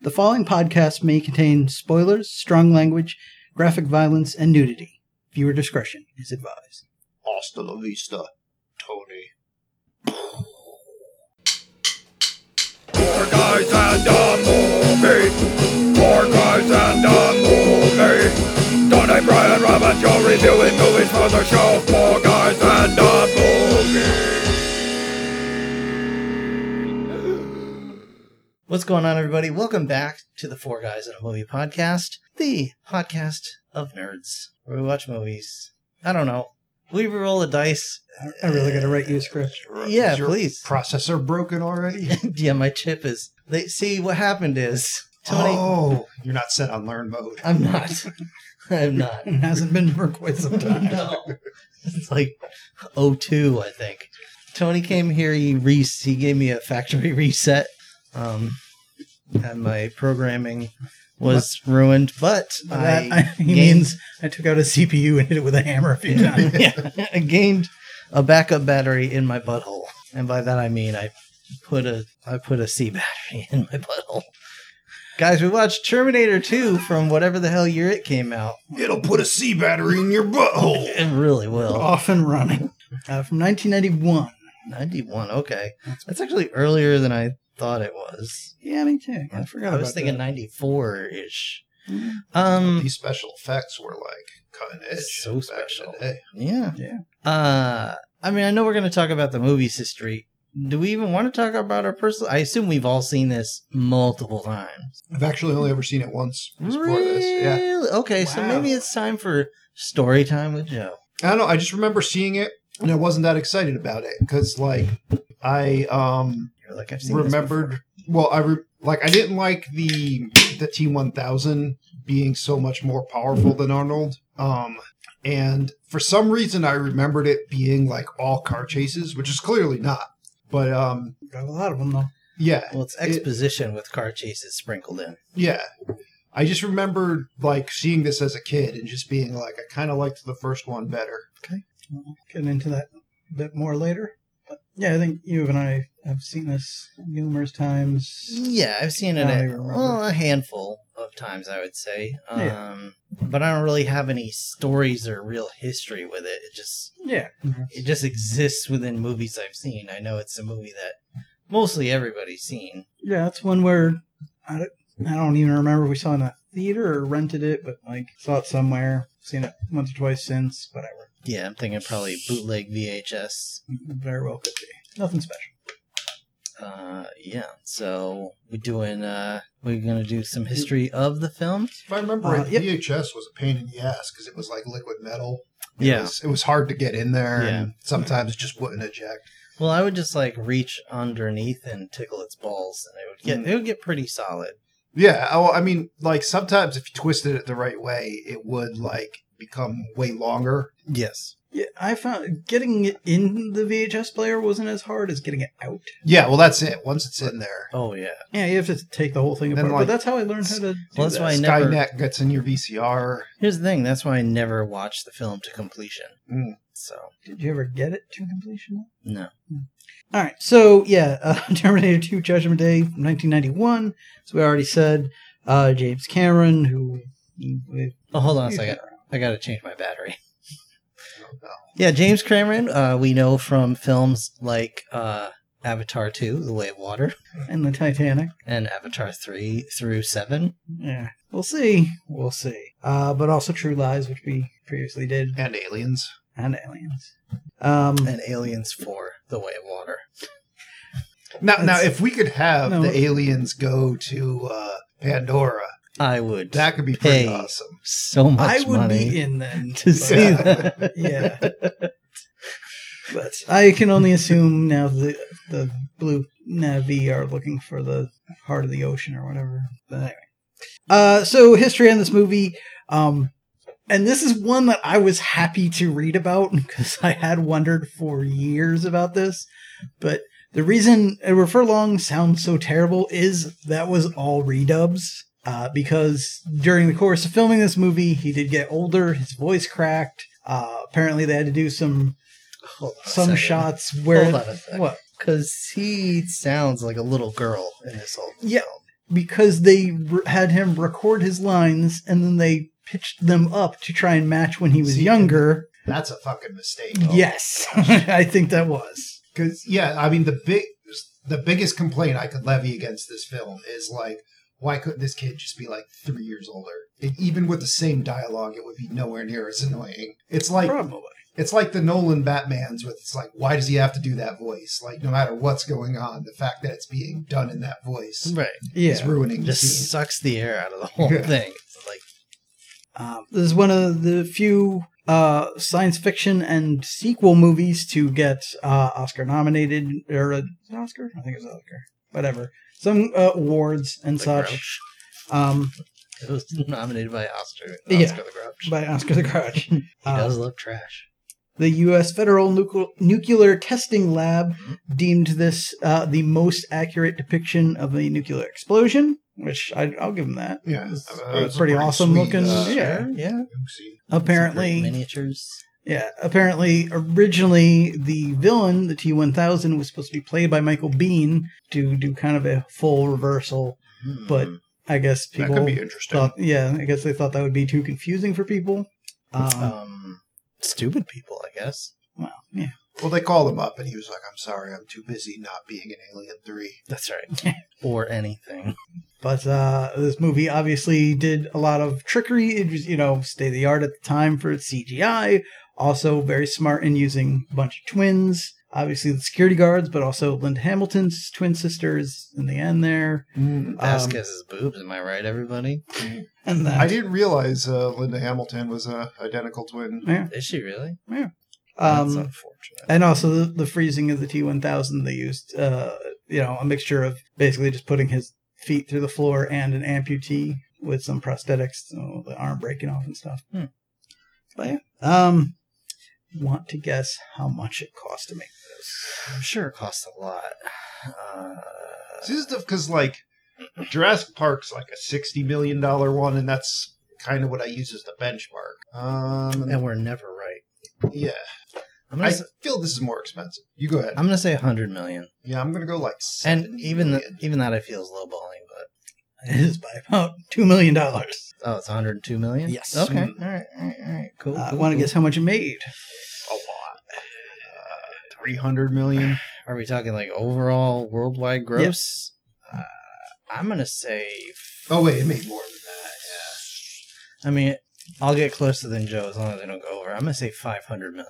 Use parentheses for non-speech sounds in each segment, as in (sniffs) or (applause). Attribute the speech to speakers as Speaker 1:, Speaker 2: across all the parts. Speaker 1: The following podcast may contain spoilers, strong language, graphic violence, and nudity. Viewer discretion is advised.
Speaker 2: Hasta la vista, Tony.
Speaker 3: Four guys and a movie. Four guys and a movie. Don and Brian, Rob and Joe reviewing movies for the show. Four guys and a movie.
Speaker 1: What's going on, everybody? Welcome back to the Four Guys in a Movie podcast, the podcast of nerds, where we watch movies. I don't know. We roll the dice.
Speaker 4: I'm really gonna write you a script.
Speaker 1: Yeah,
Speaker 2: Is your
Speaker 1: please.
Speaker 2: Processor broken already?
Speaker 1: (laughs) yeah, my chip is. They see what happened is Tony.
Speaker 2: Oh, you're not set on learn mode.
Speaker 1: I'm not. (laughs) I'm
Speaker 4: (laughs)
Speaker 1: not.
Speaker 4: It hasn't been for quite some (laughs) time.
Speaker 1: no. It's like 02, I think. Tony came here, he re- he gave me a factory (laughs) reset. Um, and my programming was ruined, but
Speaker 4: That
Speaker 1: I,
Speaker 4: I, (laughs) he
Speaker 1: gained,
Speaker 4: means I took out a CPU and hit it with a hammer a few (laughs) times.
Speaker 1: (laughs) yeah, I gained a backup battery in my butthole. And by that I mean I put a I put a C battery (laughs) in my butthole. Guys, we watched Terminator 2 from whatever the hell year it came out.
Speaker 2: It'll put a C battery in your butthole.
Speaker 1: It really will.
Speaker 4: Off and running. Uh, from 1991.
Speaker 1: 91. Okay, that's actually earlier than I thought it was.
Speaker 4: Yeah, me too. I forgot
Speaker 1: I was
Speaker 4: about
Speaker 1: thinking
Speaker 4: that.
Speaker 1: 94 ish.
Speaker 4: Mm.
Speaker 1: Um,
Speaker 2: These special effects were like cutting edge.
Speaker 1: So
Speaker 2: back in
Speaker 1: special.
Speaker 2: the day.
Speaker 1: yeah,
Speaker 4: Yeah.
Speaker 1: Uh, I mean, I know we're gonna talk about the movie's history. Do we even want to talk about our personal? I assume we've all seen this multiple times.
Speaker 2: I've actually only ever seen it once. It was before this. Yeah.
Speaker 1: Really? Okay, so
Speaker 2: Wow.
Speaker 1: maybe it's time for story time with Joe.
Speaker 2: I don't know. I just remember seeing it and I wasn't that excited about it because, like, I um
Speaker 1: You're like I've seen this
Speaker 2: remembered. Well, I re- like I didn't like the the T one thousand being so much more powerful than Arnold. Um, and for some reason, I remembered it being like all car chases, which is clearly not. But um,
Speaker 4: Got a lot of them though.
Speaker 2: yeah,
Speaker 1: before. Well, it's exposition with car chases sprinkled in.
Speaker 2: yeah. I just remembered like seeing this as a kid and just being like, I kind of liked the first one better.
Speaker 4: We'll get into that a bit more later. But yeah, I think you and I have seen this numerous times.
Speaker 1: Yeah, I've seen it
Speaker 4: Now I
Speaker 1: a,
Speaker 4: remember.
Speaker 1: well, a handful of times, I would say. Um,
Speaker 4: Yeah.
Speaker 1: But I don't really have any stories or real history with it. It just
Speaker 4: Yeah.
Speaker 1: it just exists within movies I've seen. I know it's a movie that mostly everybody's seen.
Speaker 4: Yeah, that's one where I don't, I don't even remember if we saw it in a theater or rented it, but like saw it somewhere. Seen it once or twice since, whatever.
Speaker 1: Yeah, I'm thinking probably bootleg VHS.
Speaker 4: Very well could be. Nothing special.
Speaker 1: Uh, yeah, so we're doing. Uh, we're gonna do some history of the film.
Speaker 2: If I remember
Speaker 4: Uh,
Speaker 2: right,
Speaker 4: yep.
Speaker 2: VHS was a pain in the ass because it was like liquid metal. It
Speaker 1: Yeah.
Speaker 2: was, it was hard to get in there,
Speaker 1: Yeah.
Speaker 2: and sometimes it just wouldn't eject.
Speaker 1: Well, I would just like reach underneath and tickle its balls, and it would
Speaker 4: Mm.
Speaker 1: get it would get pretty solid.
Speaker 2: Yeah, I, well, I mean, like sometimes if you twisted it the right way, it would like become way longer.
Speaker 1: Yes.
Speaker 4: Yeah, I found getting it in the VHS player wasn't as hard as getting it out.
Speaker 2: Yeah, well, that's it. Once it's in there,
Speaker 1: Oh yeah.
Speaker 4: Yeah, you have to take the whole thing
Speaker 2: Then,
Speaker 4: apart.
Speaker 2: like-
Speaker 4: but that's how I learned how to. Do
Speaker 1: Well, that's
Speaker 4: that.
Speaker 1: why I never.
Speaker 2: Skynet gets in your VCR.
Speaker 1: Here's the thing. That's why I never watched the film to completion.
Speaker 2: Mm.
Speaker 1: So
Speaker 4: Did you ever get it to completion?
Speaker 1: no.
Speaker 4: All right, so yeah, (laughs) uh, Terminator 2 Judgment Day, 1991. As we already said, uh, James Cameron, who.
Speaker 1: Oh, hold on a second. I gotta change
Speaker 4: (laughs)
Speaker 1: my battery.
Speaker 2: No.
Speaker 1: Yeah, James Cameron. Uh, we know from films like uh, Avatar Two: The Way of Water
Speaker 4: And the Titanic.
Speaker 1: and Avatar Three through Seven.
Speaker 4: Yeah, we'll see. We'll see. Uh, but also True Lies, which we previously did,
Speaker 2: And aliens.
Speaker 4: and Aliens. Um,
Speaker 1: and Aliens Four: The Way of Water.
Speaker 2: Now, now,
Speaker 4: That's-
Speaker 2: if we could have
Speaker 4: No.
Speaker 2: the aliens go to uh, Pandora,
Speaker 1: I would
Speaker 2: that could be pretty
Speaker 1: Hey.
Speaker 2: awesome.
Speaker 1: so
Speaker 4: I
Speaker 1: much
Speaker 4: would
Speaker 1: money
Speaker 4: be in then.
Speaker 1: (laughs)
Speaker 4: (laughs)
Speaker 1: to see
Speaker 2: Yeah.
Speaker 1: that.
Speaker 4: yeah. But I can only assume now the the blue Navi are looking for the heart of the ocean or whatever. But anyway, uh, so history on this movie, um, and this is one that I was happy to read about (laughs) because I had wondered for years about this, but. The reason Edward Furlong sounds so terrible is that was all redubs. Uh, because during the course of filming this movie, he did get older, his voice cracked. Uh, apparently, they had to do some
Speaker 1: Hold on a
Speaker 4: some
Speaker 1: second.
Speaker 4: shots where
Speaker 1: Hold on a second.
Speaker 4: what?
Speaker 1: Because he sounds like a little girl in this whole
Speaker 4: Yeah.
Speaker 1: film.
Speaker 4: because they r had him record his lines and then they pitched them up to try and match when he was
Speaker 2: See,
Speaker 4: younger.
Speaker 2: That's a fucking mistake.
Speaker 1: Oh.
Speaker 4: Yes, (laughs) I think that was.
Speaker 2: Because yeah, I mean the big the biggest complaint I could levy against this film is like, why couldn't this kid just be like three years older? And even with the same dialogue, it would be nowhere near as annoying. It's like
Speaker 4: Probably.
Speaker 2: it's like the Nolan Batman's with it's like, why does he have to do that voice? Like no matter what's going on, the fact that it's being done in that voice
Speaker 1: Right.
Speaker 2: is
Speaker 4: Yeah.
Speaker 2: ruining the
Speaker 1: Just
Speaker 2: scene.
Speaker 1: sucks the air out of
Speaker 4: (laughs)
Speaker 1: the whole
Speaker 2: Yeah.
Speaker 1: thing. It's like
Speaker 4: Um, this is one of the few uh, science fiction and sequel movies to get uh, Oscar nominated or uh, is it Oscar. I think it's Oscar. Whatever. Some uh, awards and
Speaker 1: the
Speaker 4: such
Speaker 1: Grouch.
Speaker 4: um,
Speaker 1: It was (laughs) nominated by Oscar, Oscar
Speaker 4: Yeah.
Speaker 1: the Grouch.
Speaker 4: by Oscar the Grouch. (laughs)
Speaker 1: He
Speaker 4: Uh,
Speaker 1: does love trash.
Speaker 4: The U.S. Federal Nucle- Nuclear Testing Lab deemed this uh, the most accurate depiction of a nuclear explosion, which I, I'll give them that.
Speaker 2: Yeah,
Speaker 4: It's
Speaker 2: uh,
Speaker 4: pretty
Speaker 2: it's a pretty
Speaker 4: awesome
Speaker 2: sweet,
Speaker 4: looking.
Speaker 2: uh,
Speaker 4: yeah,
Speaker 1: yeah.
Speaker 2: scene.
Speaker 1: Some great
Speaker 4: apparently,
Speaker 1: miniatures.
Speaker 4: yeah, apparently, originally the villain, the T1000, was supposed to be played by Michael Bean to do kind of a full reversal, but I guess
Speaker 2: Hmm. Mm-hmm. that
Speaker 4: people
Speaker 2: could be interesting.
Speaker 4: thought, yeah, I guess they thought that would be too confusing for people.
Speaker 2: Oh.
Speaker 4: Um,
Speaker 1: Um, stupid people, I guess.
Speaker 4: well, yeah.
Speaker 2: well, they called him up and he was like, "I'm sorry, I'm too busy not being in Alien 3.
Speaker 4: (laughs)
Speaker 1: That's right. or
Speaker 4: Um,
Speaker 1: anything.
Speaker 4: But uh, this movie obviously did a lot of trickery. It was, you know, state of the art at the time for its CGI. Also, very smart in using a bunch of twins. Obviously, the security guards, but also Linda Hamilton's twin sisters in the end there.
Speaker 1: Hmm.
Speaker 4: Um,
Speaker 1: Vasquez's boobs, am I right, everybody?
Speaker 4: And then,
Speaker 2: I didn't realize uh, Linda Hamilton was a identical twin.
Speaker 1: Is she really? That's
Speaker 4: um,
Speaker 1: unfortunate.
Speaker 4: and also the, the freezing of the T1000, they used, uh, you know, a mixture of basically just putting his feet through the floor and an amputee with some prosthetics, so the arm breaking off and stuff.
Speaker 1: Hmm.
Speaker 4: But yeah, um, want to guess how much it cost to make?
Speaker 1: I'm sure it costs a lot. Uh,
Speaker 2: This is because like Jurassic Park's like a sixty million dollar one, and that's kind of what I use as the benchmark. Um,
Speaker 1: and we're never right.
Speaker 2: yeah,
Speaker 1: I'm
Speaker 2: I
Speaker 1: gonna, say,
Speaker 2: feel this is more expensive. You go ahead.
Speaker 1: I'm gonna say 100 million,
Speaker 2: yeah, I'm gonna go like
Speaker 1: and
Speaker 2: 70
Speaker 1: even the,
Speaker 2: million.
Speaker 1: even that I feel is lowballing, but
Speaker 4: It is by about two million dollars.
Speaker 1: Oh, it's 102 million?
Speaker 4: Yes. Mm-hmm. Uh,
Speaker 1: Okay.
Speaker 2: Mm.
Speaker 1: All right. All right. All right. Cool.
Speaker 4: I
Speaker 1: cool,
Speaker 4: want to
Speaker 1: cool.
Speaker 4: guess how much it made.
Speaker 2: a lot, uh, three hundred million.
Speaker 1: Are we talking like overall worldwide gross? Uh, I'm going to say.
Speaker 2: Oh wait, it made more than that.
Speaker 1: I mean, I'll get closer than Joe as long as I don't go over. I'm going to say 500 million.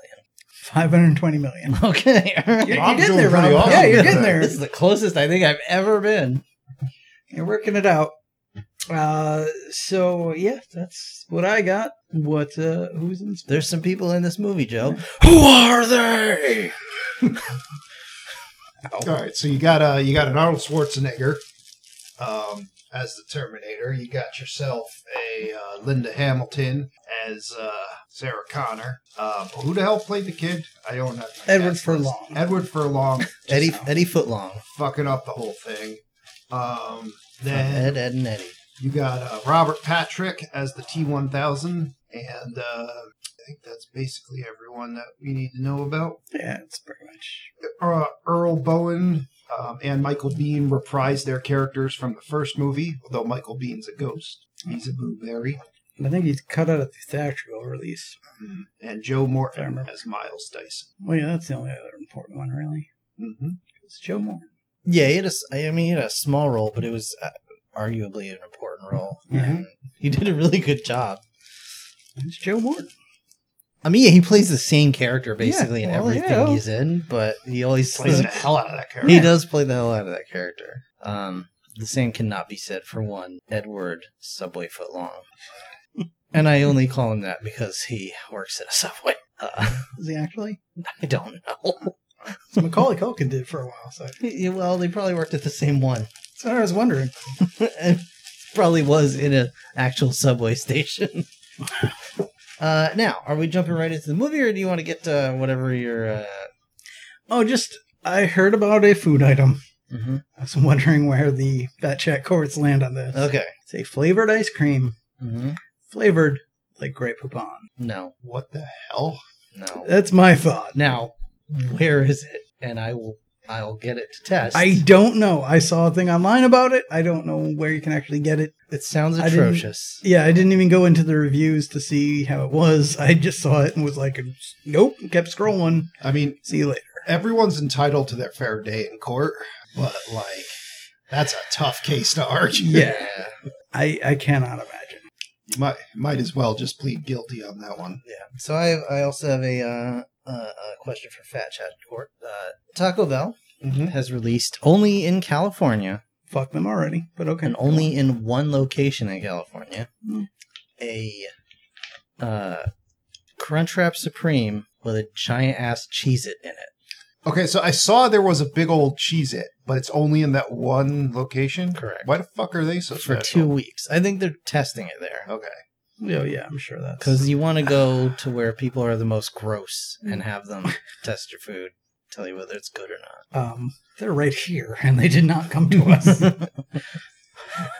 Speaker 1: (laughs)
Speaker 4: Five hundred twenty
Speaker 2: (laughs)
Speaker 4: million.
Speaker 1: Okay. All right.
Speaker 4: You're,
Speaker 2: I'm
Speaker 4: you're getting
Speaker 2: doing
Speaker 4: there,
Speaker 2: pretty
Speaker 4: Rob.
Speaker 2: awesome
Speaker 4: Yeah, you're
Speaker 2: with
Speaker 4: getting
Speaker 2: that. (laughs)
Speaker 4: there.
Speaker 1: This is the closest I think I've ever been.
Speaker 4: You're working it out. Uh, so yeah, that's what I got. What? Uh, who's in?
Speaker 1: There's some people in this movie, Joe. Who are they?
Speaker 2: All right, so you got uh you got an Arnold Schwarzenegger um, as the Terminator. You got yourself a uh, Linda Hamilton as uh, Sarah Connor. Uh, who the hell played the kid? I don't know.
Speaker 4: Edward
Speaker 2: That's-
Speaker 4: Furlong.
Speaker 2: Edward Furlong, (laughs)
Speaker 1: Eddie Eddie Footlong.
Speaker 2: fucking up the whole thing. Um,
Speaker 1: From
Speaker 2: then
Speaker 1: Ed, Ed, and Eddie.
Speaker 2: you got uh, Robert Patrick as the T1000, and uh, I think that's basically everyone that we need to know about.
Speaker 4: Yeah, it's pretty much.
Speaker 2: uh, Earl Bowen um, and Michael Bean reprised their characters from the first movie, although Michael Bean's a ghost. He's a blueberry.
Speaker 4: I think he's cut out of the theatrical release.
Speaker 2: And Joe
Speaker 4: Fair
Speaker 2: Morton
Speaker 4: enough.
Speaker 2: as Miles Dyson.
Speaker 4: Well, yeah, that's the only other important one, really.
Speaker 2: Mm-hmm.
Speaker 4: It's Joe Moore.
Speaker 1: Yeah, he had a, s- I mean, he had a small role, but it was uh, arguably an important role.
Speaker 4: Mhm.
Speaker 1: And he did a really good job.
Speaker 4: It's Joe Moore.
Speaker 1: I mean, yeah, he plays the same character basically
Speaker 4: well,
Speaker 1: in everything
Speaker 4: yeah.
Speaker 1: he's in, but he always
Speaker 2: Plays the hell out of that character.
Speaker 1: he does play the hell out of that character. Um, the same cannot be said for one Edward Subway Foot Long,
Speaker 2: (laughs)
Speaker 1: and I only call him that because he works at a subway. Uh, (laughs)
Speaker 4: Is he actually?
Speaker 1: I don't know. (laughs)
Speaker 4: It's Macaulay Culkin did for a while, so
Speaker 1: Yeah, well, they probably worked at the same one, (laughs)
Speaker 4: that's what I was wondering.
Speaker 1: and probably was in an actual subway station. (laughs) Uh, now, are we jumping right into the movie, or do you want to get to whatever your? Uh,
Speaker 4: Oh, just I heard about a food item.
Speaker 2: Mm-hmm.
Speaker 4: I was (laughs) wondering where the fat chat courts land on this.
Speaker 1: Okay.
Speaker 4: It's a flavored ice cream,
Speaker 1: hmm
Speaker 4: flavored like grape poupon.
Speaker 1: No,
Speaker 2: What the hell?
Speaker 1: no.
Speaker 4: That's my thought.
Speaker 1: Now, where is it? And I will. I'll get it to test.
Speaker 4: I don't know. I saw a thing online about it. I don't know where you can actually get it.
Speaker 1: it sounds
Speaker 4: I didn't-
Speaker 1: atrocious.
Speaker 4: Yeah, I didn't even go into the reviews to see how it was. I just saw it and was like, nope, kept scrolling.
Speaker 2: I mean,
Speaker 4: See you later.
Speaker 2: everyone's entitled to their fair day in court, but like that's a tough case to argue.
Speaker 4: Yeah. I, I cannot imagine.
Speaker 2: You might might as well just plead guilty on that one.
Speaker 1: Yeah. So I I also have a uh, uh, a question for Fat Chat Court. Uh, Taco Bell
Speaker 2: Mm-hmm.
Speaker 1: has released only in California
Speaker 4: Fuck them already, but okay.
Speaker 1: and only in one location in California
Speaker 4: Hmm.
Speaker 1: a uh, Crunchwrap Supreme with a giant ass cheese it in it.
Speaker 2: Okay, so I saw there was a big old cheese it, but it's only in that one location.
Speaker 1: Correct.
Speaker 2: Why the fuck are they so
Speaker 1: for
Speaker 2: special?
Speaker 1: two weeks. I think they're testing it there
Speaker 2: Okay.
Speaker 4: Oh, yeah, I'm sure that's.
Speaker 1: because you want to go (sighs) to where people are the most gross and have them (laughs) test your food, tell you whether it's good or
Speaker 4: um, they're right here (laughs) and they did not come to
Speaker 1: (laughs)
Speaker 4: us.
Speaker 1: not.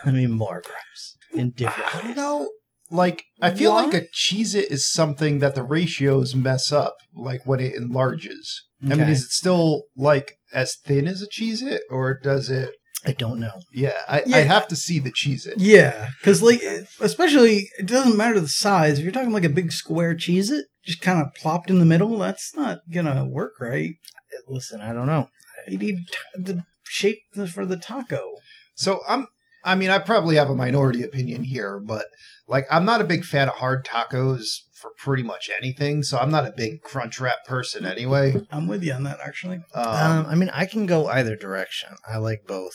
Speaker 1: I mean, more gross in different
Speaker 2: I
Speaker 1: (sighs)
Speaker 2: don't
Speaker 1: ways.
Speaker 2: know. Like I feel
Speaker 4: What?
Speaker 2: like a cheese it is something that the ratios mess up, like when it enlarges. I mean,
Speaker 1: Okay.
Speaker 2: is it still like as thin as a cheese it, or does it?
Speaker 1: I don't know.
Speaker 2: Yeah, I,
Speaker 4: Yeah.
Speaker 2: I have to see the cheese it.
Speaker 4: yeah, because, like, especially, it doesn't matter the size. If you're talking like a big square Cheez It, just kind of plopped in the middle, that's not going to work right.
Speaker 1: Listen, I don't know.
Speaker 4: You need t- the shape for the taco.
Speaker 2: So I'm I mean I probably have a minority opinion here, but like I'm not a big fan of hard tacos for pretty much anything, so I'm not a big crunch wrap person anyway.
Speaker 4: I'm with you on that, actually.
Speaker 1: Um,
Speaker 2: Um,
Speaker 1: I mean, I can go either direction. I like both.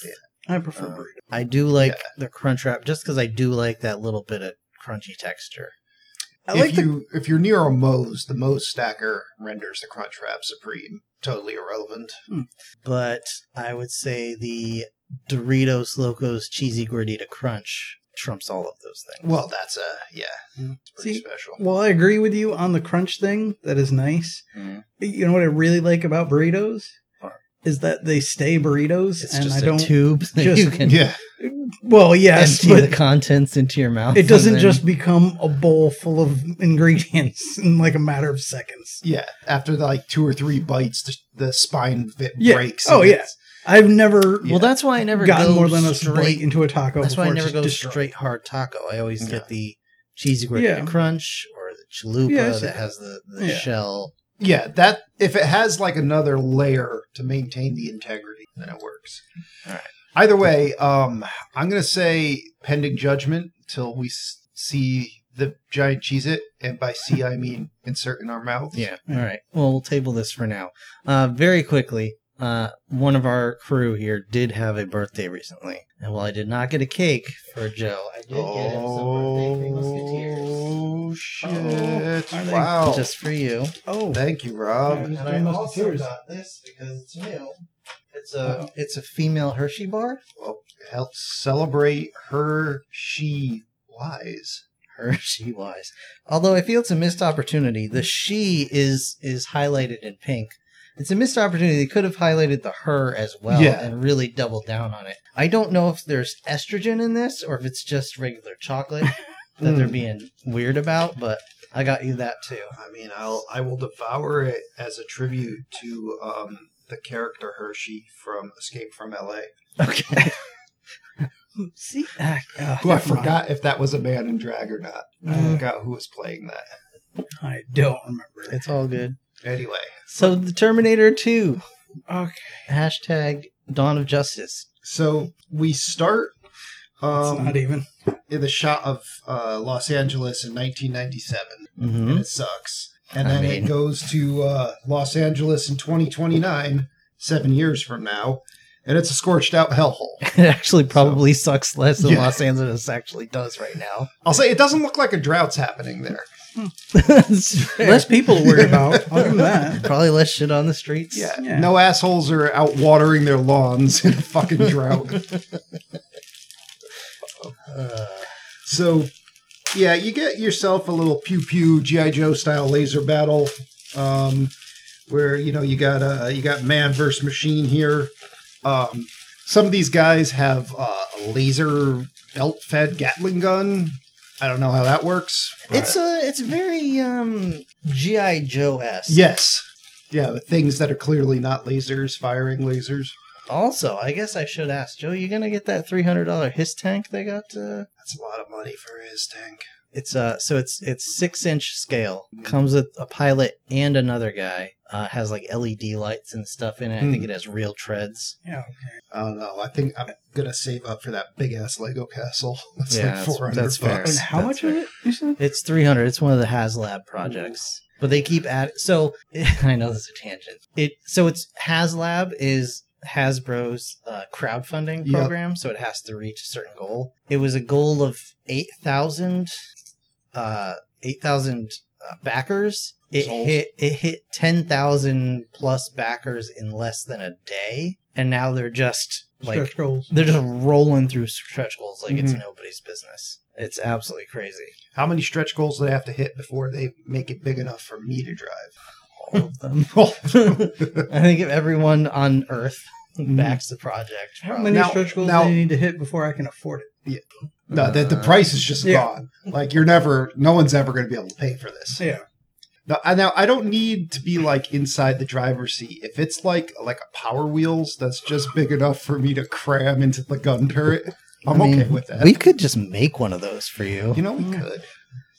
Speaker 4: I prefer
Speaker 1: Um,
Speaker 4: burrito.
Speaker 1: I do like the crunch wrap just because I do like that little bit of crunchy texture.
Speaker 4: I
Speaker 2: if
Speaker 4: like the
Speaker 2: you if you're near a Moe's, the Moe's stacker renders the crunch wrap supreme. Totally irrelevant.
Speaker 1: but I would say the Doritos Locos Cheesy Gordita Crunch trumps all of those things.
Speaker 2: Well, that's a yeah, it's pretty
Speaker 4: See,
Speaker 2: special.
Speaker 4: Well, I agree with you on the crunch thing. That is nice.
Speaker 1: Mhm.
Speaker 4: You know what I really like about burritos
Speaker 1: What?
Speaker 4: is that they stay burritos,
Speaker 1: It's
Speaker 4: and
Speaker 1: just
Speaker 4: I
Speaker 1: a
Speaker 4: don't.
Speaker 1: tube that
Speaker 4: just
Speaker 1: you (laughs) can
Speaker 2: Yeah,
Speaker 4: well, yes,
Speaker 1: empty the
Speaker 4: but
Speaker 1: contents into your mouth.
Speaker 4: it
Speaker 1: and
Speaker 4: doesn't
Speaker 1: then-
Speaker 4: just become a bowl full of (laughs) ingredients in like a matter of seconds.
Speaker 2: yeah. After like two or three bites, the, the spine vi-
Speaker 4: Yeah.
Speaker 2: breaks.
Speaker 4: Oh,
Speaker 2: and
Speaker 4: yeah.
Speaker 2: it's-
Speaker 4: I've never
Speaker 1: Well, that's why I never
Speaker 4: gotten
Speaker 1: go
Speaker 4: more than a bite
Speaker 1: straight.
Speaker 4: into a taco.
Speaker 1: that's why I
Speaker 4: before
Speaker 1: never
Speaker 4: it's
Speaker 1: go
Speaker 4: destroyed.
Speaker 1: straight hard taco. I always
Speaker 2: Yeah.
Speaker 1: get the cheesy gordita
Speaker 4: Yeah.
Speaker 1: crunch or the chalupa
Speaker 4: Yeah, I see
Speaker 1: that
Speaker 4: that.
Speaker 1: has the, the
Speaker 4: Yeah.
Speaker 1: shell.
Speaker 2: yeah. That if it has like another layer to maintain the integrity, then it works.
Speaker 1: Alright.
Speaker 2: Either way, um, I'm gonna say pending judgment till we s- see the giant cheese it, and by see I mean (laughs) insert in our mouth.
Speaker 1: Yeah. All
Speaker 4: Yeah.
Speaker 1: right. Well, we'll table this for now. Uh, very quickly, uh, one of our crew here did have a birthday recently, and while I did not get a cake for Joe, I did get him some birthday Three musketeers
Speaker 2: Oh shit!
Speaker 4: Uh-oh. Are they-
Speaker 2: wow.
Speaker 1: just for you.
Speaker 4: Oh,
Speaker 2: Thank you, Rob.
Speaker 4: Yeah.
Speaker 1: And
Speaker 4: Three
Speaker 1: I also
Speaker 4: Musketeers.
Speaker 1: got this because it's new. It's a it's a female Hershey bar. (laughs)
Speaker 2: Well, help celebrate her she lies.
Speaker 1: Hershey wise, although I feel it's a missed opportunity. The she is is highlighted in pink. It's a missed opportunity. They could have highlighted the her as well
Speaker 2: Yeah.
Speaker 1: and really doubled down on it. I don't know if there's estrogen in this or if it's just regular (laughs) chocolate that they're
Speaker 2: Mm.
Speaker 1: being weird about, but I got you that too.
Speaker 2: I mean, I'll I will devour it as a tribute to um, the character Hershey from Escape from L.A.
Speaker 1: Okay.
Speaker 4: see, ah, ah,
Speaker 2: Who I
Speaker 4: never mind.
Speaker 2: forgot if that was a man in drag or not.
Speaker 4: Mm.
Speaker 2: I forgot who was playing that.
Speaker 4: I don't remember.
Speaker 1: (laughs) it's all good.
Speaker 2: Anyway,
Speaker 1: So the Terminator 2,
Speaker 4: Okay.
Speaker 1: hashtag Dawn of Justice.
Speaker 2: so we start.
Speaker 4: It's not
Speaker 2: Um,
Speaker 4: even.
Speaker 2: in the shot of uh, Los Angeles in 1997.
Speaker 1: Mm-hmm.
Speaker 2: and it sucks. And
Speaker 1: I
Speaker 2: then
Speaker 1: mean-
Speaker 2: it goes to uh, Los Angeles in 2029, seven years from now, and it's a scorched out hellhole.
Speaker 1: It actually probably sucks less than
Speaker 2: Yeah.
Speaker 1: Los Angeles actually does right (laughs) now.
Speaker 2: I'll say it doesn't look like a drought's happening there.
Speaker 4: Less people to worry (laughs) about.
Speaker 1: (laughs)
Speaker 4: I'll give 'em that.
Speaker 1: probably less shit on the streets.
Speaker 2: Yeah,
Speaker 4: Yeah.
Speaker 2: no assholes are out watering their lawns in a fucking drought.
Speaker 1: Uh,
Speaker 2: so, yeah, you get yourself a little pew pew GI Joe style laser battle, um, where you know you got uh, you got man versus machine here. Um, some of these guys have uh, a laser belt fed Gatling gun. I don't know how
Speaker 1: uh,
Speaker 2: that works. but-
Speaker 1: it's a it's very um GI Joe esque.
Speaker 2: yes, Yeah, the things that are clearly not lasers firing lasers.
Speaker 1: Also, I guess I should ask Joe. You gonna get that three hundred dollar his tank they got? Uh,
Speaker 2: That's a lot of money for his tank.
Speaker 1: it's uh, so it's it's six inch scale. Comes with a pilot and another guy. Uh, has like LED lights and stuff in it. I think it has real treads.
Speaker 4: Yeah.
Speaker 2: I don't know. I think I'm gonna save up for that big ass Lego castle. (laughs) That's
Speaker 1: Yeah,
Speaker 2: like
Speaker 1: that's-
Speaker 2: four hundred
Speaker 1: that's
Speaker 2: bucks.
Speaker 1: fair.
Speaker 4: And how
Speaker 1: That's
Speaker 4: much of it? You said?
Speaker 1: It's three hundred. It's one of the HasLab projects. But they keep at so (laughs) I know this is a tangent. It so it's HasLab is Hasbro's uh, crowdfunding
Speaker 2: Yep.
Speaker 1: program, so it has to reach a certain goal. It was a goal of eight thousand, uh, eight thousand uh, backers. It
Speaker 2: Sold.
Speaker 1: hit it hit ten thousand plus backers in less than a day, and now they're just like
Speaker 4: Stretch goals.
Speaker 1: they're just rolling through stretch goals like
Speaker 2: Mm-hmm.
Speaker 1: it's nobody's business. It's absolutely crazy.
Speaker 2: How many stretch goals do they have to hit before they make it big enough for me to drive?
Speaker 1: all of (laughs) them. I think if everyone on Earth backs the project,
Speaker 4: How
Speaker 1: probably-
Speaker 4: many
Speaker 2: Uh, Now-
Speaker 4: stretch goals
Speaker 2: now-
Speaker 4: do you need to hit before I can afford it?
Speaker 2: No, that the price is just
Speaker 4: Yeah.
Speaker 2: gone. Like you're never, no one's ever going to be able to pay for this.
Speaker 4: Yeah.
Speaker 2: Now, I- now I don't need to be like inside the driver's seat. If it's like like a Power Wheels that's just big enough for me to cram into the gun turret, I'm
Speaker 1: I mean,
Speaker 2: okay with that.
Speaker 1: we could just make one of those for you. (laughs)
Speaker 2: you know, we could.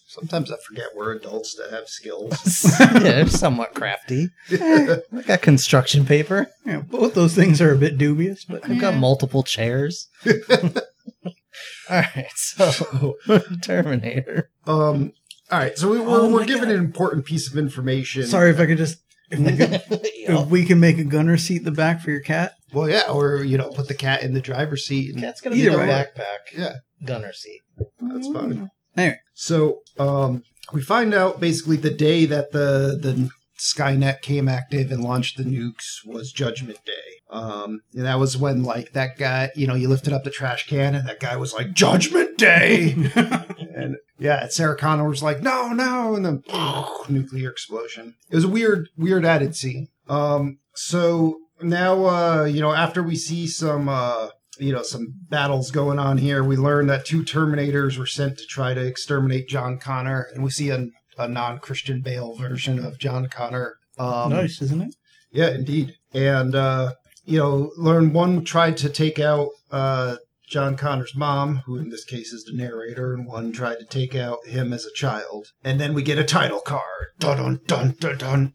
Speaker 2: Sometimes I forget we're adults that have skills.
Speaker 1: (laughs) yeah, somewhat crafty. I got construction paper.
Speaker 4: Yeah. Both those things are a bit dubious, but
Speaker 1: I've got multiple chairs. (laughs) All right, so (laughs) Terminator.
Speaker 2: um. All right, so we, we're,
Speaker 4: Oh my
Speaker 2: we're given an important piece of information.
Speaker 4: sorry if I could just if we,
Speaker 2: (laughs)
Speaker 4: could, if we can make a gunner seat in the back for your cat.
Speaker 2: Well, yeah, or you know, put the cat in the driver's seat. And,
Speaker 1: That's gonna
Speaker 4: Either
Speaker 1: be the
Speaker 4: way.
Speaker 1: backpack
Speaker 2: yeah,
Speaker 1: gunner seat.
Speaker 2: that's fine.
Speaker 4: Oh, Anyway.
Speaker 2: So um, we find out basically the day that the the Skynet came active and launched the nukes was Judgment Day. Um, and that was when like that guy, you know, you lifted up the trash can and that guy was like Judgment Day, and yeah, and Sarah Connor was like no, no, and then (sniffs) nuclear explosion. It was a weird, weird added scene. Um, so now uh, you know after we see some. Uh, you know some battles going on here. We learn that two Terminators were sent to try to exterminate John Connor, and we see a, a non-Christian Bale version of John Connor.
Speaker 1: Uh,
Speaker 2: Um,
Speaker 4: nice, isn't it?
Speaker 2: yeah, indeed. And uh, you know, learn one tried to take out uh, John Connor's mom, who in this case is the narrator, and one tried to take out him as a child. And then we get a title card. Dun dun dun dun dun.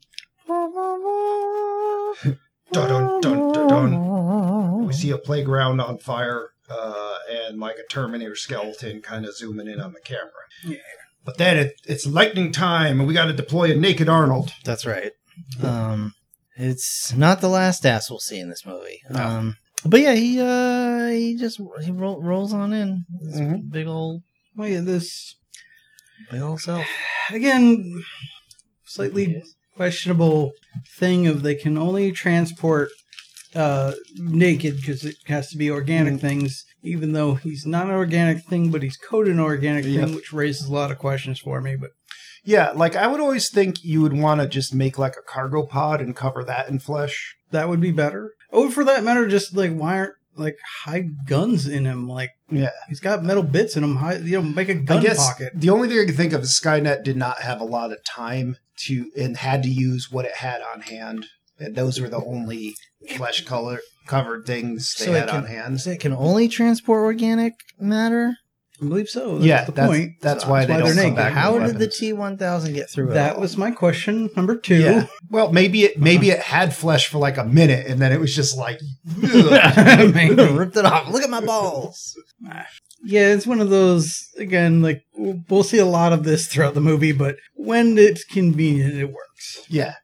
Speaker 2: Dun dun dun dun dun. We see a playground on fire, uh, and like a Terminator skeleton kind of zooming in on the camera.
Speaker 4: Yeah.
Speaker 2: But then it, it's lightning time, and we got to deploy a naked Arnold.
Speaker 1: That's right. Um, it's not the last ass we'll see in this movie.
Speaker 2: No.
Speaker 1: Um, but yeah, he uh, he just he ro- rolls on in. This
Speaker 2: Mhm.
Speaker 1: Big old
Speaker 4: Well, yeah, this
Speaker 1: big
Speaker 2: (sighs)
Speaker 1: old self.
Speaker 4: again slightly questionable thing of they can only transport uh naked because it has to be
Speaker 2: Mm.
Speaker 4: organic things even though he's not an organic thing but he's coded an organic
Speaker 2: Yeah.
Speaker 4: thing which raises a lot of questions for me but
Speaker 2: Yeah, like I would always think you would want to just make like a cargo pod and cover that in flesh.
Speaker 4: that would be better oh for that matter just like why aren't like high guns in him like
Speaker 2: Yeah.
Speaker 4: he's got metal bits in him high you know make a gun
Speaker 2: I guess
Speaker 4: pocket
Speaker 2: the only thing I can think of is Skynet did not have a lot of time to and had to use what it had on hand. And those were the only flesh color covered things they
Speaker 1: So it
Speaker 2: had on
Speaker 1: can-
Speaker 2: hand.
Speaker 1: So it can only transport organic matter.
Speaker 4: i believe so that's
Speaker 2: yeah,
Speaker 4: the
Speaker 2: that's,
Speaker 4: point
Speaker 2: that's why they
Speaker 4: why
Speaker 2: don't
Speaker 4: they're
Speaker 2: come
Speaker 4: naked.
Speaker 2: back. with
Speaker 1: How did the
Speaker 2: weapons.
Speaker 1: T one thousand get through? it
Speaker 4: that
Speaker 2: (laughs)
Speaker 1: all? (laughs)
Speaker 4: was my question number two
Speaker 2: Yeah. Well, maybe it maybe it had flesh for like a minute, and then it was just
Speaker 1: (laughs)
Speaker 2: like, ugh. (laughs)
Speaker 1: ripped it off. Look at my balls.
Speaker 4: (laughs) Yeah, it's one of those again. Like w- we'll see a lot of this throughout the movie, but when it's convenient, it works.
Speaker 2: yeah,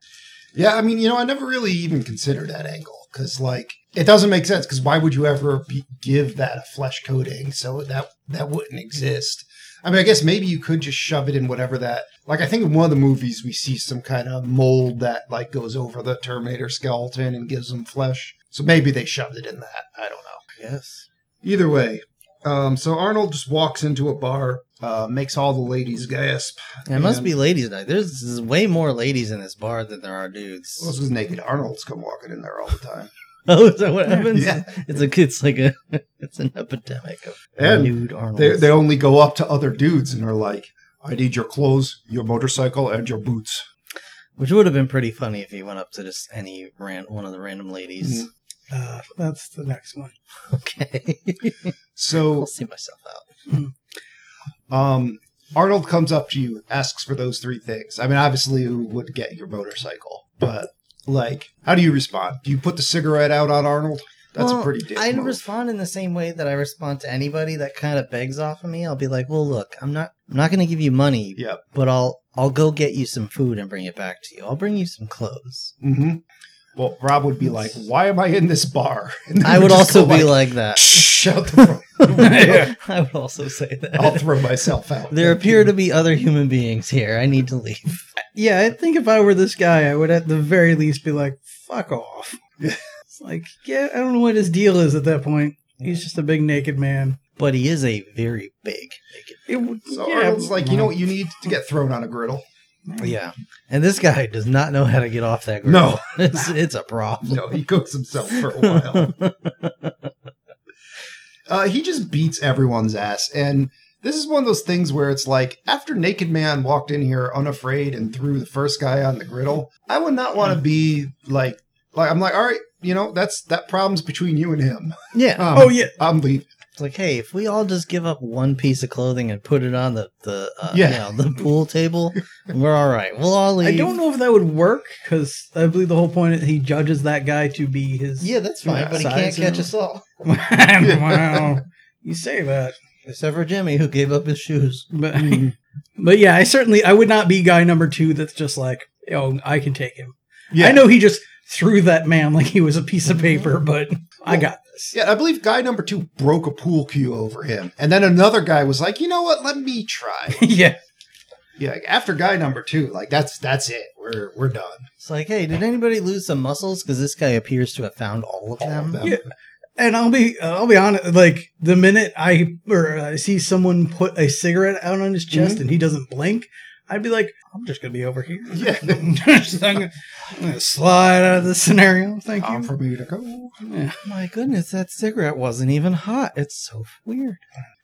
Speaker 2: yeah. I mean, you know, I never really even considered that angle because like it doesn't make sense because why would you ever be, give that a flesh coating? So that that wouldn't exist. I mean, I guess maybe you could just shove it in whatever that. Like, I think in one of the movies we see some kind of mold that like goes over the Terminator skeleton and gives them flesh. So maybe they shoved it in that. I don't know.
Speaker 1: yes.
Speaker 2: Either way, um, so Arnold just walks into a bar, uh, makes all the ladies gasp.
Speaker 1: It must
Speaker 2: And-
Speaker 1: be ladies' night. There's, there's way more ladies in this bar than there are dudes.
Speaker 2: (laughs)
Speaker 1: (laughs)
Speaker 2: Well, this is naked Arnold's come walking in there all the time.
Speaker 1: Oh, is that what happens?
Speaker 2: Yeah.
Speaker 1: It's a it's like a (laughs) it's an epidemic of
Speaker 2: And
Speaker 1: nude Arnold.
Speaker 2: They, they only go up to other dudes and are like, I need your clothes, your motorcycle, and your boots.
Speaker 1: Which would have been pretty funny if he went up to just any ran- one of the random ladies.
Speaker 4: Uh, that's the next one.
Speaker 2: Mm-hmm.
Speaker 1: (laughs) Okay.
Speaker 2: So
Speaker 1: I'll see myself out.
Speaker 2: um, Arnold comes up to you, asks for those three things. I mean, obviously, who would get your motorcycle? But like, how do you respond? Do you put the cigarette out on Arnold? That's
Speaker 1: Well,
Speaker 2: a pretty dick
Speaker 1: I
Speaker 2: move.
Speaker 1: respond in the same way that I respond to anybody that kind of begs off of me. I'll be like, "Well, look, I'm not, I'm not going to give you money,
Speaker 2: Yep.
Speaker 1: but I'll, I'll go get you some food and bring it back to you. I'll bring you some clothes.
Speaker 2: Mm-hmm. Well, Rob would be like, "Why am I in this bar?" (laughs) And then
Speaker 1: I
Speaker 2: you
Speaker 1: would
Speaker 2: (laughs) just
Speaker 1: also
Speaker 2: go
Speaker 1: be
Speaker 2: (laughs)
Speaker 1: like that. (laughs)
Speaker 2: "Shh, "Out the front. Yeah.
Speaker 1: I would also say that.
Speaker 2: I'll throw myself out."
Speaker 1: there appear to be other human beings here. I need to leave.
Speaker 4: Yeah, I think if I were this guy, I would at the very least be like, fuck off. it's like, yeah, I don't know what his deal is at that point. He's just a big naked man.
Speaker 1: But he is a very big.
Speaker 4: It would,
Speaker 2: So
Speaker 4: yeah,
Speaker 2: Arnold's like, "You
Speaker 1: Mm-hmm.
Speaker 2: know what you need to get thrown on a griddle."
Speaker 1: Yeah, and this guy does not know how to get off that. Grill.
Speaker 2: No,
Speaker 1: (laughs) it's, it's a
Speaker 2: (laughs)
Speaker 1: problem. (laughs)
Speaker 2: no, he cooks himself for a
Speaker 4: (laughs)
Speaker 2: while. uh, he just beats everyone's ass, and this is one of those things where it's like, after Naked Man walked in here unafraid and threw the first guy on the griddle, I would not want
Speaker 4: Mm.
Speaker 2: to be like, like I'm like, all right, you know, that's that problem's between you and him. (laughs)
Speaker 1: Yeah,
Speaker 2: Um,
Speaker 4: Oh, yeah.
Speaker 2: I'm leaving.
Speaker 1: It's like, hey, if we all just give up one piece of clothing and put it on the the uh,
Speaker 2: Yeah.
Speaker 1: you know, the pool table, we're all right. We'll all leave.
Speaker 4: I don't know if that would work because I believe the whole point is he judges that guy to be his. (laughs)
Speaker 1: Yeah, that's fine,
Speaker 2: Yeah,
Speaker 1: but he can't
Speaker 4: size and-
Speaker 1: catch us all
Speaker 4: wow. You say that.
Speaker 1: except for Jimmy, who gave up his shoes.
Speaker 4: But, (laughs) but yeah, I certainly I would not be guy number two that's just like, oh, I can take him.
Speaker 2: Yeah.
Speaker 4: I know he just threw that man like he was a piece of paper, but I got (laughs) this.
Speaker 2: Yeah, I believe guy number two broke a pool cue over him. And then another guy was like, you know what, let
Speaker 4: (laughs)
Speaker 2: me try.
Speaker 4: yeah.
Speaker 2: yeah, like, after guy number two, like that's that's it. We're we're done.
Speaker 1: It's like, hey, did anybody lose some muscles? Because this guy appears to have found all of
Speaker 2: All
Speaker 1: them.
Speaker 2: of them.
Speaker 4: Yeah. And I'll be uh, I'll be honest. Like the minute I or uh, I see someone put a cigarette out on his chest and he doesn't blink, I'd be like, I'm just gonna be over (laughs) here.
Speaker 2: Yeah.
Speaker 4: I'm gonna I'm gonna slide out of this scenario. Thank
Speaker 2: Time
Speaker 4: you.
Speaker 2: for me to go.
Speaker 4: Yeah.
Speaker 1: Oh My goodness, that cigarette wasn't even hot. It's so weird.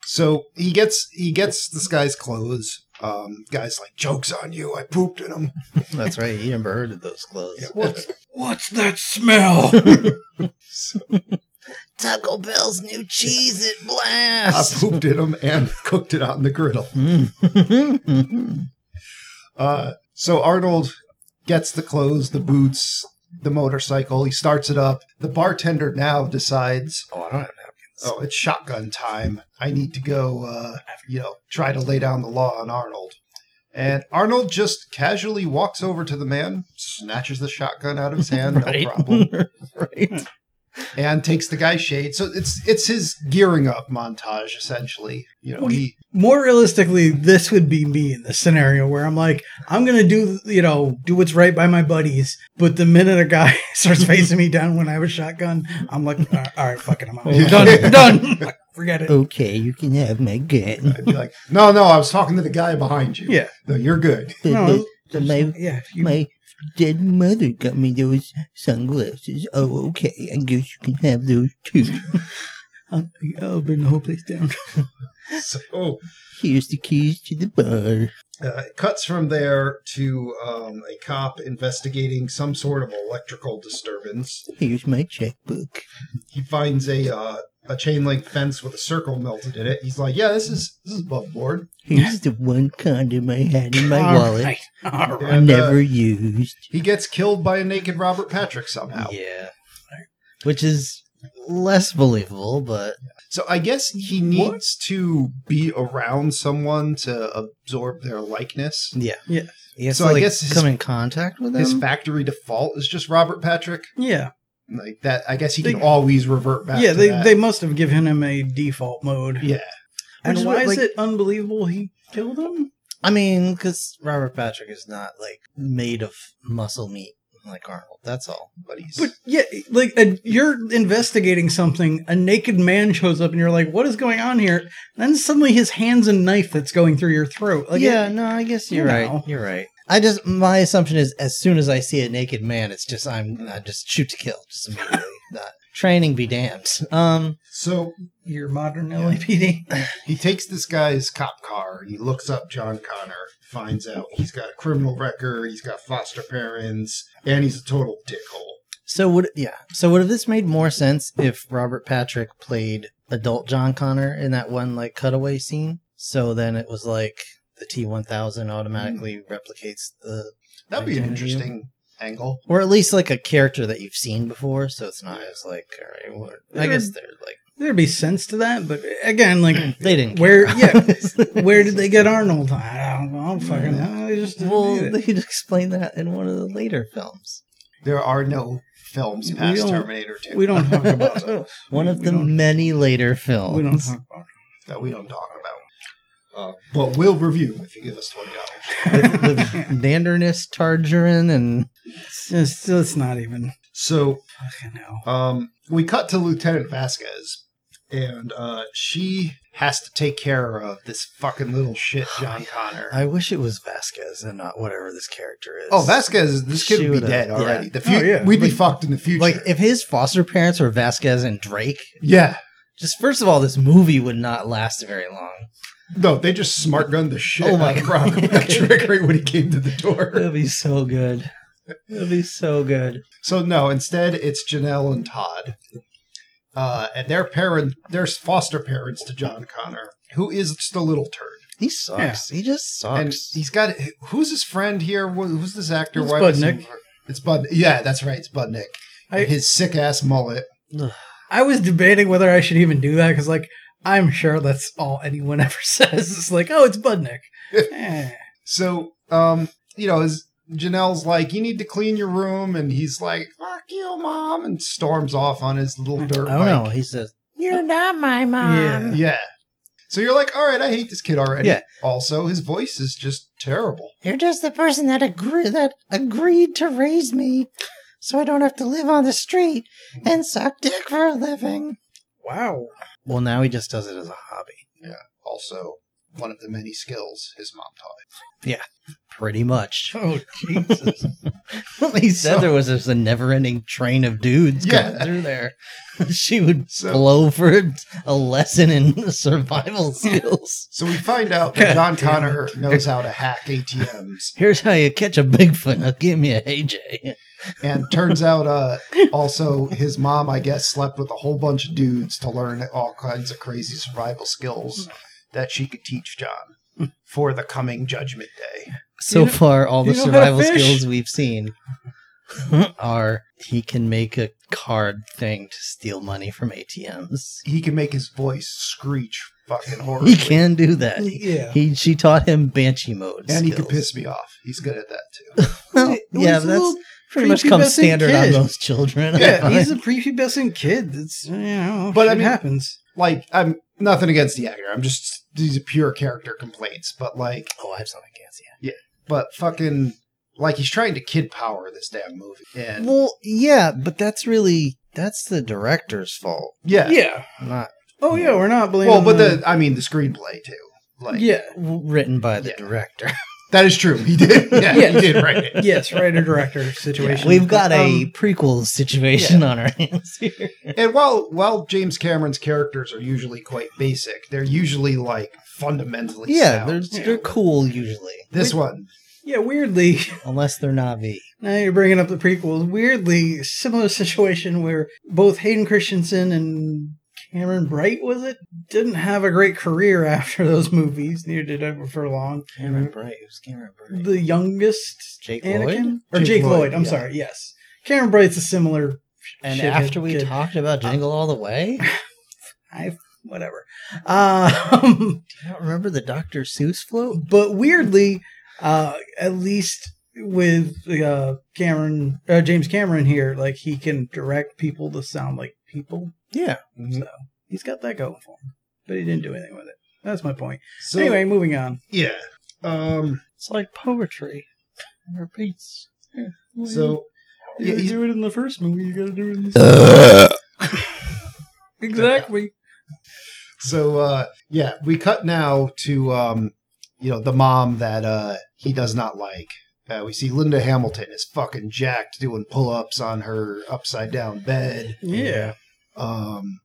Speaker 2: So he gets he gets this guy's clothes. Um, guy's like, jokes on you. I pooped in him.
Speaker 1: That's right. He never heard of those clothes.
Speaker 2: What?
Speaker 4: What's that smell? (laughs)
Speaker 1: Taco Bell's new cheese it
Speaker 2: (laughs) I
Speaker 1: blast.
Speaker 2: pooped in him and (laughs) cooked it on the griddle.
Speaker 1: (laughs) Mm.
Speaker 2: Uh, so Arnold gets the clothes, the boots, the motorcycle. He starts it up. The bartender now decides
Speaker 1: oh, I don't have
Speaker 2: oh, it's shotgun time. I need to go, uh, you know, try to lay down the law on Arnold. And Arnold just casually walks over to the man, snatches the shotgun out of his hand,
Speaker 1: Right.
Speaker 2: no problem,
Speaker 1: right.
Speaker 2: Hmm. and takes the guy's shade. So it's it's his gearing up montage essentially. You know,
Speaker 4: Well,
Speaker 2: he
Speaker 4: More realistically, this would be me in this scenario where I'm like, I'm gonna do you know do what's right by my buddies, but the minute a guy (laughs) starts facing me down when I have a shotgun, I'm like, all right, all right fuck it, I'm out. We're (laughs) done, we're done. Like, Forget it.
Speaker 1: Okay, you can have my gun.
Speaker 2: I'd be like, "No, no, I was talking to the guy behind you.
Speaker 4: Yeah,
Speaker 2: no, you're good." (laughs)
Speaker 4: No,
Speaker 1: The- my,
Speaker 4: yeah. if you-
Speaker 1: my dead mother got me those sunglasses. Oh, okay. I guess you can have those too.
Speaker 4: I'll, I'll bring the whole place down.
Speaker 2: So
Speaker 1: Here's the keys to the bar.
Speaker 2: uh, it cuts from there to um, a cop investigating some sort of electrical disturbance.
Speaker 1: Here's my checkbook.
Speaker 2: he finds a uh, a chain link fence with a circle melted in it. He's like, "Yeah, this is this is above board."
Speaker 1: Here's the one condom I had (laughs) in my
Speaker 4: All
Speaker 1: wallet.
Speaker 4: right, all right.
Speaker 1: I
Speaker 2: And, uh,
Speaker 1: never used.
Speaker 2: He gets killed by a naked Robert Patrick somehow.
Speaker 1: Yeah. Which is less believable, but
Speaker 2: So I guess he needs to be around someone to absorb their likeness.
Speaker 1: yeah.
Speaker 4: Yeah.
Speaker 1: You have
Speaker 2: So
Speaker 1: to,
Speaker 2: I
Speaker 1: like,
Speaker 2: guess his-
Speaker 1: come in contact with them.
Speaker 4: Um,
Speaker 2: His factory default is just Robert Patrick.
Speaker 4: Yeah,
Speaker 2: Like that, I guess he
Speaker 4: They-
Speaker 2: can always revert back.
Speaker 4: yeah.
Speaker 2: to
Speaker 4: They
Speaker 2: that.
Speaker 4: they must have given him a default mode.
Speaker 2: yeah.
Speaker 4: And
Speaker 1: Which is
Speaker 4: why
Speaker 1: what,
Speaker 4: is
Speaker 1: like-
Speaker 4: it unbelievable he killed him?
Speaker 1: I mean, because Robert Patrick is not like made of muscle meat like Arnold. That's all.
Speaker 2: But he's
Speaker 4: But yeah, like a, you're investigating something, a naked man shows up, and you're like, "What is going on here?" And then suddenly, his hands a knife that's going through your throat. Like,
Speaker 1: yeah, no, I guess
Speaker 4: you
Speaker 1: you're right.
Speaker 4: know.
Speaker 1: You're right. I just my assumption is as soon as I see a naked man, it's just I'm I just shoot to kill just immediately.
Speaker 4: (laughs)
Speaker 1: not training be damned. Um,
Speaker 2: so
Speaker 4: your modern LAPD.
Speaker 1: (laughs)
Speaker 2: he takes this guy's cop car. He looks up John Connor, finds out he's got a criminal record, he's got foster parents, and he's a total dickhole.
Speaker 1: So would yeah. So would have this made more sense if Robert Patrick played adult John Connor in that one like cutaway scene? So then it was like the T one thousand automatically
Speaker 2: Hmm.
Speaker 1: replicates the
Speaker 2: That'd be an
Speaker 1: Identity.
Speaker 2: interesting angle.
Speaker 1: or at least like a character that you've seen before, so it's not as like all right, what I guess they're like
Speaker 4: There'd be sense to that, but uh, again,
Speaker 1: (clears throat)
Speaker 4: like
Speaker 1: they didn't (laughs)
Speaker 4: Where-
Speaker 1: yeah.
Speaker 4: where did they get Arnold? I don't know. I don't fucking know. They just didn't
Speaker 1: well
Speaker 4: need it.
Speaker 1: (laughs) they could explain that in one of the later films.
Speaker 2: There are no films
Speaker 4: We
Speaker 2: past
Speaker 4: don't-
Speaker 2: Terminator 2
Speaker 4: we
Speaker 2: (laughs)
Speaker 4: don't talk about those.
Speaker 1: One of
Speaker 4: We
Speaker 1: the
Speaker 4: don't-
Speaker 1: many later films.
Speaker 4: We don't
Speaker 5: (laughs)
Speaker 4: talk about.
Speaker 2: that we don't talk about. Uh, but we'll review if you give us twenty dollars.
Speaker 1: with,
Speaker 4: (laughs)
Speaker 1: with Danderness, Tarjarin, and
Speaker 4: It's, it's not even.
Speaker 2: So
Speaker 4: Fucking hell.
Speaker 2: um, we cut to Lieutenant Vasquez, and uh, she has to take care of this fucking little shit, John Connor.
Speaker 1: I wish it was Vasquez and not whatever this character is.
Speaker 2: oh, Vasquez, this kid would
Speaker 1: She
Speaker 2: be
Speaker 1: would've-
Speaker 2: dead
Speaker 1: yeah.
Speaker 2: already. The
Speaker 4: Oh,
Speaker 2: fu-
Speaker 4: yeah.
Speaker 2: We'd be
Speaker 4: Like-
Speaker 2: fucked in the future.
Speaker 1: Like if his foster parents were Vasquez and Drake,
Speaker 2: yeah.
Speaker 1: just first of all, this movie would not last very long.
Speaker 2: No, they just smart gunned the shit
Speaker 1: Oh
Speaker 2: oh
Speaker 1: my
Speaker 2: my out of Robert Patrick right when he came to the door.
Speaker 1: (laughs) It'd be so good. It'd be so good.
Speaker 2: So no, instead it's Janelle and Todd, uh, and their parent, their foster parents to John Connor, who is just a little turd,
Speaker 1: He sucks. He just
Speaker 2: and
Speaker 1: sucks.
Speaker 2: he's got who's his friend here? Wh- Who's this actor?
Speaker 4: It's
Speaker 2: Why was he-
Speaker 4: Budnick.
Speaker 2: It's Bud. Yeah, that's right. It's Budnick.
Speaker 4: I-
Speaker 2: his sick ass mullet.
Speaker 4: I was debating whether I should even do that because, like, I'm sure that's all anyone (laughs) ever says. It's like, oh, it's
Speaker 2: (laughs)
Speaker 4: Budnick. Eh.
Speaker 2: So, um, you know, his, Janelle's like, "You need to clean your room," and he's like, "Fuck you, mom," and storms off on his little dirt
Speaker 1: I
Speaker 2: bike.
Speaker 1: don't know. He says
Speaker 5: You're not my mom.
Speaker 4: Yeah.
Speaker 2: Yeah. So you're like, all right, I hate this kid already.
Speaker 1: Yeah.
Speaker 2: Also, his voice is just terrible.
Speaker 5: You're just the person that agree that agreed to raise me, so I don't have to live on the street and suck dick for a living.
Speaker 4: Wow.
Speaker 1: Well now he just does it as a hobby.
Speaker 2: also one of the many skills his mom taught
Speaker 1: Pretty much.
Speaker 4: Oh,
Speaker 2: (laughs)
Speaker 4: Jesus. (laughs)
Speaker 1: he said
Speaker 2: So-
Speaker 1: there was just a never ending train of dudes
Speaker 2: Yeah.
Speaker 1: going through there. (laughs) she would
Speaker 2: So-
Speaker 1: blow for a lesson in
Speaker 4: (laughs)
Speaker 1: (laughs) survival skills.
Speaker 2: So we find out that John
Speaker 1: (laughs) God damn
Speaker 2: Connor knows how to hack ATMs,
Speaker 1: Here's how you catch a Bigfoot. Now give me a AJ.
Speaker 2: and turns out, uh, also his mom, I guess, slept with a whole bunch of dudes to learn all kinds of crazy survival skills that she could teach John for the coming Judgment Day.
Speaker 1: So
Speaker 4: You know-
Speaker 1: far, all
Speaker 4: you
Speaker 1: the
Speaker 4: know how to
Speaker 1: survival
Speaker 4: fish?
Speaker 1: skills we've seen (laughs) are he can make a card thing to steal money from ATMs.
Speaker 2: He can make his voice screech fucking horribly,
Speaker 1: He can do that.
Speaker 4: Yeah.
Speaker 1: He she taught him banshee mode,
Speaker 2: and he can
Speaker 1: skills.
Speaker 2: piss me off. He's good at that too.
Speaker 1: Well,
Speaker 4: It was
Speaker 1: yeah,
Speaker 4: a
Speaker 1: but that's
Speaker 4: little
Speaker 1: pretty much
Speaker 4: prepubescent
Speaker 1: comes standard
Speaker 4: kid.
Speaker 1: on most children. (laughs) I
Speaker 4: Yeah,
Speaker 1: find.
Speaker 4: he's a prepubescent kid. It's, you know,
Speaker 2: But,
Speaker 4: but
Speaker 2: I
Speaker 4: it
Speaker 2: mean-
Speaker 4: happens.
Speaker 2: like I'm nothing against the actor. I'm just these are pure character complaints. But like,
Speaker 1: oh, I have something against you.
Speaker 2: but fucking like he's trying to kid power this damn movie. And
Speaker 1: Well, yeah, but that's really that's the director's fault,
Speaker 2: yeah,
Speaker 4: Yeah.
Speaker 1: not
Speaker 4: Oh, yeah, we're not blaming
Speaker 2: well, but the I mean the screenplay too. Like
Speaker 4: yeah.
Speaker 1: written by the
Speaker 2: Yeah.
Speaker 1: director.
Speaker 2: that is true. (laughs) He did. Yeah, he
Speaker 4: Yes.
Speaker 2: did write it.
Speaker 4: Yes, writer director situation.
Speaker 1: (laughs) We've got a
Speaker 4: Um,
Speaker 1: prequel situation on our (laughs) hands here.
Speaker 2: And while while James Cameron's characters are usually quite basic, they're usually like fundamentally
Speaker 1: Yeah,
Speaker 2: sound.
Speaker 1: they're they're cool usually,
Speaker 2: This one,
Speaker 4: yeah, weirdly.
Speaker 1: unless they're Navi.
Speaker 4: Now you're bringing up the prequels. Weirdly, similar (laughs) situation where both Hayden Christensen and Cameron Bright was it didn't have a great career after those movies. Neither did ever for long.
Speaker 1: Cameron Bright, who's Cameron Bright?
Speaker 4: The youngest
Speaker 1: Jake
Speaker 4: Anakin
Speaker 1: Lloyd.
Speaker 4: or
Speaker 2: Jake
Speaker 4: Jake,
Speaker 2: Lloyd,
Speaker 4: Lloyd. I'm
Speaker 2: yeah.
Speaker 4: sorry. Yes, Cameron Bright's a similar.
Speaker 1: And
Speaker 4: shithead
Speaker 1: after we
Speaker 4: kid.
Speaker 1: talked about Jingle All the Way,
Speaker 4: I whatever. (laughs) Um,
Speaker 1: (laughs) I don't remember the Dr. Seuss float.
Speaker 4: but weirdly, uh, at least with uh, Cameron uh, James Cameron here, like he can direct people to sound like people.
Speaker 1: Yeah.
Speaker 4: So he's got that going for him, but he didn't do anything with it. That's my point.
Speaker 2: so
Speaker 4: anyway, moving on.
Speaker 2: yeah. Um,
Speaker 1: It's like poetry. It repeats.
Speaker 2: so yeah, he's
Speaker 4: it in the first movie. You got to do it in the
Speaker 2: Exactly. So uh yeah, we cut now to um you know the mom that uh he does not like. Uh, we see Linda Hamilton is fucking jacked doing pull-ups on her upside down bed.
Speaker 4: Yeah.
Speaker 2: Um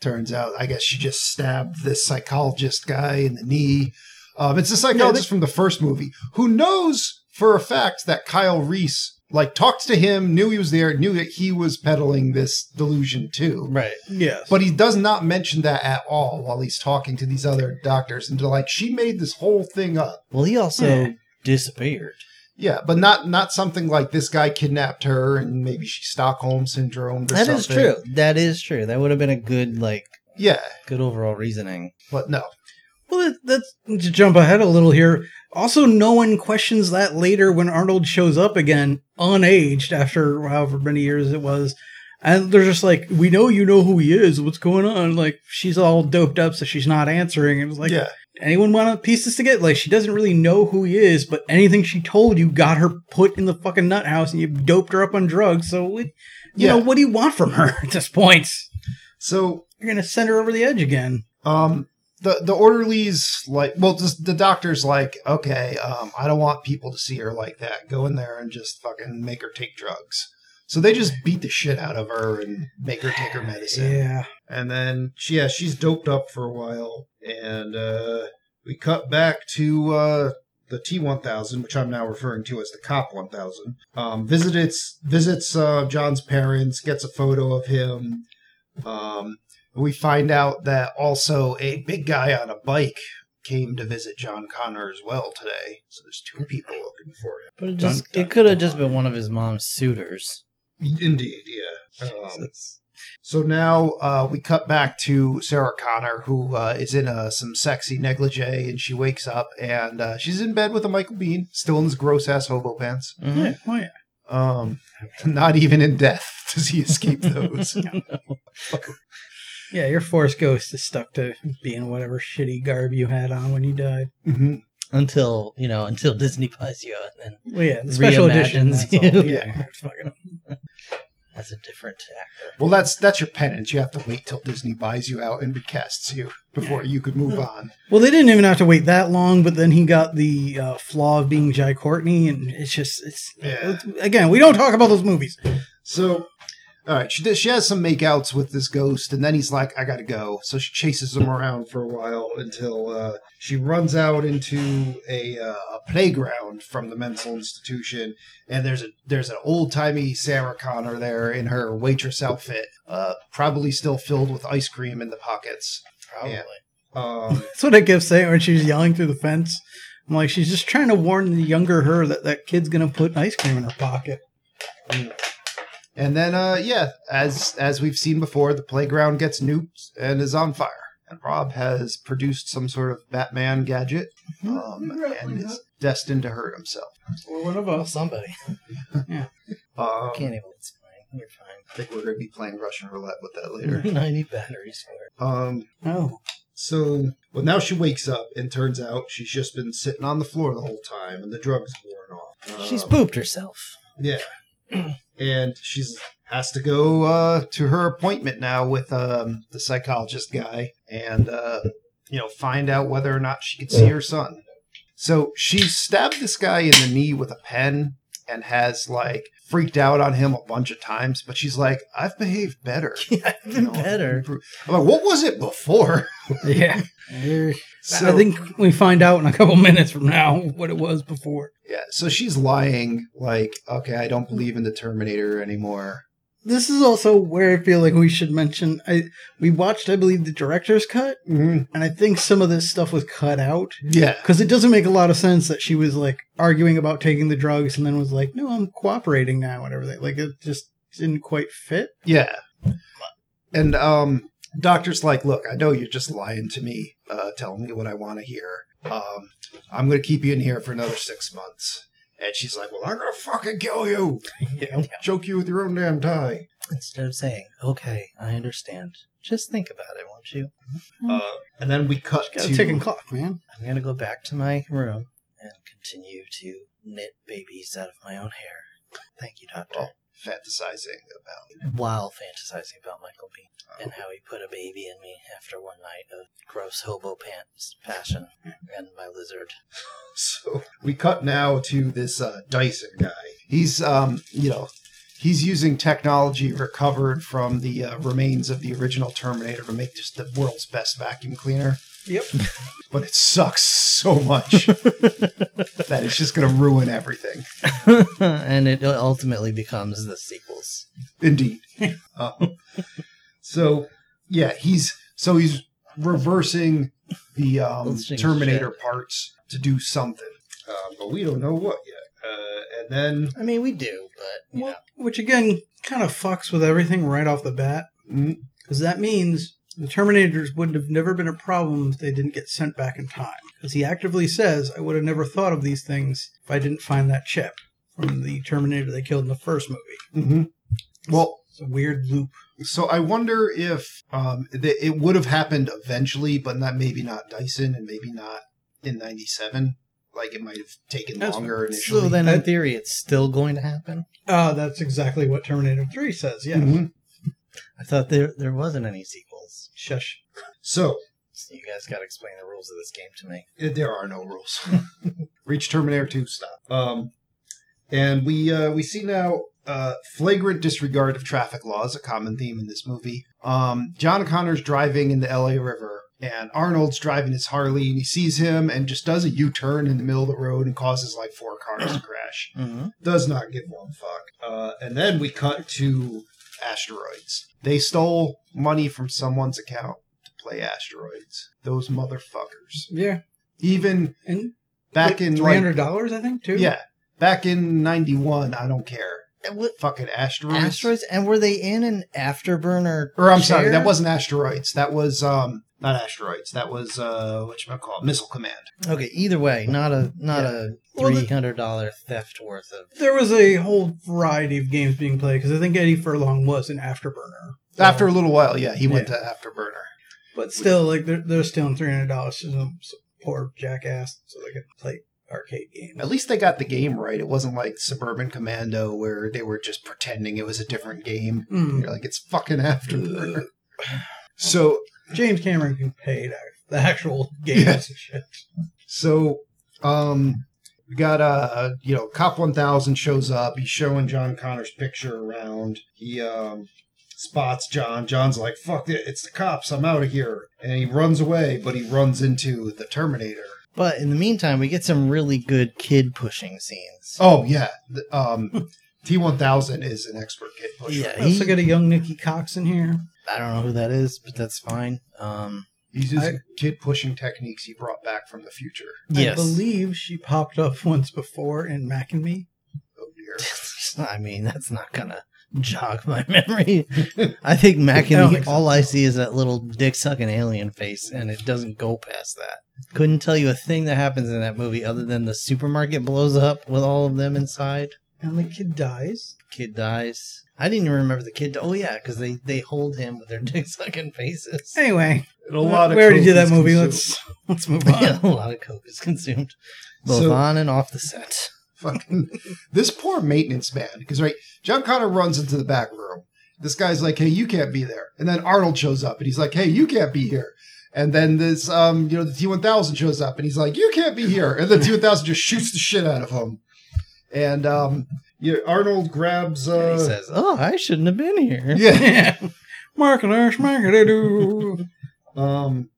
Speaker 2: turns out I guess she just stabbed this psychologist guy in the knee. Um, it's the psychiatrist from the first movie who knows for a fact that Kyle Reese like talked to him, knew he was there, knew that he was peddling this delusion too.
Speaker 1: Right.
Speaker 4: Yes.
Speaker 2: But he does not mention that at all while he's talking to these other doctors. And they're like, she made this whole thing up.
Speaker 1: Well, he also
Speaker 4: Yeah.
Speaker 1: disappeared.
Speaker 2: Yeah, but not not something like this guy kidnapped her and maybe she Stockholm syndrome. Or
Speaker 1: That
Speaker 2: something.
Speaker 1: is true. That is true. That would have been a good, like,
Speaker 2: Yeah,
Speaker 1: good overall reasoning.
Speaker 2: but no.
Speaker 4: Well, that, that's to jump ahead a little here. Also, no one questions that later when Arnold shows up again, unaged after however many years it was. And they're just like, we know you know who he is. What's going on? Like, she's all doped up, so she's not answering. It was like,
Speaker 2: yeah,
Speaker 4: anyone want to piece this together? Like, she doesn't really know who he is, but anything she told you got her put in the fucking nut house and you doped her up on drugs. So, what- you
Speaker 2: yeah.
Speaker 4: know, what do you want from her (laughs) at this point?
Speaker 2: so
Speaker 4: You're going to send her over the edge again.
Speaker 2: um, the the orderlies like, well, just the doctor's like, okay, um, I don't want people to see her like that. Go in there and just fucking make her take drugs. So they just beat the shit out of her and make her take her medicine.
Speaker 4: Yeah.
Speaker 2: And then, she- yeah, she's doped up for a while. And uh, we cut back to uh, the T1000, which I'm now referring to as the Cop 1000. Um, visits visits uh, John's parents, gets a photo of him. Um, we find out that also a big guy on a bike came to visit John Connor as well today. So there's two people looking for him.
Speaker 1: But it,
Speaker 2: Dun,
Speaker 1: just,
Speaker 2: dun,
Speaker 1: it could have just been one of his mom's suitors.
Speaker 2: Indeed, yeah. Um, So now uh, we cut back to Sarah Connor, who uh, is in uh, some sexy negligee, and she wakes up and uh, she's in bed with a Michael Bean, still in his gross ass hobo pants.
Speaker 1: Mhm.
Speaker 4: Oh, yeah.
Speaker 2: Um, not even in death does he escape those.
Speaker 4: Yeah, your forest ghost is stuck to being whatever shitty garb you had on when you died.
Speaker 2: Mhm.
Speaker 1: Until, you know, until Disney buys you out, and
Speaker 4: Well, yeah, the special
Speaker 1: Reimagine
Speaker 4: editions.
Speaker 1: that's all.
Speaker 4: yeah, fucking-
Speaker 1: that's a different actor.
Speaker 2: Well, that's that's your penance. You have to wait till Disney buys you out and recasts you before you could move on.
Speaker 4: Well, they didn't even have to wait that long, but then he got the uh, flaw of being Jai Courtney, and it's just it's,
Speaker 2: Yeah.
Speaker 4: it's- again we don't talk about those movies.
Speaker 2: So, all right, she does, she has some makeouts with this ghost, and then he's like, "I gotta go." So she chases him around for a while until uh, she runs out into a, uh, a playground from the mental institution, and there's a there's an old timey Sarah Connor there in her waitress outfit, uh, probably still filled with ice cream in the pockets.
Speaker 1: Probably.
Speaker 2: Yeah. Um,
Speaker 4: That's what I kept saying when she was yelling through the fence. I'm like, she's just trying to warn the younger her that that kid's gonna put ice cream in her pocket.
Speaker 2: and then, uh, yeah, as as we've seen before, the playground gets nuked and is on fire. And Rob has produced some sort of Batman gadget.
Speaker 1: Mm-hmm.
Speaker 2: um, and is destined to hurt himself.
Speaker 4: Or one of
Speaker 1: Well,
Speaker 4: us.
Speaker 1: somebody.
Speaker 2: Um,
Speaker 1: Can't even. It's fine. You're
Speaker 2: I think we're going to be playing Russian roulette with that later.
Speaker 1: fine. I need batteries for it.
Speaker 2: um,
Speaker 4: Oh,
Speaker 2: so, well, now she wakes up and turns out she's just been sitting on the floor the whole time and the drugs worn off.
Speaker 1: She's
Speaker 2: Um,
Speaker 1: pooped herself.
Speaker 2: Yeah. And she's has to go uh, to her appointment now with um, the psychologist guy and uh, you know find out whether or not she can see her son. So she stabbed this guy in the knee with a pen and has like freaked out on him a bunch of times, but she's like, I've behaved better.
Speaker 1: (laughs) Yeah, I've been
Speaker 2: You know,
Speaker 1: better.
Speaker 2: I'm like, what was it before? (laughs)
Speaker 4: yeah. (laughs)
Speaker 2: So-
Speaker 4: I think we find out in a couple minutes from now what it was before.
Speaker 2: yeah, so she's lying, like, okay, I don't believe in the Terminator anymore.
Speaker 4: This is also where I feel like we should mention. I we watched, I believe, the director's cut,
Speaker 2: Mm-hmm.
Speaker 4: and I think some of this stuff was cut out
Speaker 2: Yeah.
Speaker 4: because it doesn't make a lot of sense that she was like arguing about taking the drugs and then was like, "No, I'm cooperating now," and everything. Like it just didn't quite fit.
Speaker 2: Yeah. And um doctor's like, look, I know you're just lying to me, uh, telling me what I want to hear. Um, I'm gonna keep you in here for another six months. And she's like, Well, I'm gonna fucking
Speaker 4: (laughs)
Speaker 2: kill you. You know, choke you with your own damn tie.
Speaker 1: Instead of saying, okay, I understand, just think about it, won't you?
Speaker 2: Uh, and then we cut
Speaker 4: Mm. Got
Speaker 2: to
Speaker 4: a ticking clock, man.
Speaker 1: I'm going to go back to my room and continue to knit babies out of my own hair. Thank you, Doctor.
Speaker 2: Well, fantasizing about
Speaker 1: While fantasizing about Michael Bean and how he put a baby in me after one night of gross hobo pants (laughs) passion and my lizard.
Speaker 2: So we cut now to this uh, Dyson guy. He's, um, you know, he's using technology recovered from the uh, remains of the original Terminator to make just the world's best vacuum cleaner.
Speaker 4: Yep.
Speaker 2: (laughs) but it sucks so much that it's just going to ruin everything.
Speaker 1: and it ultimately becomes the sequels.
Speaker 2: Indeed. Um, so, yeah, he's so he's reversing the um,
Speaker 1: Let's change
Speaker 2: Terminator parts to do something, uh, but we don't know what yet. Uh, and then
Speaker 1: I mean, we do, but you know.
Speaker 4: Which again kind of fucks with everything right off the bat.
Speaker 2: mm,
Speaker 4: Because that means the Terminators would have never been a problem if they didn't get sent back in time. Because he actively says, I would have never thought of these things if I didn't find that chip from the Terminator they killed in the first movie.
Speaker 2: mhm. well,
Speaker 4: It's a weird loop.
Speaker 2: so I wonder if um, th- it would have happened eventually, but not maybe not Dyson and maybe not in '97. Like it might have taken
Speaker 4: That's
Speaker 2: longer initially.
Speaker 1: So then, in
Speaker 4: That-
Speaker 1: theory, it's still going to happen.
Speaker 4: Ah, that's exactly what Terminator 3 says, yeah.
Speaker 2: Mhm.
Speaker 1: I thought there there wasn't any sequels.
Speaker 4: Shush.
Speaker 2: So
Speaker 1: So you guys got to explain the rules of this game to me.
Speaker 2: Uh, There are no rules. (laughs) Reach Terminator 2, stop. Um, and we uh, we see now uh, flagrant disregard of traffic laws, a common theme in this movie. Um, John Connor's driving in the LA River, and Arnold's driving his Harley, and he sees him and just does a U turn in the middle of the road and causes like four cars to crash.
Speaker 1: Mm-hmm.
Speaker 2: Does not give one fuck. Uh, and then we cut to asteroids. They stole money from someone's account to play asteroids. Those motherfuckers.
Speaker 4: Yeah.
Speaker 2: Even
Speaker 4: And
Speaker 2: back in
Speaker 4: three
Speaker 2: like
Speaker 4: hundred dollars, I think, too.
Speaker 2: yeah back in 91 i don't care fucking asteroids
Speaker 1: Asteroids, and were they in an afterburner?
Speaker 2: or i'm sorry
Speaker 1: chair?
Speaker 2: that wasn't asteroids that was um not asteroids that was uh what you call missile command
Speaker 1: okay. Either way, not a not a
Speaker 4: Well, the-
Speaker 1: three hundred dollar theft worth of.
Speaker 4: There was a whole variety of games being played because I think Eddie Furlong was an afterburner. So-
Speaker 2: after a little while yeah he went to afterburner
Speaker 4: But still, like they're they're stealing three hundred dollars to some some poor jackass so they can play arcade games.
Speaker 2: at least they got the game right it wasn't like suburban commando where they were just pretending it was a different game
Speaker 4: Mm.
Speaker 2: you're like it's fucking afterburner so
Speaker 4: James Cameron can pay to, the
Speaker 2: (laughs)
Speaker 4: actual games
Speaker 2: Yeah.
Speaker 4: and shit.
Speaker 2: So, um, we got uh, you know, Cop One Thousand shows up. He's showing John Connor's picture around. He um, spots John. John's like, "Fuck it, it's the cops. I'm out of here." And he runs away, but he runs into the Terminator.
Speaker 1: But in the meantime, we get some really good kid pushing scenes.
Speaker 2: Oh yeah, the,
Speaker 4: (laughs)
Speaker 2: um, T One Thousand is an expert kid pusher.
Speaker 1: yeah,
Speaker 4: I
Speaker 1: he,
Speaker 4: also got a young Nikki Cox in here.
Speaker 1: I don't know who that is, but that's fine. Um,
Speaker 2: He's using
Speaker 4: I-
Speaker 2: kid pushing techniques he brought back from the future.
Speaker 1: yes,
Speaker 4: I believe she popped up (laughs) once before in Mac and Me.
Speaker 2: Oh dear.
Speaker 1: (laughs) I mean, that's not gonna jog my (laughs) memory. I think Mac and
Speaker 4: I don't
Speaker 1: me,
Speaker 4: think so.
Speaker 1: all I see is that little dick sucking alien face, and it doesn't go past that. Couldn't tell you a thing that happens in that movie other than the supermarket blows up with all of them inside.
Speaker 4: And the kid dies.
Speaker 1: Kid dies. I didn't even remember the kid. Oh yeah, because they they hold him with their (laughs) dick sucking faces. (laughs)
Speaker 4: Anyway,
Speaker 2: And a lot of
Speaker 4: we already
Speaker 2: coke
Speaker 4: did that
Speaker 2: is
Speaker 4: movie.
Speaker 2: consumed.
Speaker 4: Let's let's (laughs) move on.
Speaker 1: Yeah, a lot of coke is consumed, both
Speaker 2: So-
Speaker 1: on and off the set.
Speaker 2: fucking this poor maintenance man because right john connor runs into the back room this guy's like hey you can't be there and then arnold shows up and he's like hey you can't be here and then this um you know the t1000 shows up and he's like you can't be here and the t1000 just shoots the shit out of him and um yeah, arnold grabs
Speaker 1: And he
Speaker 2: uh
Speaker 1: says, "Oh, I shouldn't have been here."
Speaker 2: yeah
Speaker 4: Yeah. Marketer, schmarketer
Speaker 2: Um,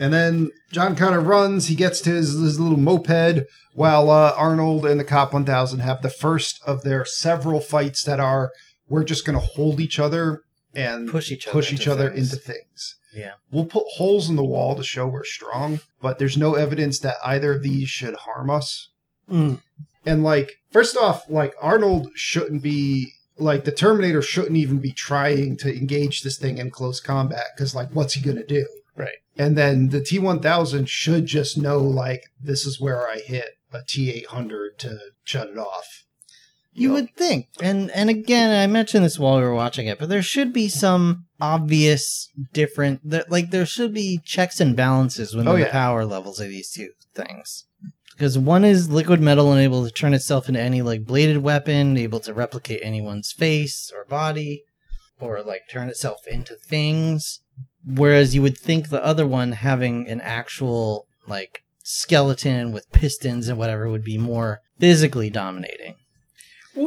Speaker 2: and then John Connor runs. He gets to his, his little moped while uh, Arnold and the Cop 1000 have the first of their several fights that are we're just going to hold each other and push,
Speaker 1: Push each other.
Speaker 2: each other
Speaker 1: things.
Speaker 2: into things.
Speaker 1: Yeah.
Speaker 2: We'll put holes in the wall to show we're strong, but there's no evidence that either of these should harm us.
Speaker 4: Mm.
Speaker 2: And like, first off, like Arnold shouldn't be like the Terminator shouldn't even be trying to engage this thing in close combat because like, what's he gonna do?
Speaker 1: Right.
Speaker 2: And then the T one thousand should just know like this is where I hit a T eight hundred to shut it off.
Speaker 1: You
Speaker 2: know?
Speaker 1: would think, and and again, I mentioned this while we were watching it, but there should be some obvious different, there, like there should be checks and balances within
Speaker 2: Oh,
Speaker 1: the
Speaker 2: yeah.
Speaker 1: power levels of these two things, because one is liquid metal and able to turn itself into any like bladed weapon, able to replicate anyone's face or body, or like turn itself into things, whereas you would think the other one having an actual like skeleton with pistons and whatever would be more physically dominating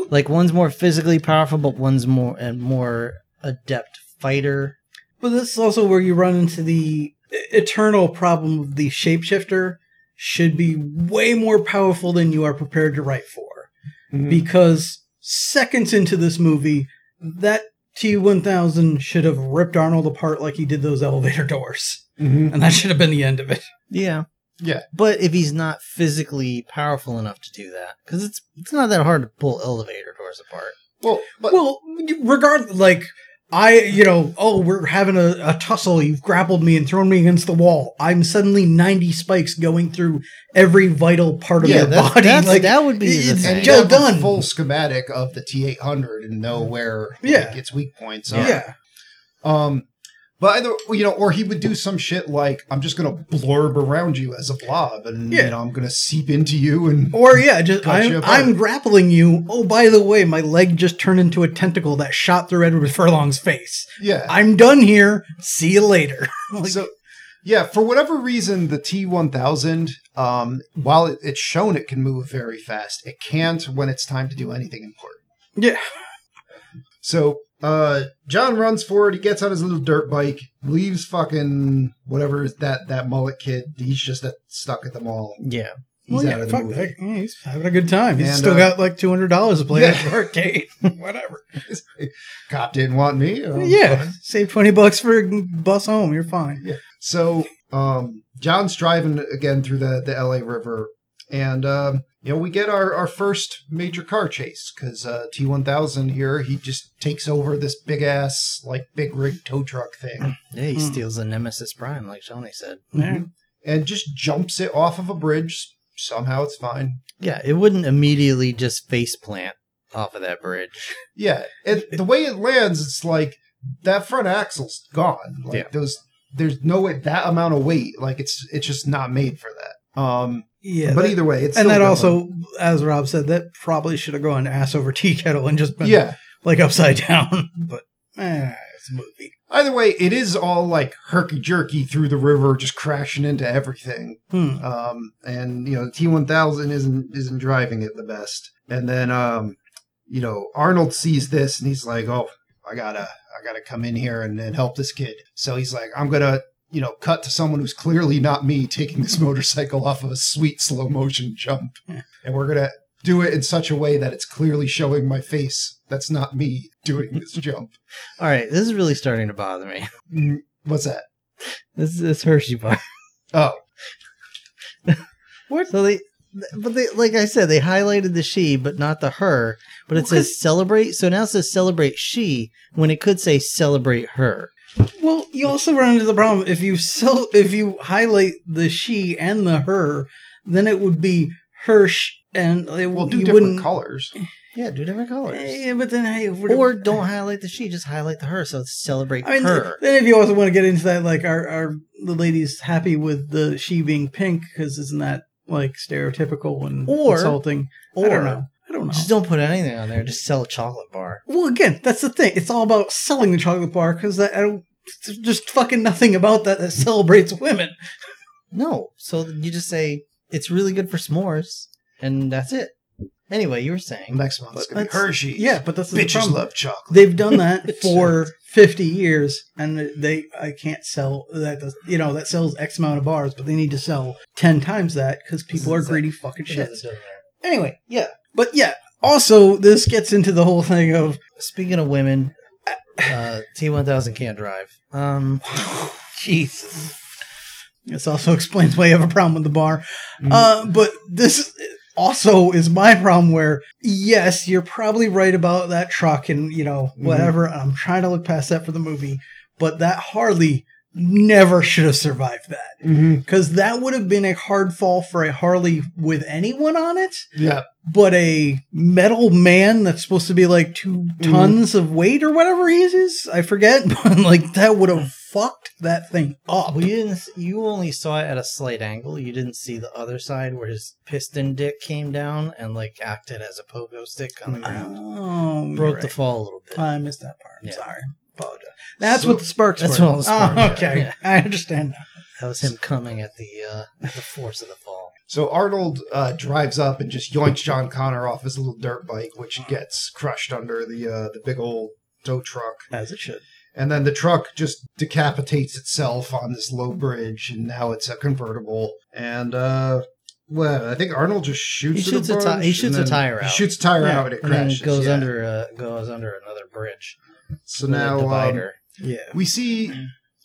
Speaker 1: like one's more physically powerful but one's more and more adept fighter
Speaker 4: But this is also where you run into the eternal problem of the shapeshifter should be way more powerful than you are prepared to write for.
Speaker 2: Hmm.
Speaker 1: Mm-hmm.
Speaker 4: Because seconds into this movie, that T 1000 should have ripped Arnold apart like he did those elevator doors.
Speaker 2: Mhm.
Speaker 1: Mm-hmm.
Speaker 4: And that should have been the end of it.
Speaker 1: Yeah.
Speaker 2: Yeah.
Speaker 1: But if he's not physically powerful enough to do that, because it's it's not that hard to pull elevator doors apart.
Speaker 2: Well, but
Speaker 4: Well, regardless, like, I, you know, oh, we're having a, a tussle. You've grappled me and thrown me against the wall. I'm suddenly 90 spikes going through every vital part of
Speaker 2: Yeah,
Speaker 4: your
Speaker 1: that's-
Speaker 4: body.
Speaker 1: that's-
Speaker 4: like,
Speaker 1: that would be the
Speaker 4: it's
Speaker 1: thing.
Speaker 2: and
Speaker 4: Joe
Speaker 2: you have a
Speaker 4: Dunn.
Speaker 2: full schematic of the T800 and know where like,
Speaker 4: Yeah.
Speaker 2: its weak points are.
Speaker 4: yeah.
Speaker 2: Um, but either you know, or he would do some shit like I'm just gonna blurb around you as a blob, and
Speaker 4: Yeah.
Speaker 2: you know I'm gonna seep into you, and
Speaker 4: Or, yeah, just
Speaker 2: Cut
Speaker 4: I'm,
Speaker 2: you apart.
Speaker 4: I'm grappling you. Oh, by the way, my leg just turned into a tentacle that shot through Edward Furlong's face.
Speaker 2: yeah.
Speaker 4: I'm done here. See you later. (laughs) Like,
Speaker 2: so yeah, for whatever reason, the T1000, um, while it, it's shown it can move very fast, it can't when it's time to do anything important.
Speaker 4: yeah.
Speaker 2: So uh, John runs for it. He gets on his little dirt bike, leaves fucking whatever is that that mullet kid. He's just at, stuck at the mall.
Speaker 1: Yeah.
Speaker 2: He's
Speaker 4: Well,
Speaker 2: out
Speaker 4: yeah,
Speaker 2: of the
Speaker 4: fuck
Speaker 2: movie.
Speaker 4: that. Yeah, he's having a good time. He's
Speaker 2: And,
Speaker 4: still
Speaker 2: uh,
Speaker 4: got like two hundred dollars to play
Speaker 2: Yeah.
Speaker 4: at the arcade. (laughs) Whatever.
Speaker 2: (laughs) Cop didn't want me. um,
Speaker 4: yeah, save twenty bucks for a bus home. You're fine.
Speaker 2: So um, John's driving again through the, the LA River, and um, you know we get our, our first major car chase because uh, T1000 here he just takes over this big ass like big rig tow truck thing
Speaker 1: Yeah, he
Speaker 4: Hmm.
Speaker 1: steals a Nemesis Prime, like Tony said.
Speaker 4: Yeah.
Speaker 2: Mm-hmm. and just jumps it off of a bridge. Somehow it's fine.
Speaker 1: Yeah, it wouldn't immediately just face plant off of that bridge.
Speaker 2: Yeah, it, the way it lands, it's like that front axle's gone. Like
Speaker 1: Yeah.
Speaker 2: those, there's no way that amount of weight. Like it's it's just not made for that. Um,
Speaker 4: Yeah,
Speaker 2: but
Speaker 4: that-
Speaker 2: either way, it's
Speaker 4: and
Speaker 2: still
Speaker 4: that
Speaker 2: going.
Speaker 4: also, as Rob said, that probably should have gone ass over (laughs) tea kettle and just been
Speaker 2: yeah.
Speaker 4: like upside down. (laughs) But eh, it's a movie.
Speaker 2: Either way, it is all like herky jerky through the river, just crashing into everything.
Speaker 4: Hmm.
Speaker 2: Um, and you know, T one thousand isn't isn't driving it the best. And then um, you know, Arnold sees this and he's like, "Oh, I gotta I gotta come in here and, and help this kid." So he's like, "I'm gonna." You know, cut to someone who's clearly not me taking this (laughs) motorcycle off of a sweet slow motion jump. And we're going to do it in such a way that it's clearly showing my face. That's not me doing this jump.
Speaker 1: All right, this is really starting to bother me.
Speaker 2: Mm, What's that?
Speaker 1: This this Hershey bar. (laughs)
Speaker 2: Oh,
Speaker 1: What? So they, but they, like I said, they highlighted the she, but not the her. But it
Speaker 4: Well, 'cause-
Speaker 1: says celebrate. So now it says celebrate she when it could say celebrate her.
Speaker 4: Well, you also run into the problem if you so if you highlight the she and the her, then it would be Hirsch and it,
Speaker 2: Well, do
Speaker 4: you
Speaker 2: different
Speaker 4: wouldn't.
Speaker 2: colors.
Speaker 1: Yeah, do different colors.
Speaker 4: Yeah, but then hey, if we're-
Speaker 1: Eh, Or don't highlight the she, just highlight the her. So it's celebrate
Speaker 4: I mean,
Speaker 1: her.
Speaker 4: then if you also want to get into that, like, are are the ladies happy with the she being pink? Because isn't that like stereotypical and
Speaker 1: Or-
Speaker 4: insulting?
Speaker 1: or
Speaker 4: I don't know. I don't know.
Speaker 1: just don't put anything on there. Just sell a chocolate bar.
Speaker 4: well, again, that's the thing. It's all about selling the chocolate bar because I, I don't. There's just fucking nothing about that that celebrates women.
Speaker 1: No. So you just say it's really good for s'mores, and that's it. Anyway, you were saying.
Speaker 2: Next month's gonna be
Speaker 4: that's-
Speaker 2: Hershey's.
Speaker 4: Yeah, but that's the
Speaker 2: bitches
Speaker 4: problem.
Speaker 2: love chocolate.
Speaker 4: They've done
Speaker 1: (laughs)
Speaker 4: that for 50 years, and they I can't sell that. does- You know that sells X amount of bars, but they need to sell 10 times that because people are greedy fucking
Speaker 1: It
Speaker 4: shit.
Speaker 1: doesn't do that.
Speaker 4: Anyway, yeah, but yeah. Also, this gets into the whole thing of (sighs)
Speaker 1: Speaking of women, uh, T1000 can't drive. Um,
Speaker 4: Jesus. This also explains why you have a problem with the bar. Uh, but this also is my problem where, yes, you're probably right about that truck and, you know, whatever. and I'm trying to look past that for the movie, but that Harley never should have survived that
Speaker 2: Mhm.
Speaker 4: because that would have been a hard fall for a Harley with anyone on it.
Speaker 2: Yeah,
Speaker 4: but a metal man that's supposed to be like 2
Speaker 1: Mm-hmm.
Speaker 4: tons of weight or whatever he is, I forget. (laughs) But like that would have fucked that thing up.
Speaker 1: well, you didn't. s- You only saw it at a slight angle. You didn't see the other side where his piston dick came down and like acted as a pogo stick on the ground.
Speaker 4: Oh, you're
Speaker 1: Broke the
Speaker 4: right.
Speaker 1: fall a little bit.
Speaker 4: I missed that part. I'm
Speaker 1: Yeah.
Speaker 4: sorry. Apologize. That's
Speaker 2: So-
Speaker 4: what the sparks
Speaker 1: That's
Speaker 4: were.
Speaker 1: what all the sparks
Speaker 4: Oh,
Speaker 1: were.
Speaker 4: okay.
Speaker 1: Yeah.
Speaker 4: I understand now.
Speaker 1: that was him coming at the uh, at the force of the fall.
Speaker 2: so Arnold uh, drives up and just yoinks John Connor off his little dirt bike, which gets crushed under the uh, the big old tow truck.
Speaker 4: As it should.
Speaker 2: And then the truck just decapitates itself on this low bridge, and now it's a convertible. And uh, well, I think Arnold just shoots.
Speaker 1: He
Speaker 2: it
Speaker 1: shoots a ti-
Speaker 2: bunch,
Speaker 1: he
Speaker 2: and
Speaker 1: shoots a
Speaker 2: then
Speaker 1: tire
Speaker 2: He
Speaker 1: out.
Speaker 2: shoots a tire
Speaker 4: Yeah,
Speaker 2: out, and it
Speaker 1: and then
Speaker 2: crashes.
Speaker 1: it goes
Speaker 2: yeah.
Speaker 1: under uh, goes under another bridge.
Speaker 2: So
Speaker 1: with a
Speaker 2: now um,
Speaker 1: divider.
Speaker 4: Yeah.
Speaker 2: we see,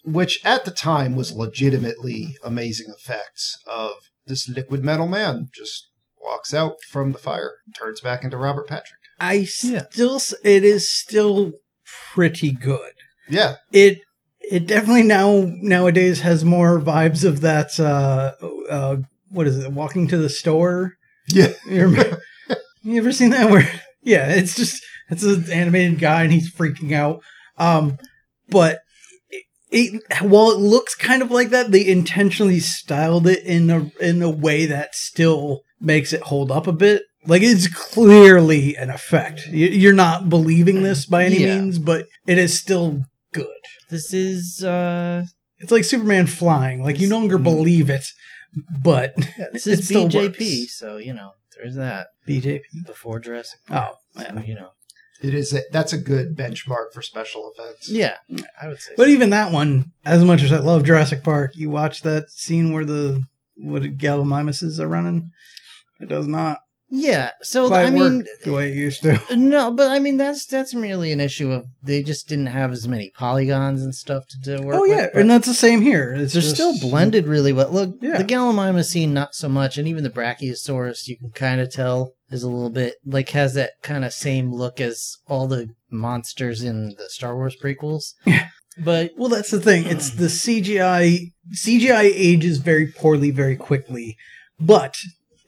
Speaker 2: which at the time was legitimately amazing effects of this liquid metal man just walks out from the fire, turns back into Robert Patrick.
Speaker 4: I
Speaker 1: Yeah.
Speaker 4: still s it is still pretty good.
Speaker 2: Yeah,
Speaker 4: It it definitely now nowadays has more vibes of that uh uh what is it? Walking to the store.
Speaker 2: yeah,
Speaker 4: You, remember, (laughs) you ever seen that where (laughs) yeah, it's just it's an animated guy and he's freaking out. Um but it, it, while it looks kind of like that, they intentionally styled it in a in a way that still makes it hold up a bit. Like it's clearly an effect. You- You're not believing this by any
Speaker 1: Yeah.
Speaker 4: means, but it is still good.
Speaker 6: This is uh
Speaker 4: It's like Superman flying. Like you no longer believe it, but (laughs)
Speaker 1: This
Speaker 4: It
Speaker 1: is
Speaker 4: still
Speaker 1: BJP,
Speaker 4: works.
Speaker 1: so you know there's that
Speaker 4: BJP.
Speaker 1: before Jurassic.
Speaker 4: Oh,
Speaker 1: Park, so, you know,
Speaker 2: it is. A, that's a good benchmark for special effects.
Speaker 1: yeah, I would say.
Speaker 4: But
Speaker 1: so.
Speaker 4: even that one, as much as I love Jurassic Park, you watch that scene where the what Gallimimuses are running. It does not
Speaker 1: yeah, so
Speaker 4: quite
Speaker 1: I mean,
Speaker 4: work the way it used to.
Speaker 1: No, but I mean that's that's merely an issue of they just didn't have as many polygons and stuff to, to work.
Speaker 4: Oh
Speaker 1: with,
Speaker 4: yeah,
Speaker 1: but
Speaker 4: and that's the same here. It's
Speaker 1: they're
Speaker 4: just
Speaker 1: still blended really well. Look,
Speaker 4: Yeah.
Speaker 1: the Gallimimus scene not so much, and even the Brachiosaurus you can kind of tell is a little bit like has that kind of same look as all the monsters in the Star Wars prequels.
Speaker 4: Yeah.
Speaker 1: but
Speaker 4: Well, that's the thing. It's the CGI. CGI ages very poorly, very quickly. But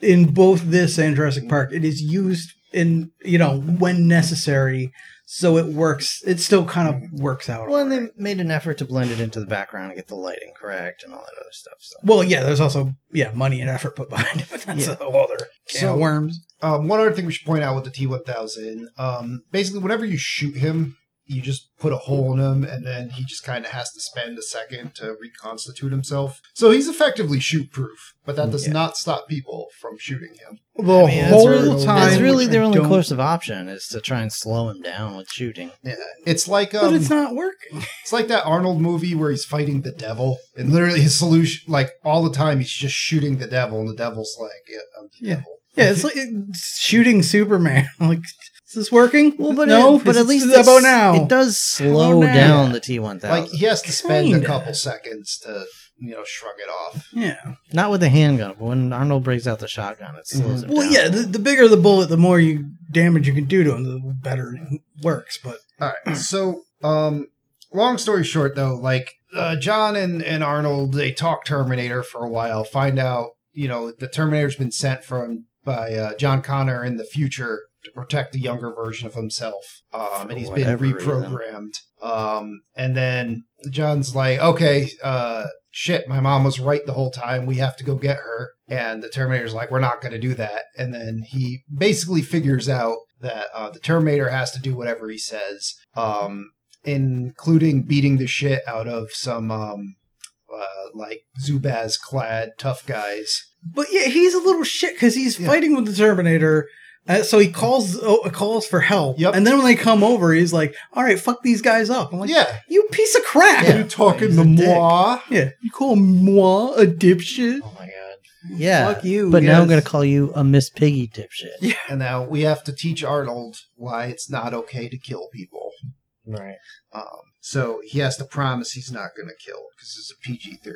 Speaker 4: in both this and Jurassic Park, it is used in you know when necessary, so it works. It still kind of works out.
Speaker 1: well, and they made an effort to blend it into the background and get the lighting correct and all that other stuff. So
Speaker 4: Well, yeah, there's also yeah money and effort put behind it, (laughs) but that's
Speaker 1: Yeah.
Speaker 4: a whole other can
Speaker 2: So-
Speaker 4: of worms.
Speaker 2: Um, one other thing we should point out with the T1000, um, basically, whenever you shoot him, you just put a hole in him, and then he just kind of has to spend a second to reconstitute himself. So he's effectively shoot proof, but that does not stop people from shooting him.
Speaker 4: The
Speaker 1: I mean, that's
Speaker 4: whole
Speaker 1: really-
Speaker 4: time,
Speaker 1: that's really
Speaker 4: which
Speaker 1: their
Speaker 4: I
Speaker 1: only
Speaker 4: don't-
Speaker 1: course of option is to try and slow him down with shooting.
Speaker 2: Yeah, it's like um,
Speaker 4: but it's
Speaker 2: it's,
Speaker 4: not working.
Speaker 2: like that Arnold movie where he's fighting the devil, and literally his solution, like all the time, he's just shooting the devil, and the devil's like, "Yeah, um, I'm the
Speaker 4: Yeah.
Speaker 2: devil."
Speaker 4: Yeah, it's like it's shooting Superman. (laughs) like, is this working?
Speaker 1: Well, but
Speaker 4: no,
Speaker 1: it,
Speaker 4: Is
Speaker 1: but at least
Speaker 4: this
Speaker 1: it's-
Speaker 4: about now.
Speaker 1: it does slow
Speaker 4: Slow down.
Speaker 1: down the T one
Speaker 2: Like
Speaker 1: thousand.
Speaker 2: he has to spend a
Speaker 4: Kinda.
Speaker 2: couple seconds to, you know, shrug it off.
Speaker 4: Yeah.
Speaker 1: Not with the handgun, but when Arnold brings out the shotgun, it slows him
Speaker 4: Mm-hmm. Well,
Speaker 1: down.
Speaker 4: yeah. The, the bigger the bullet, the more you damage you can do to him, the better it works. But
Speaker 2: All right. So, um, long story short, though, like uh, John and, and Arnold, they talk Terminator for a while, find out, you know, the Terminator's been sent from by uh, John Connor in the future to protect the younger version of himself. Um, and he's been
Speaker 1: Whatever reason.
Speaker 2: reprogrammed. Um, and then John's like, okay, uh, shit, my mom was right the whole time. We have to go get her. And the Terminator's like, we're not going to do that. And then he basically figures out that uh, the Terminator has to do whatever he says, um, including beating the shit out of some um, uh, like Zubaz clad tough guys.
Speaker 4: but yeah, he's a little shit because he's
Speaker 2: Yeah.
Speaker 4: fighting with the Terminator. Uh, so he calls oh, calls for help.
Speaker 2: Yep.
Speaker 4: And then when they come over, he's like, "All right, fuck these guys up." I'm like,
Speaker 2: yeah.
Speaker 4: (laughs) "You piece of crap."
Speaker 2: You talking
Speaker 1: he's
Speaker 2: to
Speaker 1: a dick.
Speaker 2: moi?
Speaker 4: Yeah, you call moi a dipshit?
Speaker 1: Oh my god. Yeah.
Speaker 4: Fuck you.
Speaker 1: But now I'm
Speaker 4: yes.
Speaker 1: gonna call you a Miss Piggy dipshit. (laughs)
Speaker 2: And now we have to teach Arnold why it's not okay to kill people.
Speaker 1: Right.
Speaker 2: Um, so he has to promise he's not going to kill because it's a PG 13.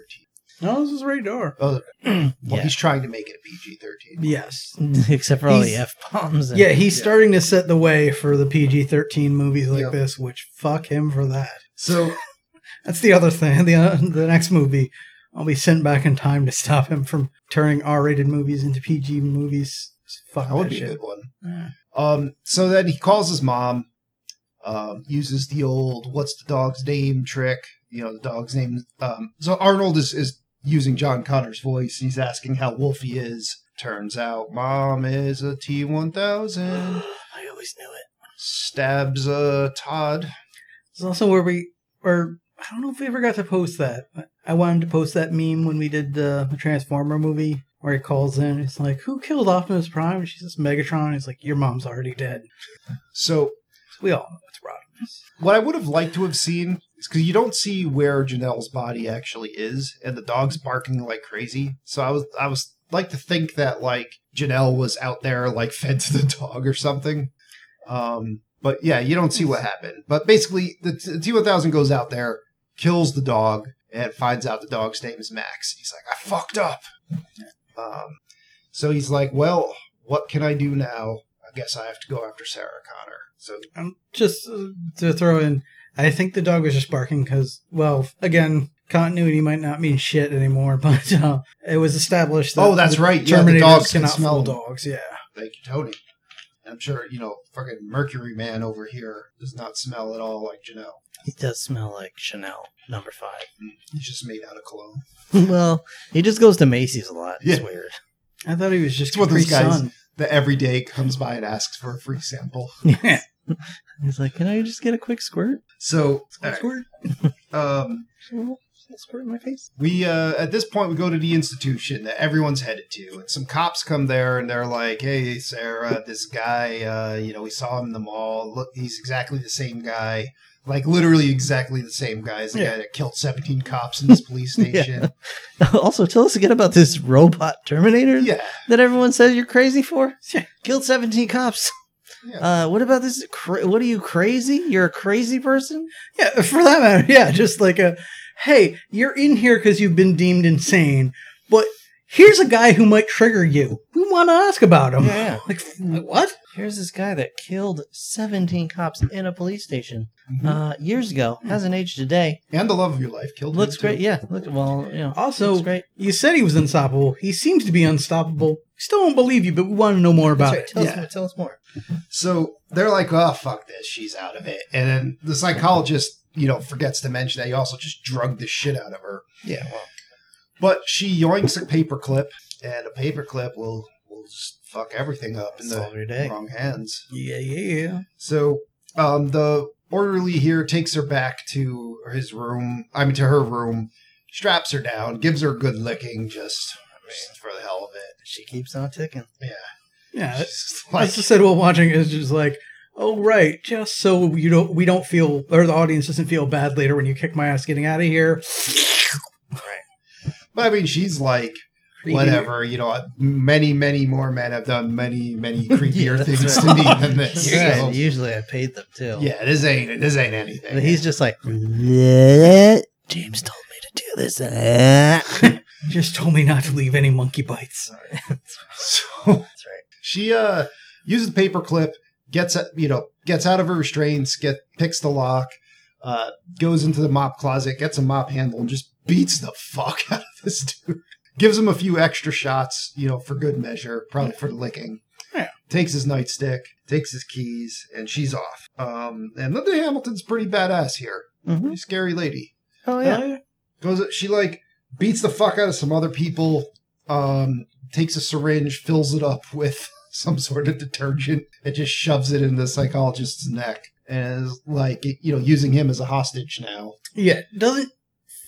Speaker 4: No, this is radar.
Speaker 2: Oh, well,
Speaker 1: Yeah.
Speaker 2: he's trying to make it a PG 13.
Speaker 4: Yes.
Speaker 1: Except for all the
Speaker 4: He's-
Speaker 1: f bombs.
Speaker 4: Yeah, he's
Speaker 2: Yeah.
Speaker 4: starting to set the way for the PG-13 movies like
Speaker 2: Yep.
Speaker 4: this. Which fuck him for that.
Speaker 2: So,
Speaker 4: (laughs) That's the other thing. (laughs) The uh, the next movie, I'll be sent back in time to stop him from turning R-rated movies into PG movies. Fuck
Speaker 2: that
Speaker 4: that,
Speaker 2: would be
Speaker 4: (sighs)
Speaker 2: a
Speaker 4: shit.
Speaker 2: good one.
Speaker 4: Yeah.
Speaker 2: Um, so then he calls his mom, um, uses the old "what's the dog's name" trick. You know, the dog's name. Um, so Arnold is is using John Connor's voice. He's asking how Wolfie is. Turns out, mom is a T one thousand.
Speaker 1: I always knew it.
Speaker 2: Stabs uh, Todd.
Speaker 4: It's also where we or I don't know if we ever got to post that. I wanted to post that meme when we did uh, the Transformer movie where he calls in. He's like, "Who killed Optimus Prime?" And she says, "Megatron." He's like, "Your mom's already dead."
Speaker 2: So
Speaker 4: We all know it's Rodimus.
Speaker 2: what I would have liked to have seen it's because you don't see where Janelle's body actually is, and the dog's barking like crazy. So I was I was like to think that like Janelle was out there like (laughs) fed to the dog or something. Um, but yeah, you don't see what happened. But basically, the T one thousand goes out there, kills the dog, and finds out the dog's name is Max. He's like, I fucked up. Um, so he's like, Well, what can I do now? I guess I have to go after Sarah Connor. So
Speaker 4: Um, just uh, to throw in, I think the dog was just barking because, well, again, continuity might not mean shit anymore, (laughs) but uh, it was established that
Speaker 2: Oh, that's
Speaker 4: the
Speaker 2: right. Yeah, the
Speaker 4: Terminators
Speaker 2: dogs can
Speaker 4: cannot smell
Speaker 2: smell them.
Speaker 4: dogs. Yeah,
Speaker 2: Thank you, Tony. I'm sure, you know, fucking Mercury Man over here does not smell at all like Janelle. Mm,
Speaker 1: He does smell like Chanel number five.
Speaker 2: He's just made out of cologne.
Speaker 1: (laughs) well, he just goes to Macy's a lot. It's
Speaker 2: Yeah.
Speaker 1: weird.
Speaker 4: I thought he was just
Speaker 2: It's one of those
Speaker 4: Capri
Speaker 2: guys.
Speaker 4: Sun.
Speaker 2: The everyday comes by and asks for a free sample.
Speaker 4: Yeah.
Speaker 1: He's like, can I just get a quick squirt?
Speaker 2: So, uh,
Speaker 1: Quick squirt?
Speaker 2: (laughs) um,
Speaker 1: Squirt in my face?
Speaker 2: we, uh, at this point, we go to the institution that everyone's headed to, and some cops come there and they're like, hey, Sarah, this guy, uh, you know, we saw him in the mall. Look, he's exactly the same guy. Like, literally exactly the same guy as the
Speaker 4: Yeah.
Speaker 2: guy that killed 17 cops in this police
Speaker 1: (laughs) Yeah.
Speaker 2: station.
Speaker 1: also, tell us again about this robot Terminator
Speaker 2: yeah.
Speaker 1: that everyone says you're crazy for.
Speaker 4: Yeah.
Speaker 1: Killed 17 cops.
Speaker 2: Yeah.
Speaker 1: Uh, what about this? Cra- what are you crazy? You're a crazy person?
Speaker 4: Yeah, for that matter, (laughs) yeah, just like a, hey, you're in here because you've been deemed insane, but here's a guy who might trigger you. We want to ask about him.
Speaker 1: Yeah.
Speaker 4: Like, f- what?
Speaker 1: Here's this guy that killed 17 cops in a police station
Speaker 2: Mhm.
Speaker 1: uh, years ago. Hasn't aged a day.
Speaker 2: and the love of your life killed him,
Speaker 1: Looks
Speaker 2: too.
Speaker 1: great. Yeah. Look, well, you know.
Speaker 4: Also-
Speaker 1: looks great.
Speaker 4: You said he was unstoppable. He seems to be unstoppable. Still don't believe you, but we want to know more about
Speaker 1: That's
Speaker 4: it.
Speaker 1: right. Tell,
Speaker 2: Yeah.
Speaker 1: us more, tell us more.
Speaker 2: So they're like, oh, fuck this. She's out of it. And then the psychologist, you know, forgets to mention that he also just drugged the shit out of her.
Speaker 1: Yeah. Well,
Speaker 2: But she yoinks a paperclip, and a paperclip will, will just fuck everything up in
Speaker 1: solve
Speaker 2: the
Speaker 1: your day.
Speaker 2: wrong hands.
Speaker 4: Yeah, yeah, yeah.
Speaker 2: So um, the orderly here takes her back to his room. I mean, to her room, straps her down, gives her a good licking just, just for the hell of it.
Speaker 1: She keeps on ticking.
Speaker 4: Yeah,
Speaker 2: She's just
Speaker 4: I
Speaker 2: like-
Speaker 4: just said while watching it, it's just like, oh right, just so you don't, we don't feel, or the audience doesn't feel bad later when you kick my ass getting out of here.
Speaker 2: but I mean, she's like,
Speaker 4: Creepy.
Speaker 2: whatever you know many many more men have done many
Speaker 1: (laughs)
Speaker 2: many creepier
Speaker 1: that's
Speaker 2: things to
Speaker 1: right.
Speaker 2: me than this
Speaker 1: Yeah,
Speaker 2: So,
Speaker 1: and usually I paid them too.
Speaker 2: yeah this ain't this ain't anything
Speaker 1: But he's just like, James told me to do (laughs) this. That's right.
Speaker 4: Just told me not to leave any monkey bites.
Speaker 1: (laughs)
Speaker 2: so she uh uses the paperclip gets a- you know gets out of her restraints get picks the lock uh goes into the mop closet gets a mop handle and just beats the fuck (laughs) out of this dude gives him a few extra shots you know for good measure probably for the licking
Speaker 4: Yeah.
Speaker 2: takes his nightstick takes his keys and she's off um and linda hamilton's pretty badass here
Speaker 1: Mhm.
Speaker 2: pretty scary lady
Speaker 1: Oh, yeah.
Speaker 4: Uh,
Speaker 2: goes she like beats the fuck out of some other people um takes a syringe fills it up with (laughs) some sort of detergent and just shoves it in the psychologist's neck and is like you know using him as a hostage now
Speaker 4: yeah, doesn't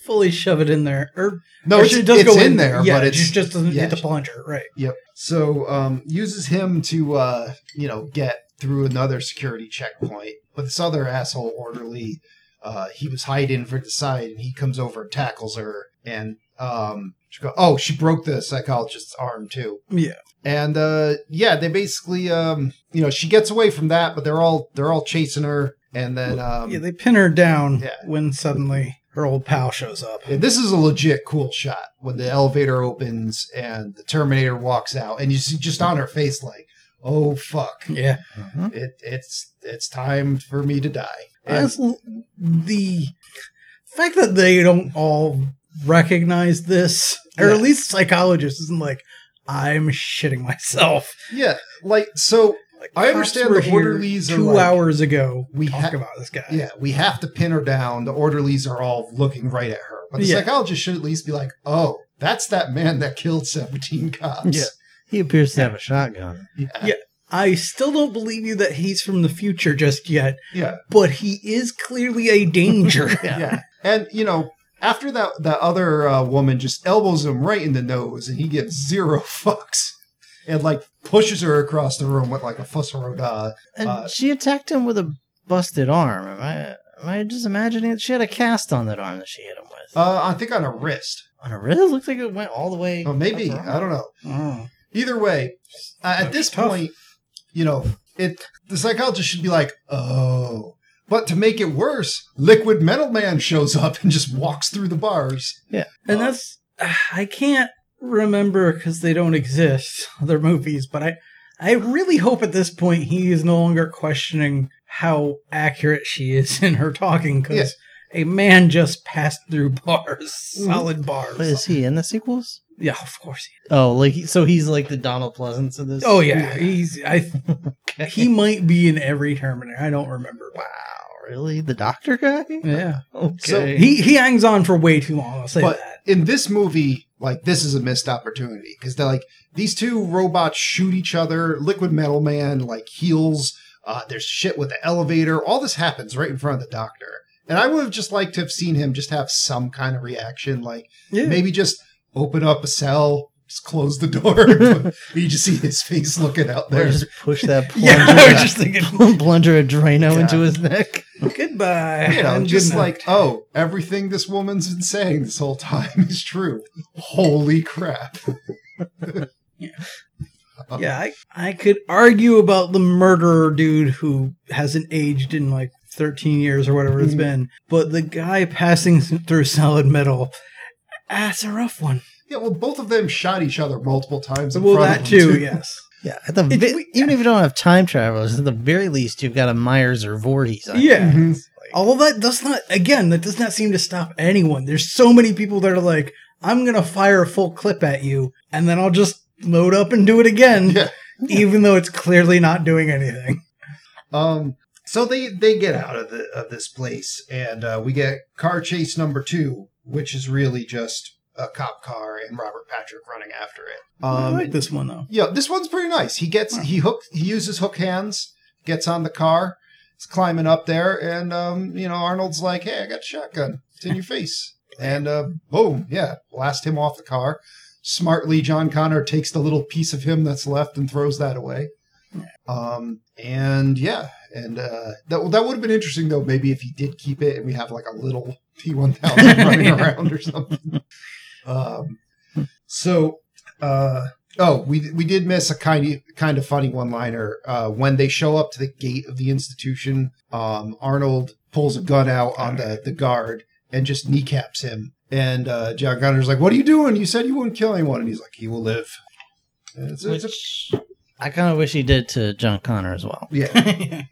Speaker 4: fully shove it in there, or
Speaker 2: no
Speaker 4: or
Speaker 2: Oh, it's,
Speaker 4: she does
Speaker 2: it's
Speaker 4: go
Speaker 2: in there
Speaker 4: yeah,
Speaker 2: but
Speaker 4: it
Speaker 2: it's
Speaker 4: just, just doesn't
Speaker 2: yeah,
Speaker 4: hit the
Speaker 2: she-
Speaker 4: plunger, right?
Speaker 2: yep so um uses him to uh you know get through another security checkpoint but this other asshole orderly uh he was hiding for the side and he comes over and tackles her and um she go, oh she broke the psychologist's arm too
Speaker 4: Yeah.
Speaker 2: and uh yeah they basically um you know she gets away from that but they're all they're all chasing her and then um
Speaker 4: yeah, they pin her down
Speaker 2: yeah.
Speaker 4: when suddenly her old pal shows up.
Speaker 2: And this is a legit cool shot when the elevator opens and the Terminator walks out, and you see just on her face like, "Oh fuck,
Speaker 4: Yeah,
Speaker 2: it, it's it's time for me to die." And
Speaker 4: That's l- the fact that they don't all recognize this, or at
Speaker 2: Yeah.
Speaker 4: least psychologists isn't like, I'm shitting myself.
Speaker 2: yeah, like so,
Speaker 4: Like,
Speaker 2: I understand
Speaker 4: cops were
Speaker 2: the
Speaker 4: here
Speaker 2: orderlies are
Speaker 4: two
Speaker 2: like-
Speaker 4: hours ago.
Speaker 2: We
Speaker 4: We talk
Speaker 2: ha-
Speaker 4: about this guy.
Speaker 2: yeah, we have to pin her down. The orderlies are all looking right at her, but the
Speaker 4: Yeah.
Speaker 2: psychologist should at least be like, "Oh, that's that man that killed seventeen cops."
Speaker 1: Yeah. He appears to have a shotgun.
Speaker 2: (laughs) yeah,
Speaker 4: Yeah. I still don't believe you that he's from the future just yet,
Speaker 2: yeah.
Speaker 4: but he is clearly a danger.
Speaker 2: yeah. And you know, after that, that other uh, woman just elbows him right in the nose, and he gives zero (laughs) fucks, and like pushes her across the room with like a fussaroda.
Speaker 1: And
Speaker 2: Uh,
Speaker 1: she attacked him with a busted arm. Am I, Am I just imagining it? She had a cast on that arm that she hit him with.
Speaker 2: Uh, I think on a wrist.
Speaker 1: on her wrist? It looked like it went all the way.
Speaker 2: Oh, maybe
Speaker 1: up her
Speaker 2: I
Speaker 1: arm.
Speaker 2: don't know.
Speaker 4: Oh.
Speaker 2: Either way, uh, at this point, you know, it the psychologist should be like, oh. But to make it worse, Liquid Metal Man shows up and just walks through the bars.
Speaker 4: And that's I can't remember because they don't exist other movies, but I I really hope at this point he is no longer questioning how accurate she is in her talking because a man just passed through bars, solid bars.
Speaker 1: But is he in the sequels?
Speaker 4: Yeah, of course. He
Speaker 1: Oh, like he- so he's like the Donald Pleasance of this.
Speaker 4: Oh yeah, he's I he might be in every Terminator. I don't remember.
Speaker 1: Wow, really? The doctor guy? (laughs)
Speaker 4: Yeah,
Speaker 1: Okay.
Speaker 4: he he hangs on for way too long. I'll say
Speaker 2: But
Speaker 4: that.
Speaker 2: in this movie, like this is a missed opportunity because they're like these two robots shoot each other. Liquid Metal Man like heals. Uh, there's shit with the elevator. All this happens right in front of the doctor. And I would have just liked to have seen him just have some kind of reaction, like
Speaker 4: Yeah,
Speaker 2: Maybe just open up a cell, just close the door. (laughs) you just see his face looking out
Speaker 1: Or
Speaker 2: there.
Speaker 1: just push that plunger,
Speaker 4: yeah. I was just thinking.
Speaker 1: plunger (laughs) of Drano
Speaker 2: Yeah.
Speaker 1: into his neck.
Speaker 4: Goodbye.
Speaker 2: You know,
Speaker 4: and
Speaker 2: just
Speaker 4: good
Speaker 2: like,
Speaker 4: night.
Speaker 2: oh, everything this woman's been saying this whole time is true. Holy crap.
Speaker 4: yeah, I, I could argue about the murderer dude who hasn't aged in like 13 years or whatever it's
Speaker 2: Mhm.
Speaker 4: been, but the guy passing through (laughs) solid metal, that's a rough one.
Speaker 2: Yeah, well, both of them shot each other multiple times. In
Speaker 4: Well,
Speaker 2: front
Speaker 4: that
Speaker 2: of them,
Speaker 4: too, (laughs) yes.
Speaker 1: Yeah, at the
Speaker 4: It's
Speaker 1: vi-
Speaker 4: we-
Speaker 1: even if you don't have time travelers, at the very least you've got a Myers or Voorhees. On
Speaker 4: Yeah.
Speaker 2: Mhm.
Speaker 4: All that does not, again, that does not seem to stop anyone. There's so many people that are like, I'm going to fire a full clip at you, and then I'll just load up and do it again,
Speaker 2: Yeah.
Speaker 4: (laughs) even though it's clearly not doing anything.
Speaker 2: Um, so they they get out of the of this place, and uh, we get car chase number two, which is really just a cop car and Robert Patrick running after it.
Speaker 4: I
Speaker 2: Um,
Speaker 4: like this one, though.
Speaker 2: Yeah, this one's pretty nice. He gets he hook he uses hook hands, gets on the car, is climbing up there, and um, you know, Arnold's like, Hey, I got a shotgun. It's in your face. And uh boom, yeah, blast him off the car. Smartly, John Connor takes the little piece of him that's left and throws that away. Um and yeah, and uh that that would have been interesting though, maybe if he did keep it and we have like a little P one thousand running around or something. Um so uh Oh, we we did miss a kind of kind of funny one liner. Uh, when they show up to the gate of the institution, um, Arnold pulls a gun out on the, the guard and just kneecaps him. And uh, John Connor's like, "What are you doing? You said you wouldn't kill anyone." And he's like, "He will live." And it's- it's a-
Speaker 6: Which
Speaker 1: I kind of wish he did to John Connor as well.
Speaker 2: yeah,
Speaker 1: (laughs)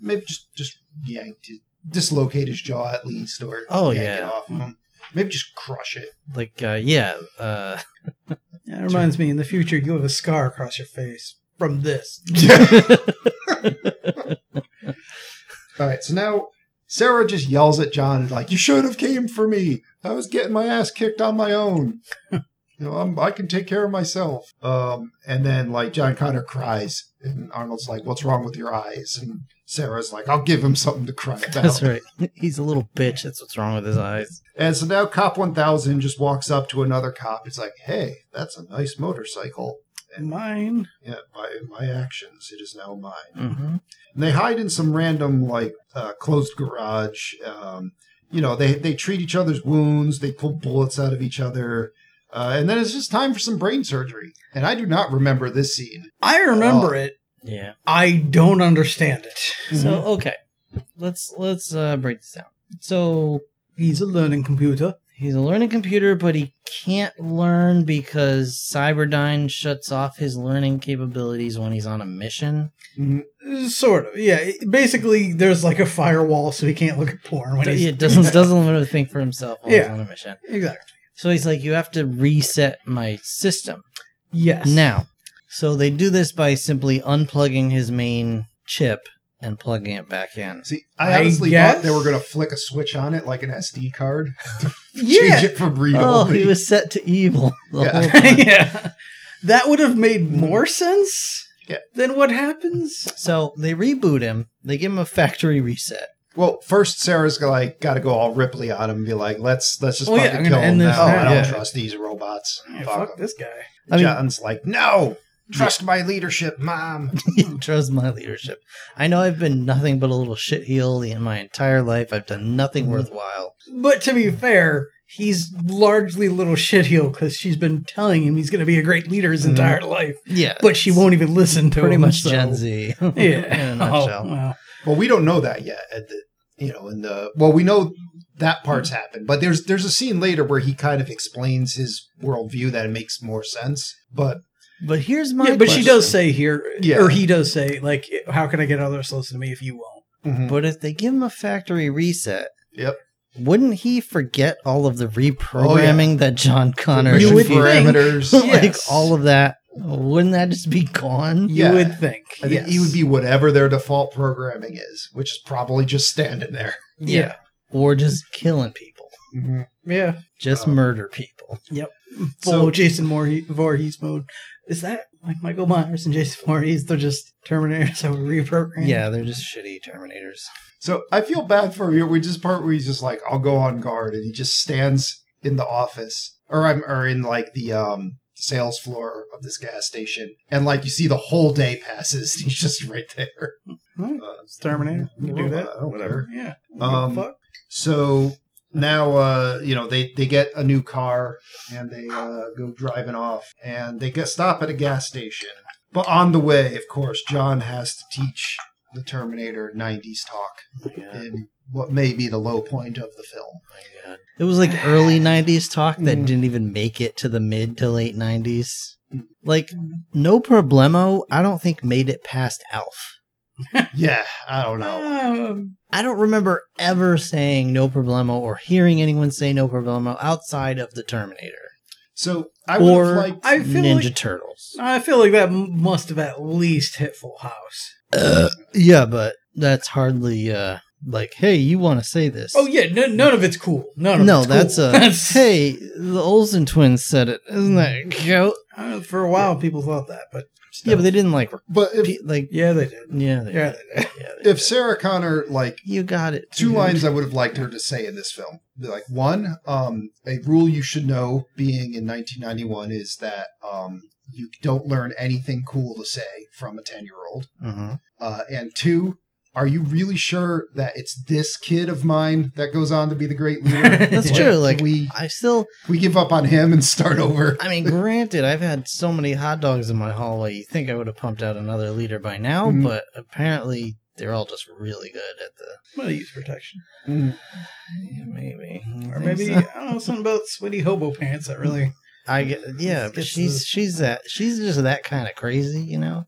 Speaker 2: maybe just just yanked, it, dislocate his jaw at least, or
Speaker 1: Oh,
Speaker 2: yank
Speaker 1: yeah.
Speaker 2: it off of him. Maybe just crush
Speaker 1: (laughs)
Speaker 2: it.
Speaker 1: Like, uh, yeah, uh,
Speaker 4: Yeah, it reminds me, in the future, you have a scar across your face from this.
Speaker 2: All right, so now Sarah just yells at John and like, "You should have came for me. I was getting my ass kicked on my own. you know, I'm, I can take care of myself." Um, and then like John Connor cries, and Arnold's like, "What's wrong with your eyes?" And Sarah's like, "I'll give him something to cry about."
Speaker 1: that's right. (laughs) He's a little bitch. That's what's wrong with his eyes.
Speaker 2: And so now Cop 1000 just walks up to another cop. It's like, "Hey, that's a nice motorcycle."
Speaker 4: Mine.
Speaker 2: Yeah, by my actions, it is now mine.
Speaker 1: Mm-hmm.
Speaker 2: And they hide in some random like uh, closed garage. Um, you know, they they treat each other's wounds. They pull bullets out of each other. Uh, and then it's just time for some brain surgery. And I do not remember this scene.
Speaker 4: I remember it.
Speaker 1: Yeah.
Speaker 4: I don't understand it.
Speaker 1: So okay, let's let's uh, break this down. So
Speaker 4: He's a learning computer.
Speaker 1: he's a learning computer, but he can't learn because Cyberdyne shuts off his learning capabilities when he's on a mission.
Speaker 2: Mm-hmm.
Speaker 4: Sort of, yeah. it- Basically, there's like a firewall, so he can't look at porn when he's (laughs)
Speaker 1: It doesn't doesn't let him think for himself while he's
Speaker 4: Yeah.
Speaker 1: on a mission.
Speaker 4: exactly.
Speaker 1: So he's like, you have to reset my system
Speaker 4: Yes.
Speaker 1: now. So they do this by simply unplugging his main chip and plugging it back in.
Speaker 2: See, I
Speaker 4: I
Speaker 2: honestly thought
Speaker 4: guess-
Speaker 2: they were going to flick a switch on it like an SD card. Change
Speaker 4: yeah,
Speaker 2: it from read
Speaker 1: Oh,
Speaker 2: only.
Speaker 1: he was set to evil (laughs)
Speaker 2: (laughs)
Speaker 1: the
Speaker 2: Yeah.
Speaker 1: whole time.
Speaker 4: yeah. (laughs) That would have made more sense
Speaker 2: Yeah.
Speaker 4: than what happens.
Speaker 1: So they reboot him. They give him a factory reset.
Speaker 2: well, first Sarah's gonna, like got to go all Ripley on him and be like, "Let's let's just
Speaker 4: Oh, yeah,
Speaker 2: fucking
Speaker 4: I'm gonna
Speaker 2: kill him
Speaker 4: end this
Speaker 2: now.
Speaker 4: now,
Speaker 2: I don't
Speaker 4: yeah.
Speaker 2: trust these robots."
Speaker 4: Yeah,
Speaker 2: Fuck
Speaker 4: fuck
Speaker 2: 'em.
Speaker 4: this guy.
Speaker 1: I
Speaker 4: (laughs)
Speaker 1: mean-
Speaker 2: John's like, "No." Trust my leadership, mom.
Speaker 1: Trust my leadership. I know I've been nothing but a little shitheel in my entire life. I've done nothing
Speaker 4: Mm-hmm.
Speaker 1: worthwhile.
Speaker 4: But to be fair, he's largely little shitheel because she's been telling him he's going to be a great leader
Speaker 2: Mm-hmm.
Speaker 4: his entire life,
Speaker 1: Yeah,
Speaker 4: but she won't even listen to
Speaker 1: pretty
Speaker 4: him.
Speaker 1: much
Speaker 4: so-
Speaker 1: Gen Z. (laughs) in
Speaker 4: (laughs) Yeah.
Speaker 1: a
Speaker 4: Oh,
Speaker 1: nutshell.
Speaker 4: wow.
Speaker 2: Well, we don't know that yet. At the, you know, in the well, we know that part's happened, but there's there's a scene later where he kind of explains his worldview that it makes more sense. But
Speaker 1: But here's my.
Speaker 4: Yeah, but she
Speaker 1: question.
Speaker 4: does say here,
Speaker 2: Yeah.
Speaker 4: or he does say, like, how can I get others to listen to me if you won't?
Speaker 2: mm-hmm.
Speaker 1: But if they give him a factory reset,
Speaker 2: Yep.
Speaker 1: wouldn't he forget all of the reprogramming that John Connor
Speaker 2: Permission
Speaker 4: Oh, You would think.
Speaker 2: parameters.
Speaker 4: (laughs)
Speaker 1: like
Speaker 4: Yes.
Speaker 1: all of that? Wouldn't that just be gone?
Speaker 4: You
Speaker 2: Yeah.
Speaker 4: would think. (laughs)
Speaker 2: I think he
Speaker 4: yes.
Speaker 2: would be whatever their default programming is, which is probably just standing there.
Speaker 4: Yeah.
Speaker 1: Or just killing people,
Speaker 4: Mm-hmm. Yeah.
Speaker 1: just
Speaker 2: Oh.
Speaker 4: Um,
Speaker 1: murder people.
Speaker 4: Full
Speaker 2: So-
Speaker 4: Jason Voorhe- Voorhees mode. Is that like Michael Myers and Jason Voorhees? They're just Terminators that were reprogrammed?
Speaker 1: Yeah, they're just shitty Terminators.
Speaker 2: So I feel bad for you. We just part where he's just like, I'll go on guard, and he just stands in the office, or I'm, or in like the um sales floor of this gas station, and like you see the whole day passes. (laughs) He's just right there.
Speaker 4: Right.
Speaker 2: Uh,
Speaker 4: It's Terminator. You can do that.
Speaker 2: I don't care.
Speaker 4: Yeah.
Speaker 2: Um,
Speaker 4: Fuck.
Speaker 2: So now, uh, you know, they, they get a new car and they uh, go driving off and they get stop at a gas station. But on the way, of course, John has to teach the Terminator 90s talk in what may be the low point of the film.
Speaker 1: It was like early 90s talk that
Speaker 2: Mm.
Speaker 1: didn't even make it to the mid to late 90s. Like, No Problemo, I don't think made it past Alf.
Speaker 2: Yeah, I don't know.
Speaker 4: Um,
Speaker 1: I don't remember ever saying No Problemo or hearing anyone say No Problemo outside of the Terminator
Speaker 2: So I would
Speaker 1: or
Speaker 2: have liked.
Speaker 4: I feel
Speaker 1: Ninja
Speaker 4: like-
Speaker 1: Turtles.
Speaker 4: I feel like that m- must have at least hit Full House.
Speaker 1: Yeah, but that's hardly uh, like, hey, you want to say this.
Speaker 4: Oh, yeah. No, none of it's cool. None of
Speaker 1: No,
Speaker 4: it's cool. (laughs)
Speaker 1: that's a (laughs) hey. The Olsen twins said it, isn't that cute?
Speaker 4: Uh, for a while, people thought that, but
Speaker 1: Yeah, but they didn't like
Speaker 2: But if,
Speaker 1: repeat, like
Speaker 4: yeah, they did.
Speaker 1: yeah, they,
Speaker 4: Yeah, they did.
Speaker 2: if Sarah Connor, like,
Speaker 1: you got it.
Speaker 2: two
Speaker 1: dude.
Speaker 2: lines I would have liked her to say in this film. Like one, um, a rule you should know being in 1991 is that um, you don't learn anything cool to say from a 10 year old.
Speaker 1: Mhm.
Speaker 2: Uh, and two, are you really sure that it's this kid of mine that goes on to be the great
Speaker 1: (laughs)
Speaker 2: leader?
Speaker 1: That's
Speaker 2: Like,
Speaker 1: true. Like
Speaker 2: we
Speaker 1: I still,
Speaker 2: we give up on him and start over.
Speaker 1: I mean, granted, I've had so many hot dogs in my hallway. You think I would have pumped out another liter by now,
Speaker 4: Mm-hmm.
Speaker 2: Mhm.
Speaker 1: but apparently they're all just really good at the
Speaker 4: I'm gonna use protection,
Speaker 1: Mm. yeah, maybe
Speaker 4: or maybe I don't know something about sweaty hobo pants that really.
Speaker 1: I get yeah, but
Speaker 4: Gets
Speaker 1: she's
Speaker 4: the-
Speaker 1: she's that she's just that kind of crazy, you know.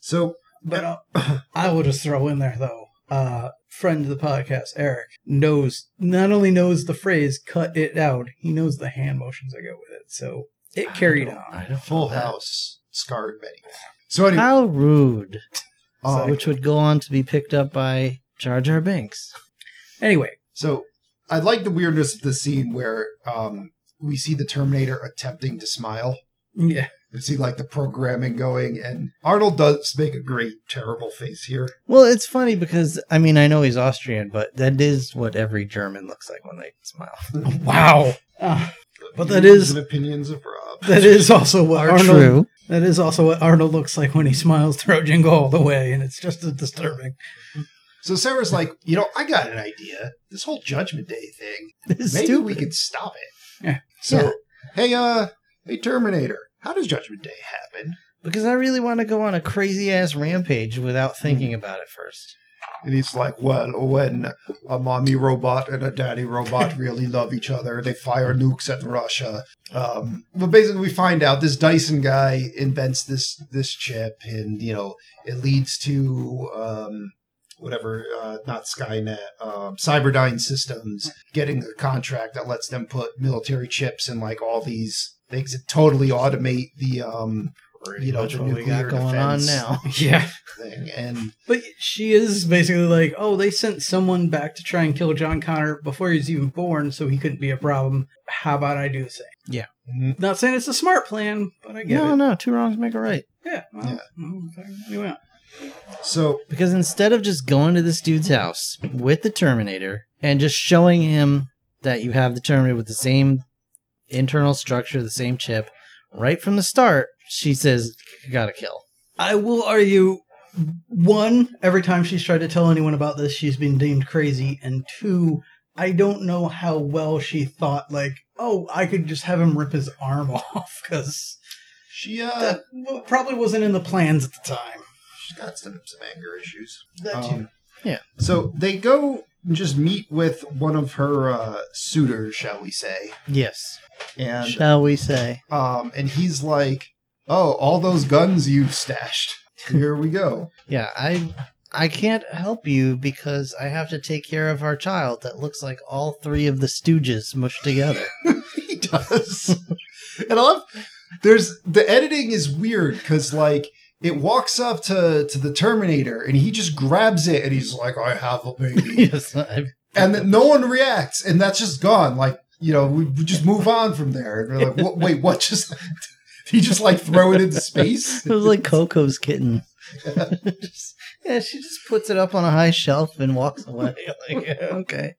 Speaker 2: So
Speaker 4: But I'll, (clears throat) I will just throw in there though. Uh, friend of the podcast, Eric knows not only knows the phrase "cut it out," he knows the hand motions that go with it. So it carried
Speaker 1: I don't-
Speaker 4: on.
Speaker 1: I don't
Speaker 2: Full
Speaker 1: know that.
Speaker 2: House scarred Betty. So anyway,
Speaker 1: How rude.
Speaker 2: um,
Speaker 1: Uh, which would go on to be picked up by Jar Jar Binks.
Speaker 4: Anyway,
Speaker 2: So I like the weirdness of the scene where um, we see the Terminator attempting to smile.
Speaker 4: yeah,
Speaker 2: We see like the programming going, and Arnold does make a great terrible face here.
Speaker 1: Well, it's funny because I mean I know he's Austrian, but that is what every German looks like when they smile.
Speaker 4: wow. Uh, But that is-
Speaker 2: Views and opinions of Rob.
Speaker 4: that is also what
Speaker 1: Are
Speaker 4: Arnold.
Speaker 1: true.
Speaker 4: That is also what Arnold looks like when he smiles throughout Jingle All the Way, and it's just as disturbing.
Speaker 2: So Sarah's like, you know, I got an idea. This whole Judgment Day
Speaker 4: (laughs)
Speaker 2: thing,
Speaker 1: It's
Speaker 2: maybe
Speaker 1: stupid.
Speaker 2: we could stop it.
Speaker 4: Yeah.
Speaker 2: So
Speaker 1: Yeah.
Speaker 2: hey, uh, hey Terminator, how does Judgment Day happen?
Speaker 1: Because I really want to go on a crazy ass rampage without thinking about it first.
Speaker 2: And he's like, well, when a mommy robot and a daddy robot really love each other, they fire nukes at Russia. Um, but basically, we find out this Dyson guy invents this this chip, and you know it leads to um, whatever, uh, not Skynet, um, Cyberdyne Systems getting a contract that lets them put military chips in like all these things that totally automate the um, you know
Speaker 1: Much
Speaker 2: the
Speaker 1: what we
Speaker 2: nuclear
Speaker 1: got going on
Speaker 2: defense
Speaker 1: now.
Speaker 4: Yeah.
Speaker 2: thing, and
Speaker 4: But she is basically like, oh, they sent someone back to try and kill John Connor before he was even born, so he couldn't be a problem. How about I do the same?
Speaker 1: Yeah.
Speaker 2: Mhm.
Speaker 4: Not saying it's a smart plan, but I (laughs) get
Speaker 1: No,
Speaker 4: it.
Speaker 1: no, two wrongs make a right.
Speaker 4: Yeah. Well,
Speaker 2: Yeah.
Speaker 4: mm, okay, you went.
Speaker 2: so
Speaker 1: Because instead of just going to this dude's house with the Terminator and just showing him that you have the Terminator with the same internal structure, the same chip, right from the start, she says, "Gotta kill."
Speaker 4: I will argue one, every time she's tried to tell anyone about this, she's been deemed crazy, and two, I don't know how well she thought, like, oh, I could just have him rip his arm (laughs) off, because
Speaker 2: She uh,
Speaker 4: that probably wasn't in the plans at the time.
Speaker 2: she's got some some anger issues.
Speaker 4: That too.
Speaker 2: Um,
Speaker 1: Yeah.
Speaker 2: So they go and just meet with one of her uh, suitors, shall we say,
Speaker 1: Yes,
Speaker 2: and
Speaker 1: shall we say?
Speaker 2: um, and he's like, "Oh, all those guns you've stashed. Here we go."
Speaker 1: Yeah, I I can't help you because I have to take care of our child that looks like all three of the Stooges mushed together.
Speaker 2: (laughs) he does, and I love. There's the editing is weird because like it walks up to to the Terminator and he just grabs it and he's like, "I have a baby."
Speaker 1: (laughs) yes, I,
Speaker 2: and then no one reacts, and that's just gone. Like you know, we, we just move on from there. And we're like, what, wait, what just? (laughs) happened? Did he just like throw it into space?
Speaker 1: it was like Coco's kitten. (laughs) Just- yeah, she just puts it up on a high shelf and walks away. Like, yeah, (laughs) okay,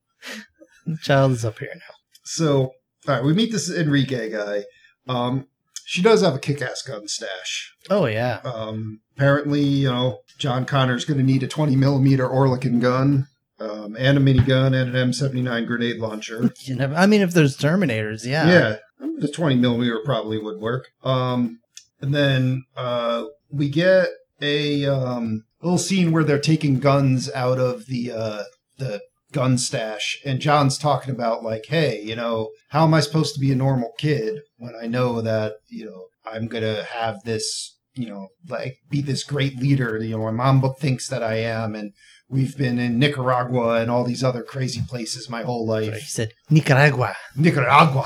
Speaker 1: the child is up here now.
Speaker 2: So, all right, we meet this Enrique guy. Um, she does have a kick-ass gun stash.
Speaker 1: Oh yeah,
Speaker 2: Um, apparently, you know, John Connor's going to need a 20 millimeter Orlikan gun, um, and a minigun, and an M79 grenade launcher.
Speaker 1: you never. I mean, if there's Terminators, yeah,
Speaker 2: Yeah, the 20 millimeter probably would work. Um, and then uh, we get a um, little scene where they're taking guns out of the uh, the gun stash, and John's talking about like, hey, you know, how am I supposed to be a normal kid when I know that you know I'm gonna have this, you know, like be this great leader. You know, my mom thinks that I am, and we've been in Nicaragua and all these other crazy places my whole
Speaker 1: He
Speaker 2: life.
Speaker 1: said Nicaragua.
Speaker 2: Nicaragua.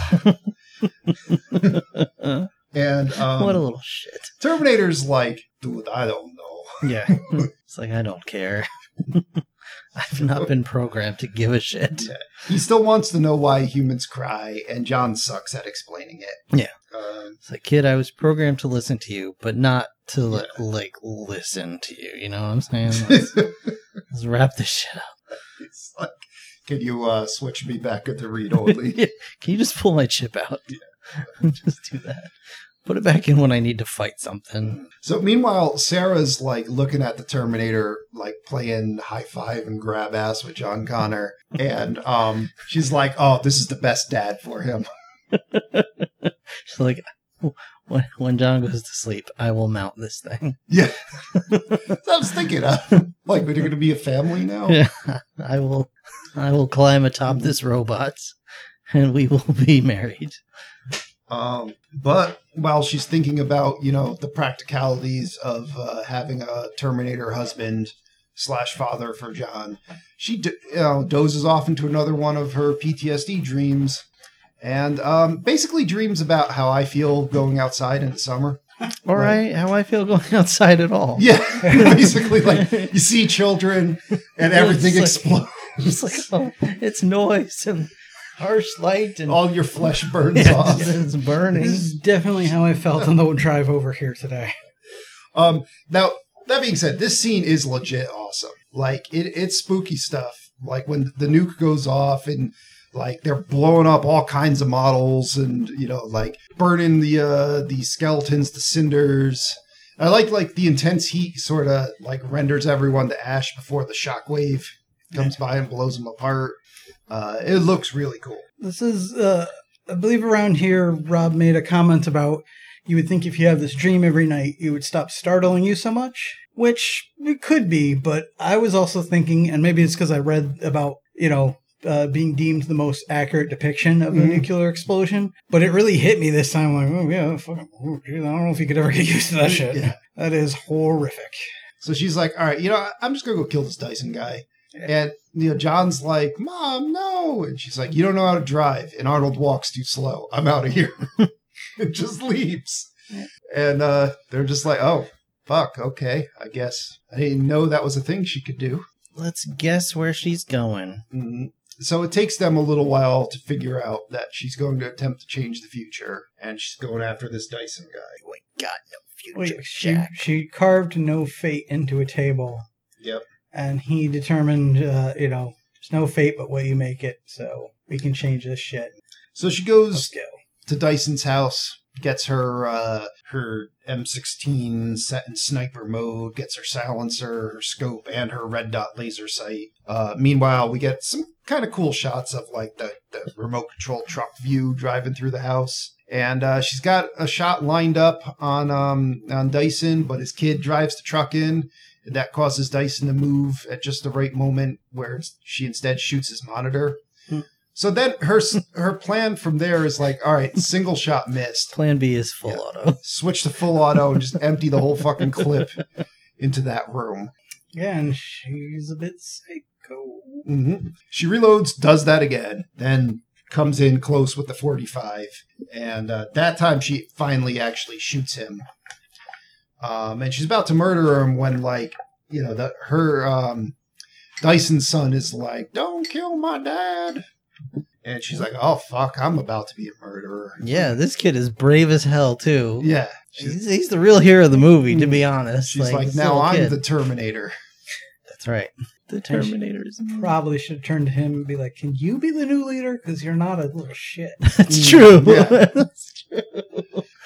Speaker 2: and
Speaker 1: (laughs) what a
Speaker 2: um,
Speaker 1: little shit.
Speaker 2: Terminator's like, dude, I don't know.
Speaker 1: Yeah. (laughs) it's like, I don't care. (laughs) I've not been programmed to give a shit.
Speaker 2: He still wants to know why humans cry, and John sucks at explaining it.
Speaker 1: Yeah.
Speaker 2: (laughs) Um,
Speaker 1: It's like, kid, I was programmed to listen to you, but not to, li- like, listen to you. You know what I'm saying? Let's, let's wrap this shit up.
Speaker 2: it's like, can you uh, switch me back at the read only? (laughs)
Speaker 1: Yeah. Can you just pull my chip out? (laughs) just do that. Put it back in when I need to fight something.
Speaker 2: So meanwhile, Sarah's like looking at the Terminator, like playing high five and grab ass with John Connor, and um, she's like, "Oh, this is the best dad for him." (laughs)
Speaker 1: She's like, (laughs) when, when John goes to sleep, I will mount this thing.
Speaker 2: Yeah, so I was thinking, uh, like, we're going to be a family now.
Speaker 1: Yeah. (laughs) I will, I will climb atop this robot, and we will be married.
Speaker 2: Um, but while she's thinking about, you know, the practicalities of uh, having a Terminator husband slash father for John, she d- you know, dozes off into another one of her PTSD dreams, and um, basically dreams about how I feel going outside in the summer. (laughs)
Speaker 1: All
Speaker 2: Right.
Speaker 1: right, how I feel going (laughs) outside at all.
Speaker 2: Yeah, basically, like you see children and everything
Speaker 1: (laughs) It's
Speaker 2: explodes,
Speaker 1: It's like oh, it's noise and harsh light and
Speaker 2: all your flesh burns
Speaker 1: (laughs) Yeah,
Speaker 2: off.
Speaker 1: it's burning.
Speaker 4: This is definitely how I felt on the drive over here today.
Speaker 2: Um, now that being said, this scene is legit awesome. Like it, it's spooky stuff. Like when the nuke goes off and like they're blowing up all kinds of models and you know like burning the uh the skeletons to cinders. I like like the intense heat sort of like renders everyone to ash before the shockwave comes by and blows them apart. Uh, it looks really cool.
Speaker 4: This is, uh, I believe around here, Rob made a comment about you would think if you have this dream every night, it would stop startling you so much, which it could be, but I was also thinking, and maybe it's because I read about, you know, uh, being deemed the most accurate depiction of a
Speaker 2: Mhm.
Speaker 4: nuclear explosion, but it really hit me this time. Like, oh yeah, fucking, oh, geez, I don't know if you could ever get used to that shit.
Speaker 2: Yeah.
Speaker 4: That is horrific.
Speaker 2: So she's like, "All right, you know, I- I'm just gonna go kill this Dyson guy." And you know, John's like, "Mom, no!" And she's like, "You don't know how to drive." And Arnold walks too slow. (laughs) I'm out of here. and just leaves. And uh, they're just like, "Oh, fuck. Okay, I guess I didn't know that was a thing she could do."
Speaker 1: Let's guess where she's going.
Speaker 2: Mhm. So it takes them a little while to figure out that she's going to attempt to change the future, and she's going after this Dyson guy.
Speaker 1: We got no
Speaker 4: Wait,
Speaker 1: future,
Speaker 4: she,
Speaker 1: Jack.
Speaker 4: she carved no fate into a table.
Speaker 2: Yep.
Speaker 4: And he determined, uh, you know, it's no fate but what you make it, so we can change this shit.
Speaker 2: So she
Speaker 4: Let's
Speaker 2: goes
Speaker 4: go.
Speaker 2: to Dyson's house. gets her uh, her M16 set in sniper mode, gets her silencer, her scope, and her red dot laser sight. Uh, meanwhile, we get some kind of cool shots of like the, the remote control truck view driving through the house. And uh, she's got a shot lined up on um, on Dyson, but his kid drives the truck in, and that causes Dyson to move at just the right moment, where she instead shoots his monitor. So then her s- her plan from there is like, all right, single shot missed,
Speaker 1: Plan B is full
Speaker 2: Yeah.
Speaker 1: auto.
Speaker 2: switch to full auto, and just empty the whole fucking clip into that room.
Speaker 4: Yeah, and she's a bit psycho.
Speaker 2: hmm She reloads, does that again, then comes in close with the 45. And uh, that time she finally actually shoots him. Um, and she's about to murder him when, like, you know, the, her um, Dyson son is like, Don't kill my dad. And she's like, Oh, fuck, I'm about to be a murderer.
Speaker 1: Yeah, this kid is brave as hell too.
Speaker 2: Yeah. Mm.
Speaker 1: He's, he's the real hero of the movie, to be honest.
Speaker 2: She's like,
Speaker 1: this
Speaker 2: Now
Speaker 1: little
Speaker 2: I'm
Speaker 1: kid."
Speaker 2: the Terminator. (laughs)
Speaker 1: That's right.
Speaker 6: The
Speaker 4: And she-
Speaker 6: Terminator is
Speaker 4: Probably should turn to him and be like, "Can you be the new leader? Because you're not a little shit."
Speaker 1: (laughs)
Speaker 4: Mm.
Speaker 1: That's true. (laughs)
Speaker 2: Yeah.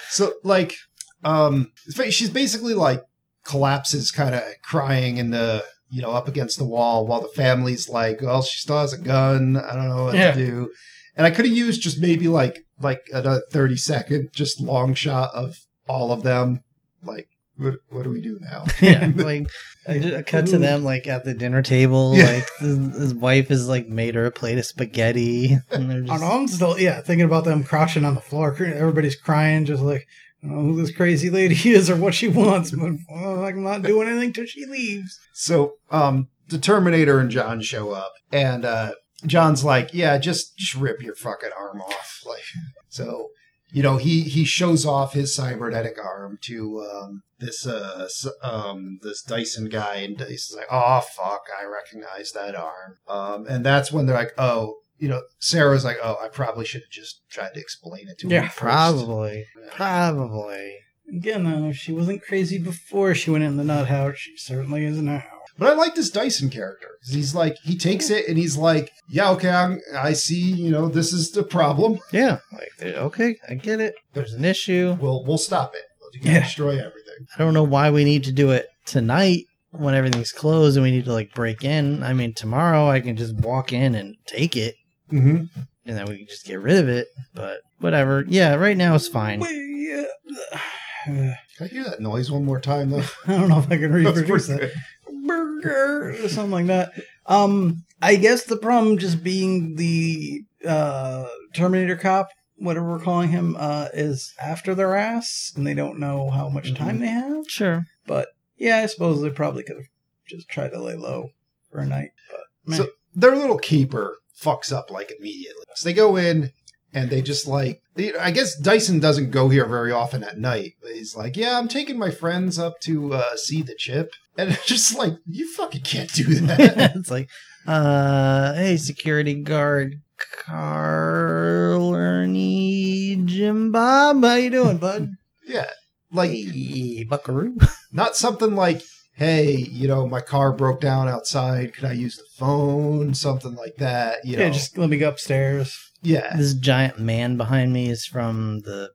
Speaker 2: So like, um, it's ba- she's basically like collapses, kind of crying in the you know up against the wall, while the family's like, well, she still has a gun. I don't know what
Speaker 4: Yeah.
Speaker 2: to do. And I could have used just maybe like like a thirty second just long shot of all of them. Like, what what do we do now?
Speaker 1: yeah, like I ju- I cut to them like at the dinner table.
Speaker 2: Mm. Yeah.
Speaker 1: Like his, his wife has like made her a plate of spaghetti, and they're
Speaker 4: I
Speaker 1: just
Speaker 4: know, I'm still, yeah, thinking about them crouching on the floor. Everybody's crying, just like, I don't know who this crazy lady is or what she wants, but uh, like, I'm not doing anything till she leaves.
Speaker 2: So um the Terminator and John show up and uh John's like, Yeah, just, just rip your fucking arm off. (laughs) Like so you know, he he shows off his cybernetic arm to um this uh s- um this Dyson guy and Dyson's like, Oh fuck, I recognize that arm. Um and that's when they're like, Oh, you know, Sarah's like, Oh, I probably should have just tried to explain it to
Speaker 4: Yeah,
Speaker 2: him. first."
Speaker 1: probably,
Speaker 2: Yeah.
Speaker 1: probably.
Speaker 4: Again, though, if she wasn't crazy before she went in the nut house, she certainly is now.
Speaker 2: But I like this Dyson character. 'cause He's like, he takes it and he's like, yeah, okay, I'm, I see, you know, this is the problem.
Speaker 1: Yeah, like they're- okay, I get it. There's an issue.
Speaker 2: We'll, we'll stop it. We'll
Speaker 4: Yeah.
Speaker 2: destroy everything.
Speaker 1: I don't know why we need to do it tonight when everything's closed and we need to like break in. I mean, tomorrow I can just walk in and take it,
Speaker 2: Mm-hmm.
Speaker 1: and then we can just get rid of it. But whatever. Yeah, right now it's fine. (laughs)
Speaker 4: Wait, uh,
Speaker 2: Can I hear that noise one more time, though?
Speaker 4: (sighs) I don't know if I can
Speaker 2: That's
Speaker 4: reproduce
Speaker 2: pretty
Speaker 4: that.
Speaker 2: good.
Speaker 4: burger or something like that. Um, I guess the problem just being the uh, Terminator cop, whatever we're calling him, uh, is after their ass, and they don't know how much time they have.
Speaker 1: Sure.
Speaker 4: But yeah, I suppose they probably could have just tried to lay low for a night. But man,
Speaker 2: So- Their little keeper fucks up like immediately. So they go in and they just like, I guess Dyson doesn't go here very often at night. But he's like, yeah, I'm taking my friends up to uh, see the chip. And (laughs) it's just like, you fucking can't do
Speaker 1: (laughs)
Speaker 2: that.
Speaker 1: it's like, uh, hey, security guard Carl Ernie Jim Bob, how you doing, bud?
Speaker 4: (laughs)
Speaker 2: yeah. Like,
Speaker 1: hey, Buckaroo.
Speaker 2: Not something like, hey, you know, my car broke down outside. Could I use the phone? Something like that. You
Speaker 4: yeah,
Speaker 2: know,
Speaker 4: just let me go upstairs.
Speaker 2: yeah.
Speaker 1: This giant man behind me is from the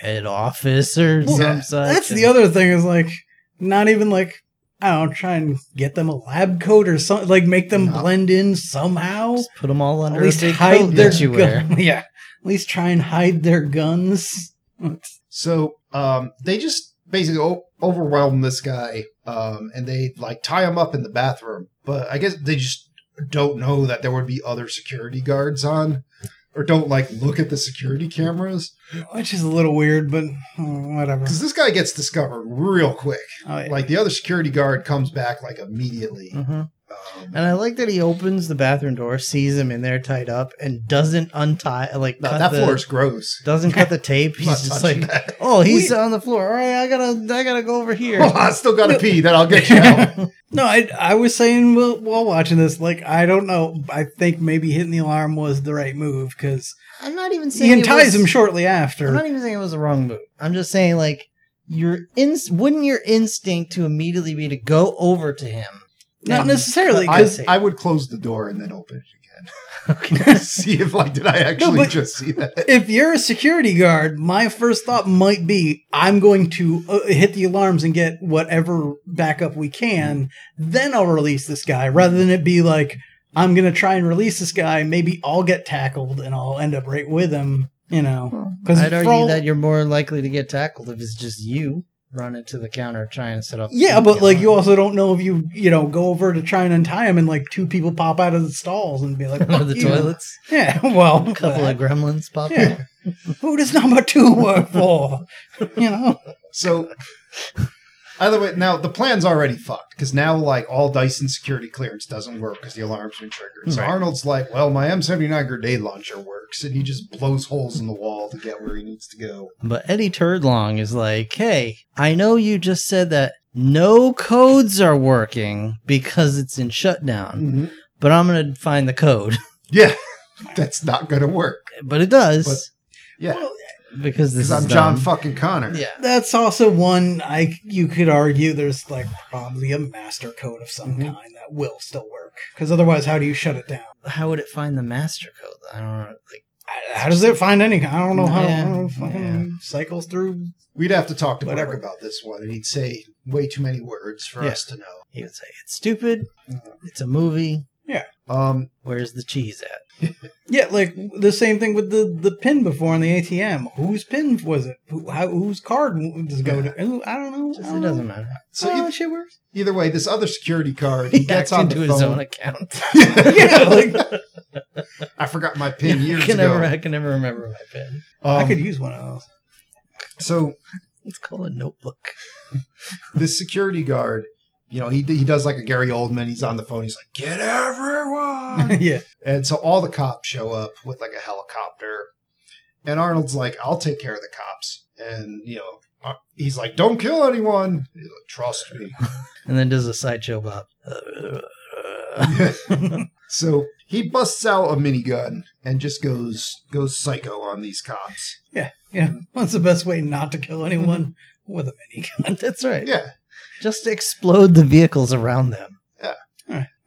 Speaker 1: head office or
Speaker 2: Well,
Speaker 1: some such.
Speaker 4: That's the
Speaker 1: and-
Speaker 4: other thing is like not even like I don't know, try and get them a lab coat or something like make them
Speaker 2: No.
Speaker 4: blend in somehow.
Speaker 1: Just put them all under
Speaker 4: at least
Speaker 1: a big
Speaker 4: hide
Speaker 1: coat
Speaker 4: their
Speaker 1: that you wear.
Speaker 4: gun- (laughs) Yeah, at least try and hide their guns.
Speaker 2: So um, they just basically o- overwhelm this guy um, and they like tie him up in the bathroom. But I guess they just don't know that there would be other security guards on or don't like look at the security cameras
Speaker 4: Which is a little weird, but oh, whatever.
Speaker 2: because this guy gets discovered real quick.
Speaker 4: Oh, yeah.
Speaker 2: Like the other security guard comes back like immediately.
Speaker 1: Mhm.
Speaker 2: Um,
Speaker 1: And I like that he opens the bathroom door, sees him in there tied up, and doesn't untie like
Speaker 2: no,
Speaker 1: cut
Speaker 2: that
Speaker 1: the,
Speaker 2: floor is gross.
Speaker 1: doesn't cut the
Speaker 2: Not
Speaker 1: tape. He's just
Speaker 2: touching
Speaker 1: like,
Speaker 2: that.
Speaker 1: Oh, he's on the floor. All right, I gotta, I gotta go over here.
Speaker 2: Oh, I still gotta pee. Then I'll get you out.
Speaker 1: (laughs)
Speaker 4: no, I I was saying while, while watching this, like I don't know, I think maybe hitting the alarm was the right move because
Speaker 1: I'm not
Speaker 4: he
Speaker 1: even saying it
Speaker 4: unties
Speaker 1: was-
Speaker 4: him shortly after.
Speaker 1: I'm not even saying it was a wrong move. I'm just saying like your in wouldn't your instinct to immediately be to go over to him?
Speaker 4: Not
Speaker 1: and-
Speaker 4: necessarily
Speaker 2: I,
Speaker 4: because
Speaker 2: I would close the door and then open it
Speaker 1: (laughs)
Speaker 2: that. (laughs) see if like did I actually
Speaker 4: but-
Speaker 2: just see that?
Speaker 4: If you're a security guard, my first thought might be I'm going to uh, hit the alarms and get whatever backup we can. Then I'll release this guy rather than it be like, I'm going to try and release this guy. Maybe I'll get tackled and I'll end up right with him, you know. Because
Speaker 1: I'd argue that you're more likely to get tackled if it's just you running to the counter trying to set up.
Speaker 4: Yeah, but like you
Speaker 1: all
Speaker 4: also don't know if you you know go over to try and untie him and like two people pop out of the stalls and be like
Speaker 1: (laughs) out of the
Speaker 4: "Fuck you."
Speaker 1: toilets,
Speaker 4: Yeah, (laughs) well,
Speaker 1: a couple of gremlins pop
Speaker 4: yeah. Who does number two work
Speaker 1: (laughs)
Speaker 4: for? You know,
Speaker 2: So either way, now the plan's already fucked because now like all Dyson security clearance doesn't work because the alarm's been triggered. So
Speaker 1: Right.
Speaker 2: Arnold's like, well, my M79 grenade launcher works, and he just blows holes in the wall to get where he needs to go.
Speaker 1: But Eddie Turdlong is like, hey, I know you just said that no codes are working because it's in shutdown, but I'm going to find the code. (laughs)
Speaker 2: Yeah, that's not gonna work.
Speaker 1: But it does.
Speaker 2: Yeah.
Speaker 1: because this
Speaker 2: Because
Speaker 1: is
Speaker 2: I'm John
Speaker 1: dumb.
Speaker 2: fucking Connor.
Speaker 1: Yeah.
Speaker 4: that's also one I you could argue there's like probably a master code of some
Speaker 1: Mm-hmm.
Speaker 2: Mhm.
Speaker 4: kind that will still work because otherwise, how do you shut it down?
Speaker 1: How would it find the master code? I don't know. Like,
Speaker 4: I- How does it find any? I don't know how.
Speaker 1: Yeah,
Speaker 4: I don't know, fucking cycles through.
Speaker 2: We'd have to talk to
Speaker 4: Whatever.
Speaker 2: Mark about this one, and he'd say way too many words for
Speaker 1: Yeah.
Speaker 2: us to know.
Speaker 1: he would say, it's stupid. It's a movie.
Speaker 2: Um,
Speaker 1: Where's the cheese at?
Speaker 4: Yeah, like the same thing with the the pin before on the ATM. Whose pin was it? Who, how, whose card does it go to? Ooh, I don't know.
Speaker 1: Just, it doesn't matter.
Speaker 2: so
Speaker 4: oh,
Speaker 2: e-
Speaker 4: shit works.
Speaker 2: either way, this other security
Speaker 1: (laughs)
Speaker 2: card he
Speaker 1: He
Speaker 2: gets
Speaker 1: hacks
Speaker 2: on the
Speaker 1: into his
Speaker 2: (laughs)
Speaker 1: own
Speaker 2: phone.
Speaker 1: account. (laughs)
Speaker 4: Yeah, like
Speaker 2: I forgot my pin years
Speaker 1: I can
Speaker 2: ago.
Speaker 1: never, I can never remember my pin.
Speaker 4: I
Speaker 2: Um,
Speaker 4: could use one of those.
Speaker 2: so
Speaker 1: It's called a notebook.
Speaker 2: this security guard, you know, he he does like a Gary Oldman. He's on the phone. He's like, "Get everyone!"
Speaker 1: (laughs)
Speaker 4: (laughs) yeah,
Speaker 2: and so all the cops show up with like a helicopter, and Arnold's like, "I'll take care of the cops," and you know. uh, He's like, don't kill anyone. He's like, Trust me.
Speaker 1: And then does a sideshow bob.
Speaker 2: so he busts out a minigun and just goes goes psycho on these cops.
Speaker 4: yeah. What's the best way not to kill anyone
Speaker 1: Mm-hmm.
Speaker 4: with a minigun?
Speaker 1: That's right.
Speaker 2: Yeah,
Speaker 1: Just explode the vehicles around them.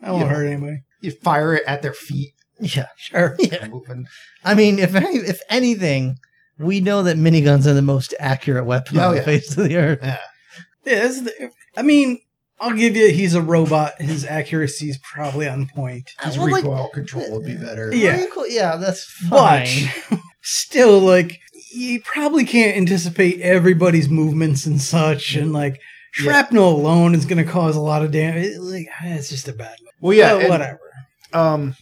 Speaker 4: I won't
Speaker 2: Yeah.
Speaker 4: hurt anybody.
Speaker 2: you fire it at their feet.
Speaker 1: Yeah.
Speaker 4: Sure.
Speaker 1: Yeah.
Speaker 2: Moving.
Speaker 1: I mean, if any, if anything, we know that miniguns are the most accurate weapon
Speaker 2: Oh,
Speaker 1: on
Speaker 2: yeah.
Speaker 1: the face of the earth.
Speaker 2: Yeah.
Speaker 4: Yeah, this is the, I mean, I'll give you. He's a robot. His accuracy is probably on point.
Speaker 2: His
Speaker 1: Well, like-
Speaker 2: recoil control would be better.
Speaker 4: Yeah.
Speaker 1: Very Oh, cool. Yeah, that's
Speaker 4: But
Speaker 1: fine.
Speaker 4: still, like, you probably can't anticipate everybody's movements and such, and like,
Speaker 2: Yeah.
Speaker 4: shrapnel alone is going to cause a lot of damage. Like, it's just a bad.
Speaker 2: Well, yeah.
Speaker 4: Well,
Speaker 2: and-
Speaker 4: whatever.
Speaker 2: Um,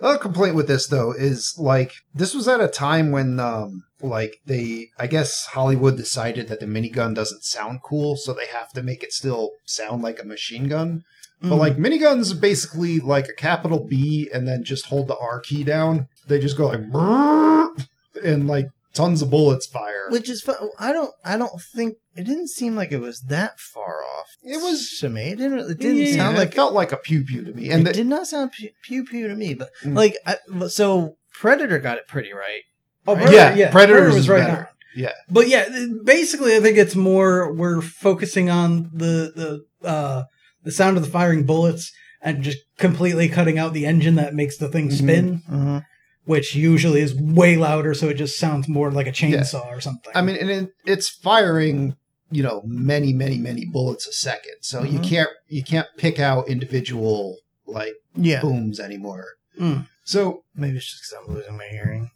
Speaker 2: another complaint with this though is like this was at a time when um like they I guess Hollywood decided that the minigun doesn't sound cool, so they have to make it still sound like a machine gun. But like miniguns, are basically like a capital B, and then just hold the R key down. They just go like "Brrrr," and like tons of bullets fire.
Speaker 1: Which is fun. I don't. I don't think it didn't seem like it was that far off.
Speaker 2: It was-
Speaker 1: to me. It didn't. It didn't
Speaker 4: Yeah.
Speaker 1: sound
Speaker 2: and
Speaker 1: like
Speaker 2: it felt like a pew pew to me, and
Speaker 1: and it
Speaker 2: the,
Speaker 1: did not sound pew pew, pew to me. But
Speaker 2: Mm.
Speaker 1: like, I, so Predator got it pretty right.
Speaker 4: Oh,
Speaker 1: Right?
Speaker 4: Predator,
Speaker 2: Yeah, Predator
Speaker 4: Predator
Speaker 2: is
Speaker 4: was right
Speaker 2: better.
Speaker 4: on.
Speaker 2: Yeah.
Speaker 4: but yeah, th- basically, I think it's more we're focusing on the the uh, the sound of the firing bullets and just completely cutting out the engine that makes the thing
Speaker 2: Mhm.
Speaker 4: spin,
Speaker 1: Mm-hmm.
Speaker 4: which usually is way louder, so it just sounds more like a
Speaker 2: Yeah.
Speaker 4: chainsaw or something.
Speaker 2: I mean, and it, it's firing, you know, many, many, many bullets a second. So you
Speaker 1: Mhm.
Speaker 2: can't you can't pick out individual like
Speaker 1: Yeah.
Speaker 2: booms anymore.
Speaker 4: Mm.
Speaker 2: So
Speaker 1: Maybe it's just because I'm losing my hearing.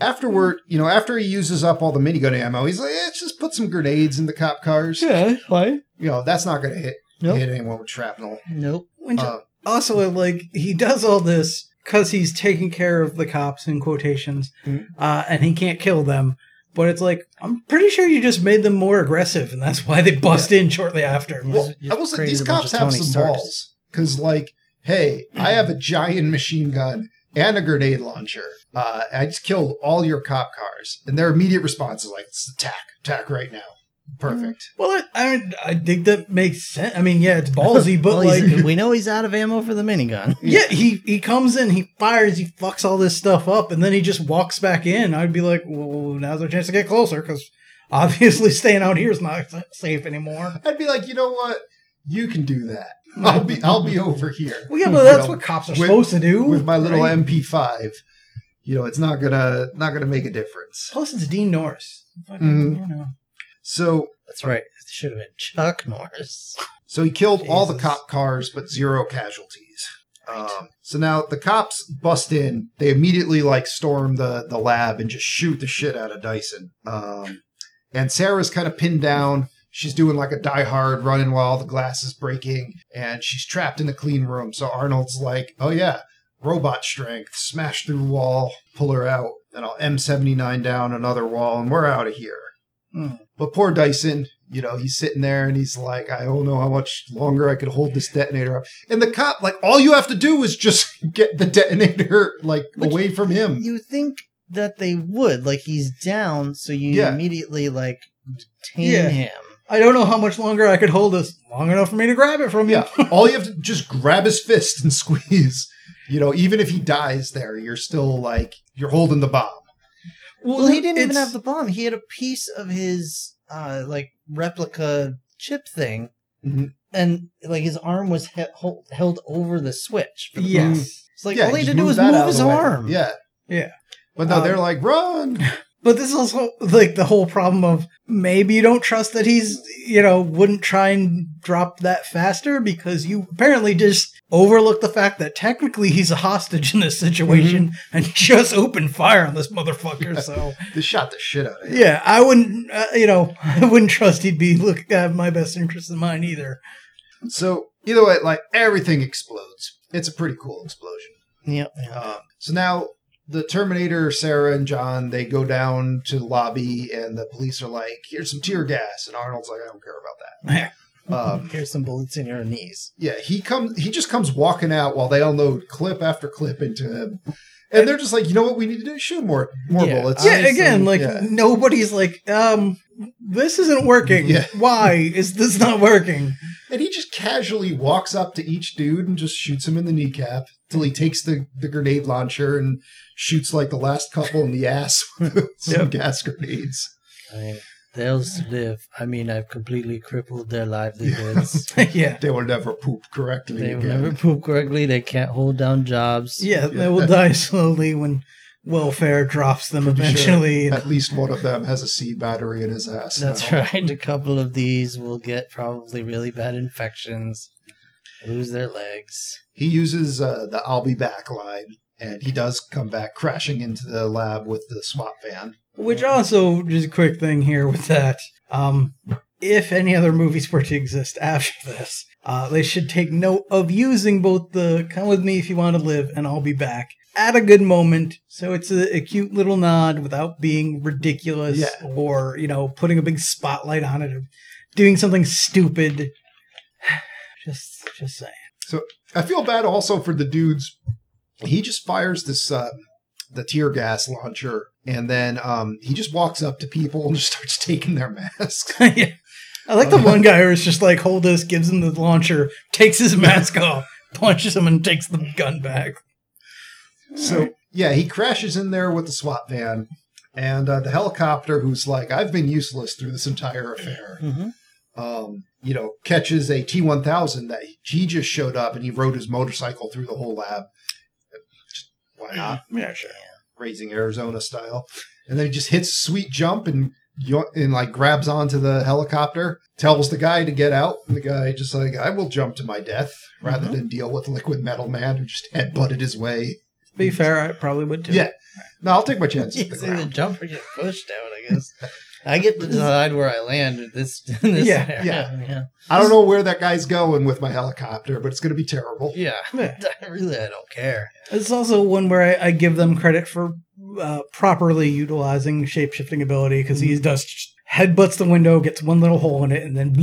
Speaker 2: afterward, you know, after he uses up all the minigun ammo, he's like, eh, let's just put some grenades in the cop cars.
Speaker 1: Yeah, fine.
Speaker 2: You know, that's not going to hit
Speaker 1: Nope.
Speaker 2: hit anyone with shrapnel.
Speaker 1: Nope.
Speaker 4: Which
Speaker 2: Uh,
Speaker 4: also like he does all this because he's taking care of the cops in quotations,
Speaker 2: Mhm.
Speaker 4: uh, and he can't kill them. But it's like I'm pretty sure you just made them more aggressive, and that's why they bust in shortly after.
Speaker 2: well,
Speaker 1: just
Speaker 2: I will say
Speaker 1: created
Speaker 2: these
Speaker 1: a bunch
Speaker 2: cops
Speaker 1: of
Speaker 2: have
Speaker 1: Tony
Speaker 2: some
Speaker 1: Starks.
Speaker 2: balls because, like, hey, I have a giant machine gun and a grenade launcher. Uh, I just killed all your cop cars, and their immediate response is like, "Let's attack, attack right now." Perfect.
Speaker 4: Well, I, I I think that makes sense. I mean, yeah, it's
Speaker 2: (laughs)
Speaker 4: ballsy, but
Speaker 1: Well,
Speaker 4: like,
Speaker 1: he's- we know he's out of ammo for the minigun.
Speaker 4: yeah, he he comes in, he fires, he fucks all this stuff up, and then he just walks back in. I'd be like, well, now's our chance to (laughs) get closer because obviously staying out here is not safe anymore.
Speaker 2: I'd be like, you know what? You can do that.
Speaker 1: Mm.
Speaker 2: I'll be I'll be over here
Speaker 4: Well, yeah, but that's
Speaker 2: Well,
Speaker 4: what cops are
Speaker 2: Mm-hmm. with-
Speaker 4: supposed to do.
Speaker 2: with my little
Speaker 4: right?
Speaker 2: MP5. You know, it's not gonna not gonna make a difference.
Speaker 4: Plus, it's Dean Norris. Fucking,
Speaker 2: Mhm.
Speaker 4: you know.
Speaker 2: So
Speaker 1: That's right. It should have been Chuck Norris.
Speaker 2: so he killed all the
Speaker 1: Jesus.
Speaker 2: cop cars, but zero casualties. Um, so now the cops bust in. They immediately like storm the the lab and just shoot the shit out of Dyson. Um, and Sarah's kind of pinned down. She's doing like a die hard running while the glass is breaking, and she's trapped in the clean room. So Arnold's like, "Oh yeah, robot strength, smash through wall, pull her out, and I'll M seventy nine down another wall, and we're out of here."
Speaker 4: Hmm.
Speaker 2: But poor Dyson, you know, he's sitting there and he's like, "I don't know how much longer I could hold this detonator up." And the cop, like, all you have to do is just (laughs) get the detonator like
Speaker 1: Which-
Speaker 2: away from him.
Speaker 1: You think that they would. Like, he's down, so you
Speaker 2: Yeah.
Speaker 1: immediately, like, detain
Speaker 4: Yeah.
Speaker 1: him.
Speaker 4: I don't know how much longer I could hold this. Long enough for me to grab it from you.
Speaker 2: Yeah, all you have to just grab his fist and (laughs) squeeze. You know, even if he dies there, you're still like you're holding the bomb.
Speaker 1: Well, he didn't even
Speaker 4: it's-
Speaker 1: have the bomb. He had a piece of his, uh, like, replica chip thing.
Speaker 2: Mhm.
Speaker 1: And, like, his arm was he- held, held over the switch.
Speaker 2: Mm-hmm.
Speaker 1: for the bomb.
Speaker 4: Yes.
Speaker 1: It's like,
Speaker 2: yeah,
Speaker 1: all he
Speaker 2: just
Speaker 1: had to do was
Speaker 2: that out
Speaker 1: move
Speaker 2: of
Speaker 1: his
Speaker 2: the way.
Speaker 1: arm.
Speaker 2: Yeah,
Speaker 4: Yeah.
Speaker 2: But no,
Speaker 4: Um,
Speaker 2: they're like run.
Speaker 4: But this is also like the whole problem of maybe you don't trust that he's, you know, wouldn't try and drop that faster because you apparently just overlooked the fact that technically he's a hostage in this situation
Speaker 2: Mm-hmm.
Speaker 4: and (laughs) just opened fire on this motherfucker. So,
Speaker 2: They shot the shit out of him.
Speaker 4: yeah, I wouldn't, uh, you know, (laughs) I wouldn't trust he'd be look at my best interest in mind either.
Speaker 2: So either way, like everything explodes. It's a pretty cool explosion.
Speaker 1: Yeah.
Speaker 2: Um, so now the Terminator, Sarah and John, they go down to the lobby, and the police are like, "Here's some tear gas," and Arnold's like, "I don't care about that."
Speaker 1: (laughs)
Speaker 2: Um,
Speaker 1: Here's some bullets in your knees.
Speaker 2: Yeah, he comes. He just comes walking out while they unload clip after clip into him, and they're just like, you know what, we need to do shoot more more
Speaker 1: Yeah,
Speaker 2: bullets.
Speaker 4: yeah, again, like
Speaker 2: yeah.
Speaker 4: nobody's like, um, this isn't working.
Speaker 2: Yeah.
Speaker 4: Why is this not working? (laughs)
Speaker 2: And he just casually walks up to each dude and just shoots him in the kneecap till he takes the the grenade launcher and shoots like the last couple in the ass (laughs) with some
Speaker 4: Yep.
Speaker 2: gas grenades.
Speaker 1: I mean, they'll live. I mean, I've completely crippled their livelihoods.
Speaker 4: yeah.
Speaker 2: They will never poop correctly
Speaker 1: they
Speaker 2: again.
Speaker 1: never poop correctly. They can't hold down jobs.
Speaker 4: Yeah, they will die (laughs) slowly when welfare drops them eventually.
Speaker 2: At least one of them has a C battery in his ass.
Speaker 1: That's (laughs)
Speaker 2: now.
Speaker 1: right. A couple of these will get probably really bad infections, lose
Speaker 4: (laughs)
Speaker 1: their legs.
Speaker 2: he uses uh, the "I'll be back" line, and he does come back crashing into the lab with the SWAT van.
Speaker 4: Which also, just a quick thing here with that. Um, if any other movies were to exist after this, uh, they should take note of using both the "Come with me if you want to live" and "I'll be back" at a good moment. So it's a, a cute little nod without being ridiculous
Speaker 2: Yeah.
Speaker 4: or you know putting a big spotlight on it or doing something stupid. just, just saying.
Speaker 2: I feel bad also for the dudes. He just fires this uh, the tear gas launcher, and then um, he just walks up to people and just starts taking their (laughs) masks.
Speaker 4: (laughs) yeah. I like the one guy who's just like, hold this, gives him the launcher, takes his mask off, punches him, and takes the gun back.
Speaker 2: So yeah, he crashes in there with the SWAT van, and uh, the helicopter, who's like, "I've been useless through this entire affair."
Speaker 1: Mhm.
Speaker 2: Um, you know, catches a T one thousand that he just showed up, and he rode his motorcycle through the whole lab. Just, Why not?
Speaker 4: Yeah, sure.
Speaker 2: raising Arizona style. And then he just hits a sweet jump and yo- and like grabs onto the helicopter, tells the guy to get out. And the guy just like, I will jump to my death rather than deal with liquid metal man who just headbutted his way.
Speaker 4: To be fair, I probably would too.
Speaker 2: Yeah. No, I'll take my chance.
Speaker 1: It's either jump or get pushed out. I guess I get to decide where I land. In this, (laughs) in this
Speaker 4: Yeah,
Speaker 1: area.
Speaker 2: yeah.
Speaker 1: yeah,
Speaker 2: I don't know where that guy's going with my helicopter, but it's going to be terrible.
Speaker 1: yeah. (laughs)
Speaker 4: Yeah.
Speaker 1: I really, I don't care.
Speaker 4: It's also one where I, I give them credit for uh, properly utilizing shapeshifting ability because
Speaker 2: Mm-hmm.
Speaker 4: he's just headbutts the window, gets one little hole in it, and then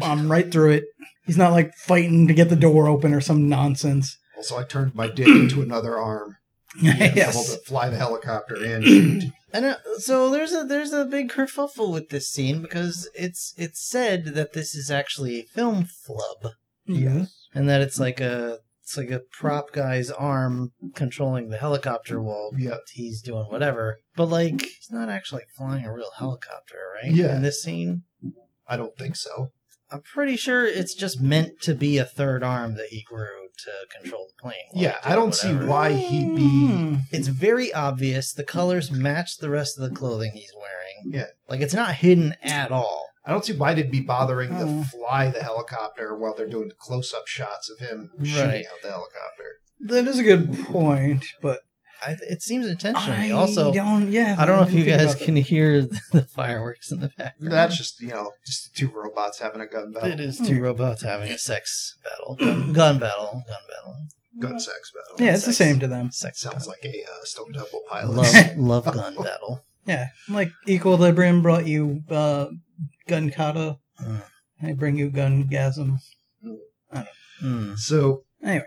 Speaker 4: (laughs) I'm right through it. He's not like fighting to get the door open or some nonsense.
Speaker 2: Also, I turned my dick into another arm. Able
Speaker 4: (laughs) yes.
Speaker 2: to fly the helicopter and shoot.
Speaker 1: And uh, so there's a there's a big kerfuffle with this scene because it's it's said that this is actually a film flub
Speaker 4: Yes.
Speaker 1: and that
Speaker 2: Mm-hmm.
Speaker 1: it's like a it's like a prop guy's arm controlling the helicopter while
Speaker 2: Yeah.
Speaker 1: he's doing whatever. But like he's not actually flying a real helicopter, right?
Speaker 2: Yeah.
Speaker 1: In this scene,
Speaker 2: I don't think so.
Speaker 1: I'm pretty sure it's just meant to be a third arm that he grew to control the plane. while
Speaker 2: Yeah,
Speaker 1: he did
Speaker 2: I don't see
Speaker 1: whatever.
Speaker 2: why he'd be.
Speaker 4: Hmm.
Speaker 1: It's very obvious. The colors match the rest of the clothing he's wearing.
Speaker 2: Yeah.
Speaker 1: Like it's not hidden at all.
Speaker 2: I don't see why they'd be bothering
Speaker 4: Oh.
Speaker 2: to fly the helicopter while they're doing close-up shots of him
Speaker 1: Right.
Speaker 2: shooting out the helicopter.
Speaker 4: That is a good point, but
Speaker 1: I, it seems intentionally.
Speaker 4: I
Speaker 1: also,
Speaker 4: don't. Yeah,
Speaker 1: I don't know if you
Speaker 4: didn't think
Speaker 1: guys
Speaker 4: about
Speaker 1: can hear (laughs) the fireworks in the background.
Speaker 2: That's just you know, just two robots having a gun battle,
Speaker 1: It is two robots having a sex battle, gun, gun battle, gun battle,
Speaker 2: gun sex
Speaker 4: that.
Speaker 2: battle.
Speaker 4: Yeah, it's the same to them.
Speaker 1: sex
Speaker 2: sounds like a uh, Stone Temple Pilots.
Speaker 1: (laughs) love, love gun battle.
Speaker 4: Yeah, like Equilibrium brought you uh, gun kata.
Speaker 1: Mm.
Speaker 4: I bring you gun gasm.
Speaker 1: Hmm.
Speaker 2: So
Speaker 4: Anyway.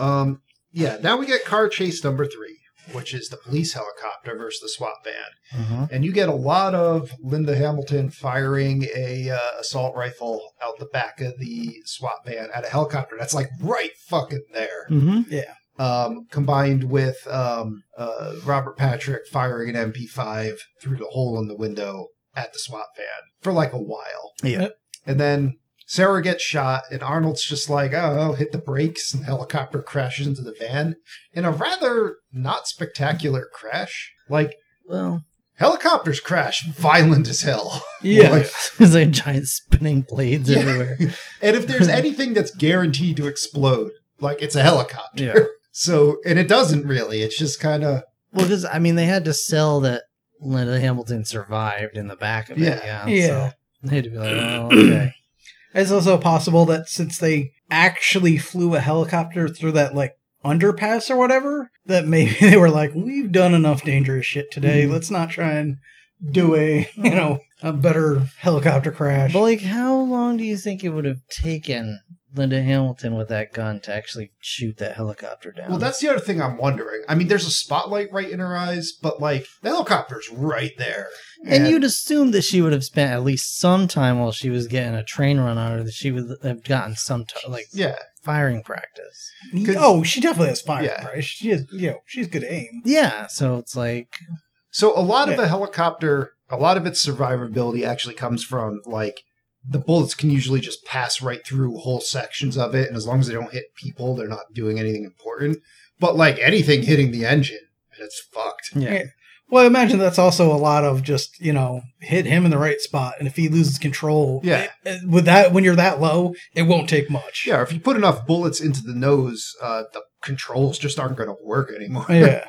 Speaker 2: um, yeah. Now we get car chase number three, which is the police helicopter versus the SWAT van.
Speaker 1: Mhm.
Speaker 2: and you get a lot of Linda Hamilton firing a uh, assault rifle out the back of the SWAT van at a helicopter. That's like right fucking there.
Speaker 1: Mhm.
Speaker 4: Yeah.
Speaker 2: Um, combined with um, uh, Robert Patrick firing an MP5 through the hole in the window at the SWAT van for like a while.
Speaker 1: Yeah.
Speaker 2: And then Sarah gets shot, and Arnold's just like, oh, hit the brakes, and the helicopter crashes into the van in a rather not spectacular crash. Like,
Speaker 1: Well,
Speaker 2: helicopters crash violent as hell. (laughs)
Speaker 4: Yeah,
Speaker 2: Like,
Speaker 1: (laughs) there's like giant spinning blades
Speaker 2: Yeah.
Speaker 1: everywhere.
Speaker 2: and if there's anything that's guaranteed to explode, like it's a helicopter.
Speaker 1: Yeah.
Speaker 2: (laughs) So, and it doesn't really. It's just kind of
Speaker 1: Well, because I mean, they had to sell that Linda Hamilton survived in the back of it.
Speaker 2: Yeah.
Speaker 1: Yeah,
Speaker 4: yeah.
Speaker 1: So they had to be like, oh,
Speaker 2: (clears throat)
Speaker 1: okay.
Speaker 4: It's also possible that since they actually flew a helicopter through that like underpass or whatever, that maybe (laughs) they were like, "We've done enough dangerous shit today. Let's not try and do a you know a better helicopter crash."
Speaker 1: But like, how long do you think it would have taken Linda Hamilton with that gun to actually shoot that helicopter down?
Speaker 2: well. That's the other thing I'm wondering. I mean, there's a spotlight right in her eyes, but like the helicopter's right there.
Speaker 1: and you'd assume that she would have spent at least some time while she was getting a train run on her that she would have gotten some t- like
Speaker 2: yeah,
Speaker 1: firing practice.
Speaker 2: because-
Speaker 4: oh, she definitely has fire.
Speaker 2: Yeah.
Speaker 4: Right? She is, you know, she's good aim.
Speaker 1: Yeah, so it's like
Speaker 2: So a lot of
Speaker 4: Yeah.
Speaker 2: a helicopter, a lot of its survivability actually comes from like the bullets can usually just pass right through whole sections of it, and as long as they don't hit people, they're not doing anything important. But like anything hitting the engine, it's fucked.
Speaker 1: yeah.
Speaker 4: Yeah. Well, I imagine that's also a lot of just you know hit him in the right spot, and if he loses control,
Speaker 2: Yeah.
Speaker 4: eh, with that when you're that low, it won't take much.
Speaker 2: Yeah, if you put enough bullets into the nose, uh, the controls just aren't going to work anymore.
Speaker 4: yeah.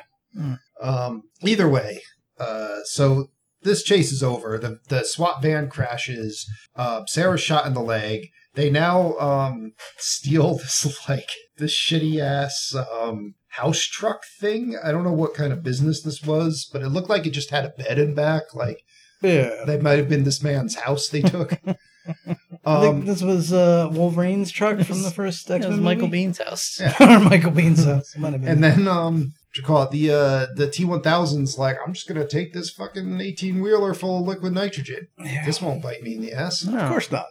Speaker 2: Um, either way, uh, so this chase is over. The the SWAT van crashes. Uh, Sarah's shot in the leg. They now um, steal (laughs) this like this shitty ass um, house truck thing. I don't know what kind of business this was, but it looked like it just had a bed in back. Like
Speaker 4: Yeah.
Speaker 2: that might have been this man's house they took.
Speaker 4: I think
Speaker 2: um,
Speaker 4: this was uh, Wolverine's truck from the first X
Speaker 1: That was
Speaker 4: Men.
Speaker 1: Michael Bean's house.
Speaker 2: Yeah.
Speaker 4: (laughs) or Michael Bean's house. It might have been.
Speaker 2: and then um, what you call it the uh, the T one thousand's like I'm just gonna take this fucking eighteen wheeler full of liquid nitrogen.
Speaker 4: Yeah.
Speaker 2: This won't bite me in the ass.
Speaker 4: of course not.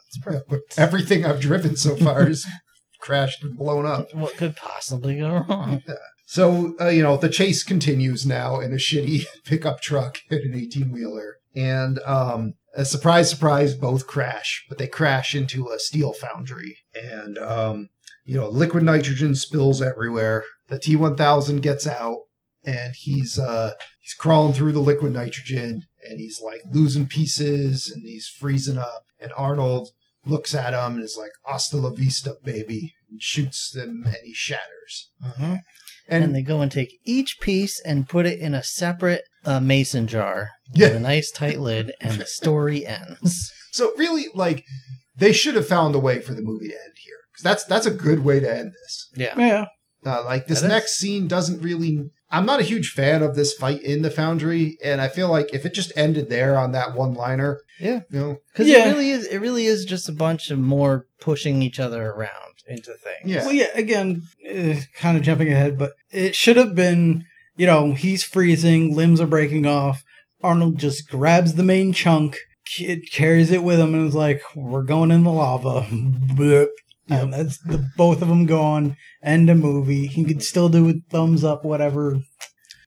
Speaker 2: Everything I've driven so far is (laughs) crashed and blown up.
Speaker 1: What could possibly go wrong?
Speaker 2: So, uh, you know, the chase continues now in a shitty (laughs) pickup truck and an 18 wheeler. And, um, a surprise, surprise, both crash, but they crash into a steel foundry. And, um, you know, liquid nitrogen spills everywhere. The T 1000 gets out and he's, uh, he's crawling through the liquid nitrogen and he's like losing pieces and he's freezing up. And Arnold looks at him and is like, hasta la vista, baby, and shoots them and he shatters.
Speaker 1: Mhm. And, they go and take each piece and put it in a separate uh, mason jar with
Speaker 2: Yeah.
Speaker 1: a nice tight lid, and the story ends.
Speaker 2: So really, like, they should have found a way for the movie to end here because that's that's a good way to end this.
Speaker 1: Yeah.
Speaker 4: Yeah.
Speaker 2: Uh, like this
Speaker 1: That is.
Speaker 2: next scene doesn't really. I'm not a huge fan of this fight in the foundry, and I feel like if it just ended there on that one liner,
Speaker 1: Yeah.
Speaker 2: you know,
Speaker 1: Because
Speaker 4: Yeah.
Speaker 1: it really is it really is just a bunch of more pushing each other around into things.
Speaker 2: yeah,
Speaker 4: Well, yeah. Again, eh, kind of jumping ahead, but it should have been. You know, he's freezing, limbs are breaking off. Arnold just grabs the main chunk, it carries it with him, and is like, "We're going in the lava." (laughs) Blip. And that's the both of them gone. End a movie. He could still do a thumbs up, whatever.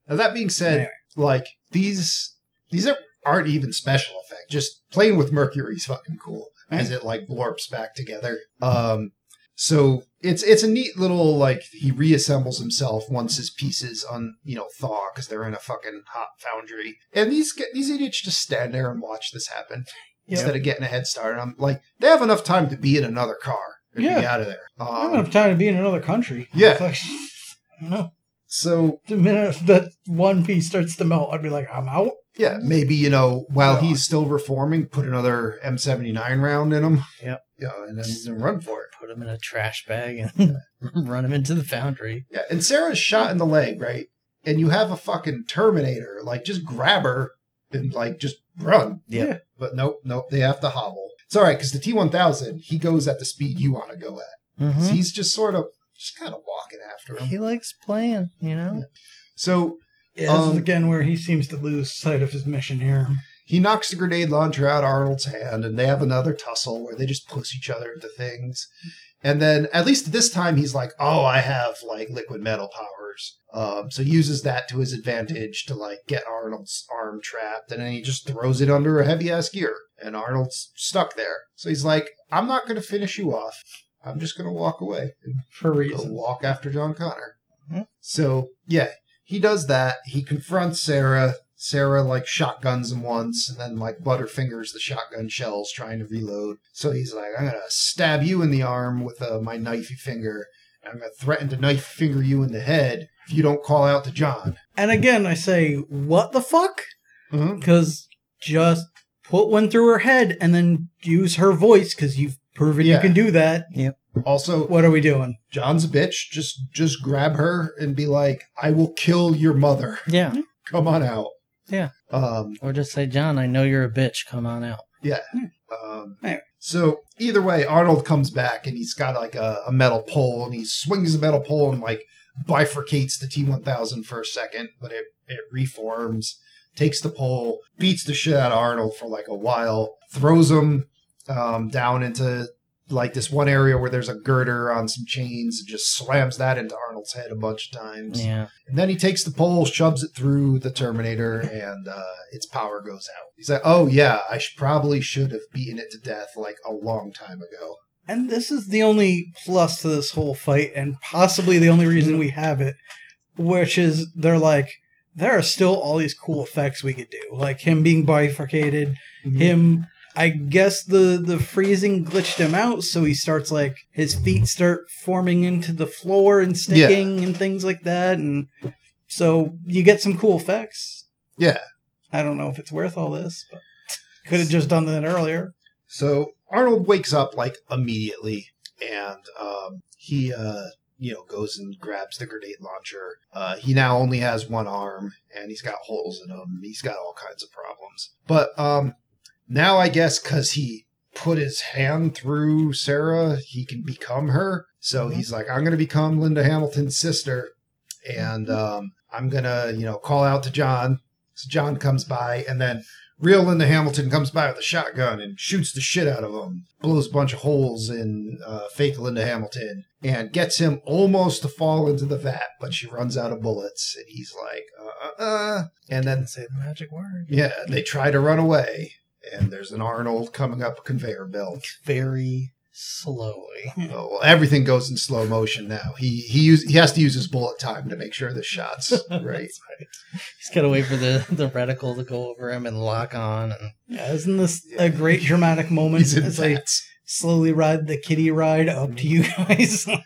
Speaker 2: Now that being said,
Speaker 4: Anyway.
Speaker 2: like these these are, aren't even special effect. Just playing with mercury is fucking cool. as it like blorps back together. Um, so it's it's a neat little like he reassembles himself once his pieces un you know thaw because they're in a fucking hot foundry, and these g- these idiots just stand there and watch this happen
Speaker 4: (laughs) Yep.
Speaker 2: instead of getting a head start. I'm like, they have enough time to be in another car and
Speaker 4: Yeah.
Speaker 2: be out of there. Um,
Speaker 4: I don't have time to be in another country.
Speaker 2: Yeah.
Speaker 4: Fuck. I don't know.
Speaker 2: so
Speaker 4: (laughs) The minute that one piece starts to melt, I'd be like, I'm out.
Speaker 2: yeah, maybe you know while
Speaker 4: Yeah.
Speaker 2: he's still reforming, put another M79 round in him.
Speaker 1: Yep.
Speaker 2: Yeah, and then then run for it.
Speaker 1: Put him in a trash bag and (laughs) run him into the foundry.
Speaker 2: Yeah, and Sarah's shot in the leg, right? And you have a fucking Terminator, like just grab her and like just run.
Speaker 1: Yeah.
Speaker 4: Yeah.
Speaker 2: But nope, nope, they have to hobble. It's all right because the T one thousand he goes at the speed you want to go at. So he's just sort of just kind of walking after him.
Speaker 1: He likes playing, you know?
Speaker 2: So
Speaker 4: Yeah, this
Speaker 2: Um,
Speaker 4: is again where he seems to lose sight of his mission here.
Speaker 2: he knocks the grenade launcher out Arnold's hand, and they have another tussle where they just push each other into things. And then at least this time he's like, "Oh, I have like liquid metal powers," um, so he uses that to his advantage to like get Arnold's arm trapped, and then he just throws it under a heavy ass gear, and Arnold's stuck there. So he's like, "I'm not going to finish you off. I'm just going to walk away."
Speaker 4: For
Speaker 2: go
Speaker 4: reasons.
Speaker 2: walk after John Connor.
Speaker 1: Mhm.
Speaker 2: So yeah, he does that. He confronts Sarah. Sarah like shotguns him once, and then like butterfingers the shotgun shells trying to reload. So he's like, "I'm gonna stab you in the arm with uh, my knifey finger. and I'm gonna threaten to knife finger you in the head if you don't call out to John."
Speaker 4: And again, I say, what the fuck? Mm-hmm.
Speaker 2: Mhm.
Speaker 4: Because just put one through her head and then use her voice because you've proven
Speaker 2: Yeah.
Speaker 4: you can do that.
Speaker 2: Also,
Speaker 4: What are we doing?
Speaker 2: John's a bitch. Just just grab her and be like, "I will kill your mother.
Speaker 1: Yeah.
Speaker 2: Come on out."
Speaker 1: Yeah.
Speaker 2: Um.
Speaker 1: Or just say, John, I know you're a bitch. Come on out.
Speaker 2: Um,
Speaker 4: Anyway.
Speaker 2: So either way, Arnold comes back and he's got like a, a metal pole and he swings the metal pole and like bifurcates the T1000 for a second, but it, it reforms, takes the pole, beats the shit out of Arnold for like a while, throws him um, down into like this one area where there's a girder on some chains and just slams that into Arnold's head a bunch of times.
Speaker 1: Yeah.
Speaker 2: And then he takes the pole, shoves it through the Terminator, and uh, its power goes out. He's like, "Oh yeah, I sh- probably should have beaten it to death like a long time ago."
Speaker 4: And this is the only plus to this whole fight, and possibly the only reason we have it, which is they're like, there are still all these cool effects we could do, like him being bifurcated, him. I guess the the freezing glitched him out, so he starts like his feet start forming into the floor and sticking and things like that, and so you get some cool effects.
Speaker 2: Yeah.
Speaker 4: I don't know if it's worth all this, but could have just done that earlier.
Speaker 2: So Arnold wakes up like immediately, and um, he, uh, you know, goes and grabs the grenade launcher. Uh, he now only has one arm, and he's got holes in him. He's got all kinds of problems. But um, now I guess because he put his hand through Sarah, he can become her. So he's like, I'm going to become Linda Hamilton's sister, and um, I'm going to, you know, call out to John. So John comes by, and then Real Linda Hamilton comes by with a shotgun and shoots the shit out of him, blows a bunch of holes in uh, fake Linda Hamilton, and gets him almost to fall into the vat, but she runs out of bullets, and he's like, uh, uh, uh. And then,
Speaker 1: And say the magic word.
Speaker 2: yeah, they try to run away, and there's an Arnold coming up a conveyor belt.
Speaker 1: Very slowly.
Speaker 2: Oh, well, everything goes in slow motion now. He he use, he has to use his bullet time to make sure the
Speaker 1: (laughs)
Speaker 2: shots right.
Speaker 1: He's got to wait for the, (laughs) the reticle to go over him and lock on. And
Speaker 4: Yeah, isn't this
Speaker 2: Yeah.
Speaker 4: a great dramatic moment
Speaker 2: He's in
Speaker 4: as I
Speaker 2: vats.
Speaker 4: slowly ride the kitty ride up to you guys? (laughs) Oh,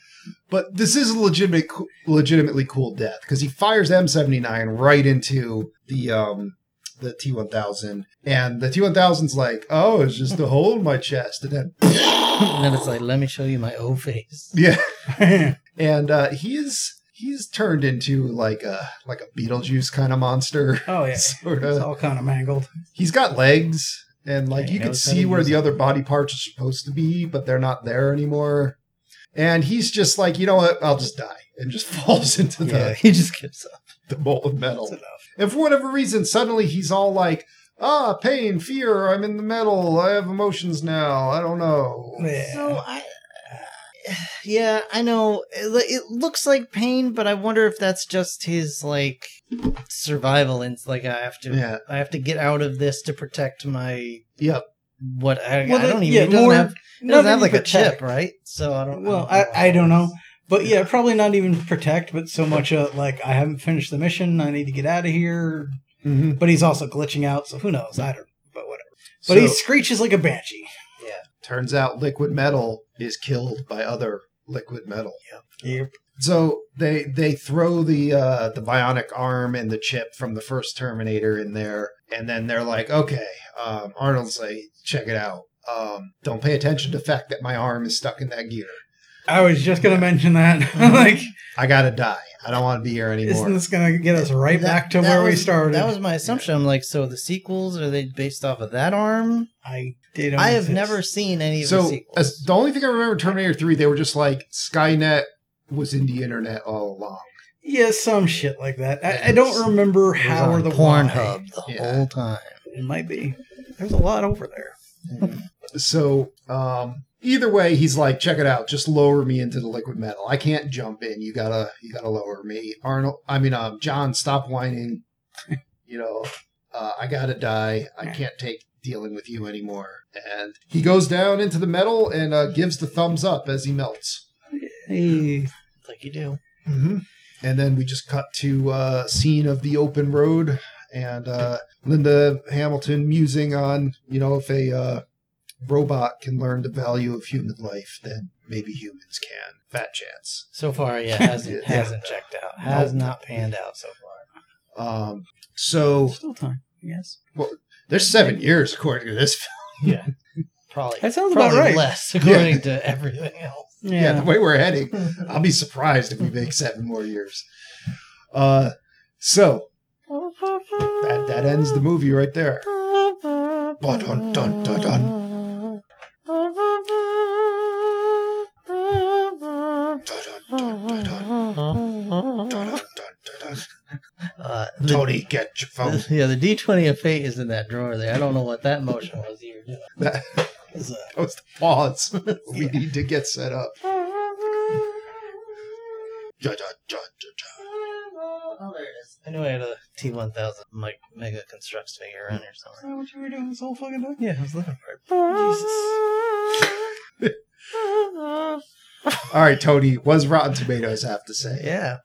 Speaker 2: But this is a legitimate, co- legitimately cool death because he fires M seventy nine right into the um the T one thousand, and the T one thousand's like, oh, it's just a hole in my chest, and then
Speaker 1: and then it's like, let me show you my O face. (laughs)
Speaker 2: yeah,
Speaker 4: yeah,
Speaker 2: and uh, he is he's turned into like a like a Beetlejuice kind of monster, (laughs)
Speaker 4: oh yeah,
Speaker 2: sort
Speaker 4: it's
Speaker 2: of.
Speaker 4: all kind of mangled.
Speaker 2: he's got legs and like you
Speaker 1: Yeah, he
Speaker 2: can
Speaker 1: knows how
Speaker 2: see
Speaker 1: to
Speaker 2: where
Speaker 1: use
Speaker 2: the
Speaker 1: it.
Speaker 2: other body parts are supposed to be but they're not there anymore and he's just like you know what i'll just die and just (laughs) falls into
Speaker 1: Yeah, he just gives up.
Speaker 2: the, the bowl of metal
Speaker 4: That's enough.
Speaker 2: and for whatever reason suddenly he's all like ah pain fear i'm in the metal i have emotions now i don't know
Speaker 4: Yeah.
Speaker 1: So I. Yeah, I know. It, lo- it looks like pain, but I wonder if that's just his like survival. And like, I have to,
Speaker 2: yeah
Speaker 1: I have to get out of this to protect my
Speaker 2: yep
Speaker 1: what I,
Speaker 4: Well,
Speaker 1: I don't
Speaker 4: they-
Speaker 1: even
Speaker 4: yeah,
Speaker 1: it doesn't
Speaker 4: more-
Speaker 1: have it
Speaker 4: not
Speaker 1: doesn't have
Speaker 4: even
Speaker 1: like a
Speaker 4: protect.
Speaker 1: chip, right? So I don't.
Speaker 4: Well,
Speaker 1: why
Speaker 4: I, I
Speaker 1: that
Speaker 4: don't know.
Speaker 1: was.
Speaker 4: But yeah, probably not even protect, but so much uh, like I haven't finished the mission. I need to get out of here.
Speaker 2: Mm-hmm.
Speaker 4: But he's also glitching out, so who knows? I don't. But whatever. But
Speaker 2: so,
Speaker 4: he screeches like a banshee.
Speaker 2: turns out liquid metal is killed by other liquid metal.
Speaker 4: Yep.
Speaker 2: So they they throw the uh, the bionic arm and the chip from the first Terminator in there, and then they're like, okay, um, Arnold's like, check it out. Um, don't pay attention to the fact that my arm is stuck in that gear.
Speaker 4: I was just gonna mention that. (laughs)
Speaker 1: Mm-hmm.
Speaker 4: like,
Speaker 2: I gotta die. I don't want to be here
Speaker 4: isn't
Speaker 2: anymore.
Speaker 4: this gonna get us right
Speaker 1: That-
Speaker 4: back to
Speaker 1: that
Speaker 4: where we
Speaker 1: was-
Speaker 4: started?
Speaker 1: That was my assumption. I'm like, so the sequels are they based off of that arm?
Speaker 4: I did.
Speaker 1: I have never seen any of the
Speaker 2: So
Speaker 1: sequels.
Speaker 2: as, the only thing I remember in Terminator Three, they were just like Skynet was in the internet all along.
Speaker 4: Yeah, some shit like that. I, I don't remember
Speaker 1: It was
Speaker 4: how or
Speaker 1: on
Speaker 4: the why.
Speaker 1: Pornhub the
Speaker 2: Yeah.
Speaker 1: whole time.
Speaker 4: It might be. There's a lot over there.
Speaker 2: So um, either way, he's like, check it out. Just lower me into the liquid metal. I can't jump in. You gotta, you gotta lower me. Arnold, I mean, um, John, stop whining. you know, uh, I gotta die. I can't take dealing with you anymore. And he goes down into the metal and uh, gives the thumbs up as he melts.
Speaker 4: Hey,
Speaker 1: Like you do.
Speaker 2: Mm-hmm. And then we just cut to uh, scene of the open road and uh, Linda Hamilton musing on, you know, if a uh, robot can learn the value of human life, then maybe humans can. Fat chance.
Speaker 1: So far, yeah,
Speaker 4: (laughs)
Speaker 1: hasn't
Speaker 2: Yeah.
Speaker 1: hasn't checked out. Has not panned out so far.
Speaker 2: Um, so
Speaker 4: still time. Yes,
Speaker 2: there's seven years according to this. (laughs) film.
Speaker 1: Probably
Speaker 4: that sounds about
Speaker 1: probably
Speaker 4: right.
Speaker 1: less according to everything else.
Speaker 4: Yeah.
Speaker 2: Yeah. the way we're heading, I'll be surprised if we make seven more years. Uh, so that, that ends the movie right there. Dun, dun, dun, dun.
Speaker 1: Uh-huh. Uh, the-
Speaker 2: Tony, get your phone.
Speaker 1: yeah, the D twenty of fate is in that drawer there. I don't know what that motion was you were doing.
Speaker 2: That,
Speaker 1: It's, uh,
Speaker 2: that was the pause. (laughs) we need to get set up. Ja, ja, ja, ja,
Speaker 1: oh, there it is. I knew I had a T one thousand like mega constructs figure on here somewhere.
Speaker 4: that what you were doing this whole fucking time?
Speaker 1: Yeah, I was looking for it. (laughs)
Speaker 2: ja. All right, Tony. Was Rotten Tomatoes have to say?
Speaker 1: Yeah,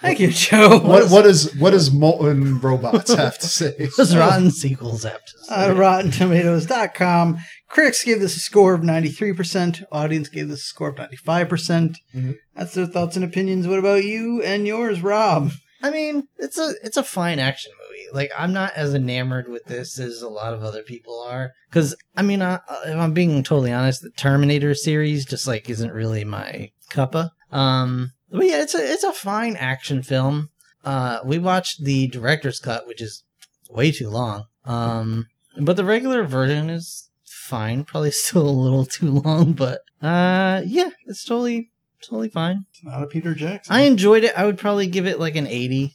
Speaker 4: Thank you, Joe.
Speaker 2: What what is what does Molten Robots have to (laughs) say? Um,
Speaker 1: those rotten sequels after.
Speaker 4: uh, RottenTomatoes.com. Critics gave this a score of 93%. Audience gave this a score of 95%. percent
Speaker 1: Mm-hmm.
Speaker 2: Mhm.
Speaker 4: That's their thoughts and opinions. What about you and yours, Rob?
Speaker 1: I mean, it's a it's a fine action movie. Like I'm not as enamored with this as a lot of other people are. Because I mean, I, if I'm being totally honest, the Terminator series just like isn't really my cuppa. Um, but yeah, it's a it's a fine action film. Uh, we watched the director's cut, which is way too long. Um, but the regular version is fine. Probably (laughs) still a little too long, but uh, yeah, it's totally totally fine.
Speaker 4: It's not a Peter Jackson.
Speaker 1: I enjoyed it. I would probably give it like an eighty.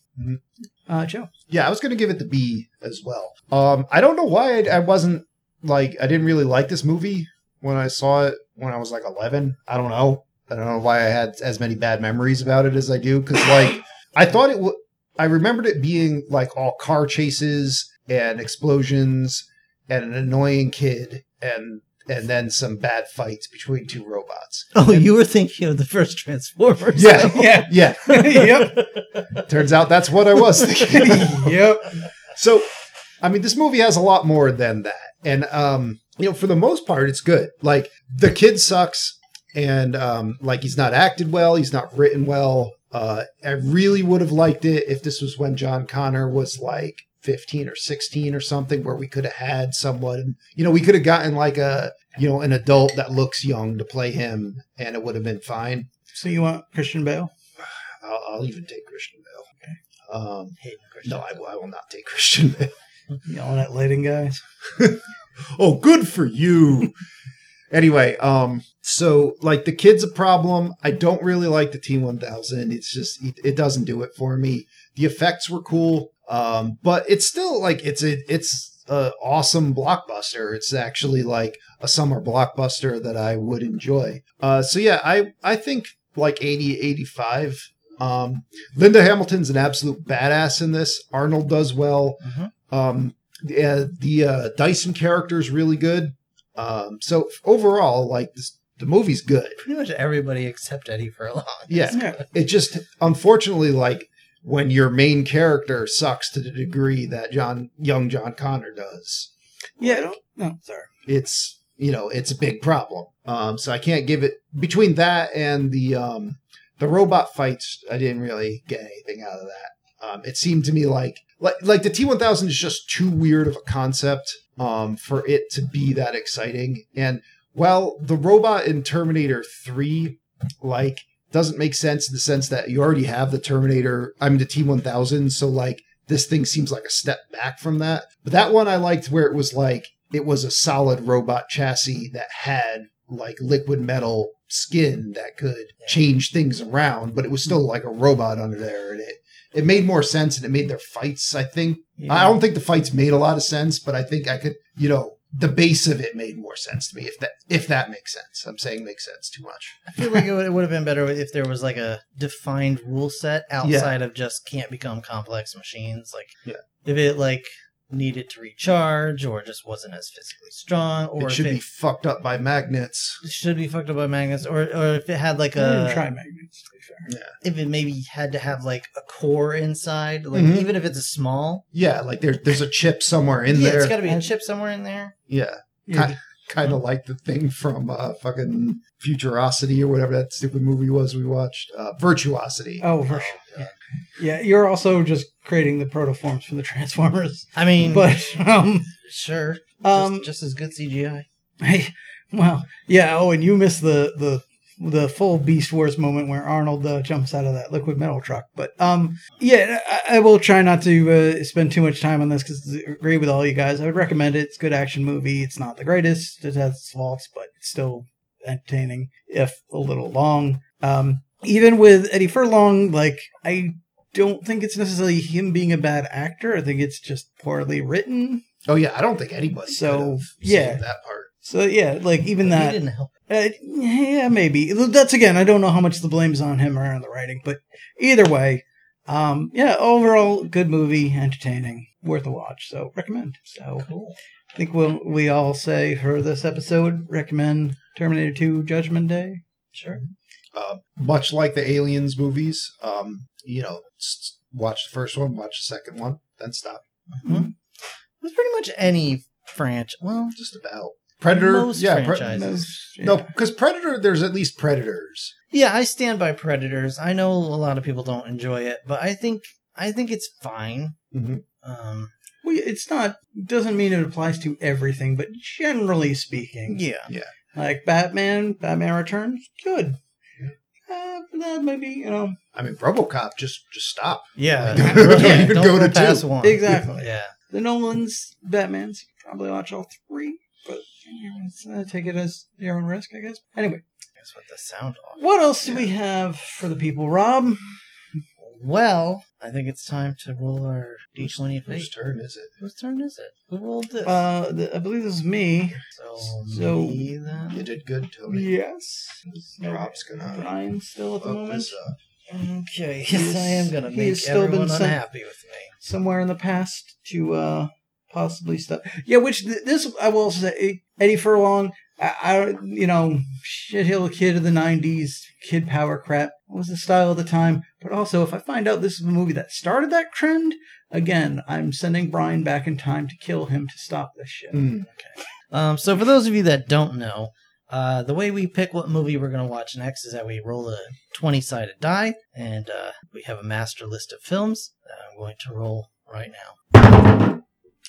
Speaker 4: uh, Joe. (laughs)
Speaker 2: Yeah, I was gonna give it the B as well. Um, I don't know why I, I wasn't like I didn't really like this movie when I saw it when I was like eleven. I don't know. I don't know why I had as many bad memories about it as I do because like I thought it would. I remembered it being like all car chases and explosions and an annoying kid and and then some bad fights between two robots.
Speaker 1: Oh, you were thinking of the first Transformers.
Speaker 2: Yeah,
Speaker 4: Yeah. (laughs)
Speaker 2: yeah.
Speaker 4: yep.
Speaker 2: Turns out that's what I was
Speaker 4: (laughs)
Speaker 2: thinking.
Speaker 4: Yep.
Speaker 2: So, I mean, this movie has a lot more than that, and um, you know, for the most part, it's good. Like the kid sucks, and um, like he's not acted well, he's not written well. Uh, I really would have liked it if this was when John Connor was like. 15 or 16 or something where we could have had someone you know we could have gotten like a you know an adult that looks young to play him and it would have been fine
Speaker 4: So you want Christian Bale?
Speaker 2: i'll, I'll even take christian bale um no I, will- I will not take (laughs) christian bale
Speaker 4: Yelling at lighting guys.
Speaker 2: oh good for you anyway um so like the kid's a problem i don't really like the t1000 it's just it, it doesn't do it for me the effects were cool um but it's still like it's a it's a awesome blockbuster it's actually like a summer blockbuster that i would enjoy uh so yeah i i think like 80 85 um linda hamilton's an absolute badass in this arnold does well
Speaker 1: Mhm.
Speaker 2: um the, uh, the uh, Dyson character is really good. Um, so overall, like this, the movie's good.
Speaker 1: Pretty much everybody except Eddie Furlong.
Speaker 2: Yeah,
Speaker 4: Yeah.
Speaker 2: it just unfortunately like when your main character sucks to the degree that John young John Connor does,
Speaker 4: Yeah. I don't- No, sorry.
Speaker 2: it's you know it's a big problem. Um, so I can't give it between that and the um, the robot fights. I didn't really get anything out of that. Um, it seemed to me like like like the T one thousand is just too weird of a concept um, for it to be that exciting. And while the robot in Terminator three like doesn't make sense in the sense that you already have the Terminator. I mean the T one thousand. So like this thing seems like a step back from that. But that one I liked where it was like it was a solid robot chassis that had like liquid metal skin that could change things around, but it was still like a robot under there, and it it made more sense, and it made their fights. I think I don't think the fights made a lot of sense, but I think I could, you know, the base of it made more sense to me. If that if that makes sense, I'm saying makes sense too much.
Speaker 1: I feel like it would, it would have been better if there was like a defined rule set outside of just can't become complex machines. Like
Speaker 2: Yeah.
Speaker 1: if it like needed to recharge or just wasn't as physically strong or
Speaker 2: it should
Speaker 1: if
Speaker 2: be fucked up by magnets.
Speaker 1: it should be fucked up by magnets or or if it had like
Speaker 4: I didn't
Speaker 1: a
Speaker 4: try magnets. To be fair.
Speaker 1: if it maybe had to have like a core inside like
Speaker 2: Mhm.
Speaker 1: even if it's a small
Speaker 2: Yeah, like there's there's a chip somewhere in
Speaker 1: yeah,
Speaker 2: there.
Speaker 1: it's got to be a chip somewhere in there.
Speaker 2: yeah,
Speaker 4: Yeah,
Speaker 2: Ki- kind of like the thing from uh, fucking Futurosity or whatever that stupid movie was we watched. Uh, Virtuosity.
Speaker 4: Oh, for sure. Yeah, you're also just creating the protoforms for the (laughs) Transformers.
Speaker 1: I mean,
Speaker 4: But um,
Speaker 1: sure,
Speaker 4: um,
Speaker 1: just, just as good CGI.
Speaker 4: hey, well, yeah. Oh, and you missed the the the full Beast Wars moment where Arnold uh, jumps out of that liquid metal truck. But um, yeah, I, I will try not to uh, spend too much time on this because I agree with all you guys. I would recommend it. It's a good action movie. It's not the greatest. It has its faults, but it's still entertaining, if a little long. Um, even with Eddie Furlong, like I don't think it's necessarily him being a bad actor. I think it's just poorly written.
Speaker 2: Oh yeah, I don't think anybody.
Speaker 4: So,
Speaker 2: could have saved
Speaker 4: yeah.
Speaker 2: that part.
Speaker 4: So yeah, like even
Speaker 1: He
Speaker 4: that
Speaker 1: didn't help.
Speaker 4: uh, yeah, maybe. That's again, I don't know how much the blame's on him or on the writing, but either way, um, yeah, overall, good movie, entertaining, worth a watch. So recommend. So I think we'll we all say for this episode, recommend Terminator Two: Judgment Day. Sure.
Speaker 2: Uh, much like the Aliens movies, um, you know, s- watch the first one, watch the second one, then stop.
Speaker 1: With pretty much any franchise. Well,
Speaker 2: Just about Predator.
Speaker 1: Most
Speaker 2: yeah,
Speaker 1: franchises.
Speaker 2: no, because Predator. There's at least Predators.
Speaker 1: Yeah, I stand by Predators. I know a lot of people don't enjoy it, but I think I think it's fine.
Speaker 4: Mm-hmm.
Speaker 2: Mhm.
Speaker 1: Um,
Speaker 4: we, it's not. Doesn't mean it applies to everything, but generally speaking,
Speaker 1: yeah,
Speaker 4: like Batman, Batman Returns, good. Uh, that maybe you know
Speaker 2: I mean, RoboCop. Just just stop.
Speaker 4: (laughs)
Speaker 1: yeah.
Speaker 2: Don't
Speaker 1: Yeah,
Speaker 2: even go to two.
Speaker 1: pass one.
Speaker 4: exactly.
Speaker 1: Yeah,
Speaker 4: The Nolans, Batman's, you can probably watch all three, but you know, it's, uh, take it as your own risk, I guess. Anyway,
Speaker 1: that's what the sound off.
Speaker 4: what else do we have for the people, Rob?
Speaker 1: Well, I think it's time to roll our d twenty of fate.
Speaker 2: Whose turn is it?
Speaker 1: Whose turn is it? Who rolled this?
Speaker 4: Uh, th- I believe this is me.
Speaker 1: so,
Speaker 4: so-
Speaker 1: me then?
Speaker 2: You did good, Tony.
Speaker 4: Yes.
Speaker 2: Rob's gonna
Speaker 4: Brian still at the
Speaker 2: up
Speaker 4: moment.
Speaker 2: this up.
Speaker 1: Okay, (laughs) yes, I am gonna
Speaker 4: He
Speaker 1: make
Speaker 4: has still been
Speaker 1: everyone
Speaker 4: sent-
Speaker 1: unhappy with me.
Speaker 4: Somewhere in the past to uh, possibly stop. Yeah, which th- this I will say, Eddie Furlong. I, I you know, shitheel kid of the '90s, kid power crap was the style of the time. But also, if I find out this is the movie that started that trend, again, I'm sending Brian back in time to kill him to stop this shit.
Speaker 2: Mm.
Speaker 1: Um, so for those of you that don't know, uh, the way we pick what movie we're going to watch next is that we roll a 20 sided die, and uh, we have a master list of films that I'm going to roll right now.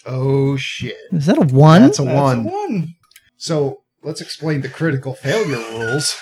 Speaker 2: Oh shit.
Speaker 1: Is that a one?
Speaker 2: That's a
Speaker 4: That's
Speaker 2: one.
Speaker 4: a one.
Speaker 2: So let's explain the critical failure
Speaker 4: (laughs)
Speaker 2: rules.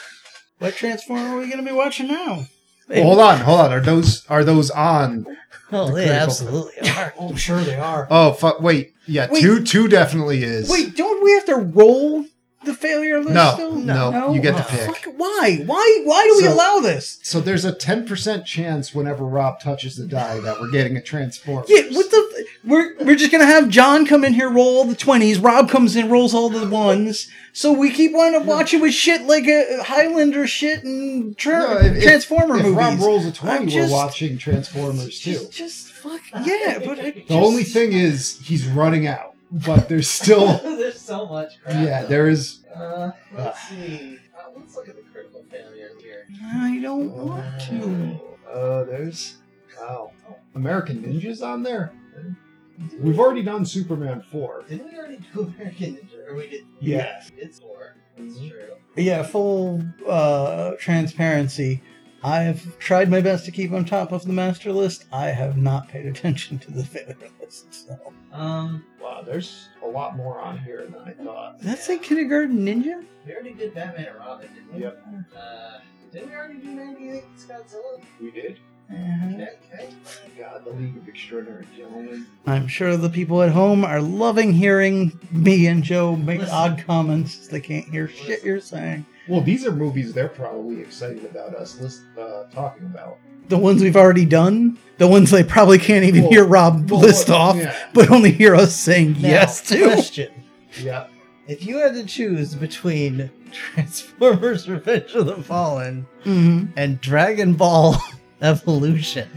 Speaker 4: What Transformer are we going to be watching now?
Speaker 1: Wait.
Speaker 2: Well, hold on, hold on. Are those are those on?
Speaker 1: oh, they
Speaker 2: critical.
Speaker 1: (laughs) absolutely are.
Speaker 4: Oh, sure they are.
Speaker 2: Oh fuck! Wait, yeah,
Speaker 4: Wait.
Speaker 2: two two definitely is.
Speaker 4: Wait, don't we have to roll the failure list?
Speaker 2: No,
Speaker 4: still?
Speaker 2: no, you get to
Speaker 4: Oh,
Speaker 2: pick.
Speaker 4: fuck, why? Why? Why do we
Speaker 2: So-
Speaker 4: allow this?
Speaker 2: So there's a ten percent chance whenever Rob touches the die that we're getting a transformer.
Speaker 4: Yeah, what the? We're we're just gonna have John come in here, roll all the twenties. Rob comes in, rolls all the ones. So we keep winding up watching with shit like a Highlander shit and
Speaker 2: No,
Speaker 4: tra-
Speaker 2: if- if-
Speaker 4: Transformer
Speaker 2: If
Speaker 4: movies.
Speaker 2: Rob rolls a 20
Speaker 4: I'm
Speaker 2: we're
Speaker 4: just-
Speaker 2: watching Transformers too.
Speaker 4: Just fuck yeah, but I
Speaker 2: The only thing is he's running out, but there's still
Speaker 1: so much crap.
Speaker 2: Yeah, there is.
Speaker 1: Uh, let's see. Uh, let's look at the critical failure here.
Speaker 4: I don't want to.
Speaker 2: Uh, there's. Wow. American Ninjas on there? We've already done Superman 4.
Speaker 1: Did we already do American Ninja? Or we did?
Speaker 2: Yeah.
Speaker 1: It's four. It's true.
Speaker 4: Yeah, full uh, transparency. I've tried my best to keep on top of the master list. I have not paid attention to the (laughs) failure list. So.
Speaker 1: Um,
Speaker 2: Wow, there's a lot more on here than I thought.
Speaker 4: That's a kindergarten ninja.
Speaker 1: we already did Batman and Robin, didn't we?
Speaker 2: Yep.
Speaker 1: Uh, didn't we already do 98's Godzilla?
Speaker 2: We did?
Speaker 4: Uh,
Speaker 1: Okay. okay.
Speaker 2: God, the League of Extraordinary Gentlemen.
Speaker 4: I'm sure the people at home are loving hearing me and Joe make
Speaker 1: Listen.
Speaker 4: odd comments. They can't hear shit you're saying.
Speaker 2: Well, these are movies they're probably excited about us list, uh, talking about.
Speaker 4: The ones we've already done, the ones they probably can't even
Speaker 2: Well,
Speaker 4: hear Rob list off,
Speaker 2: Yeah.
Speaker 4: but only hear us saying
Speaker 1: Now,
Speaker 4: yes to.
Speaker 1: Question.
Speaker 2: yeah.
Speaker 1: If you had to choose (laughs) between Transformers Revenge of the Fallen
Speaker 4: hmm
Speaker 1: and Dragon Ball (laughs) Evolution,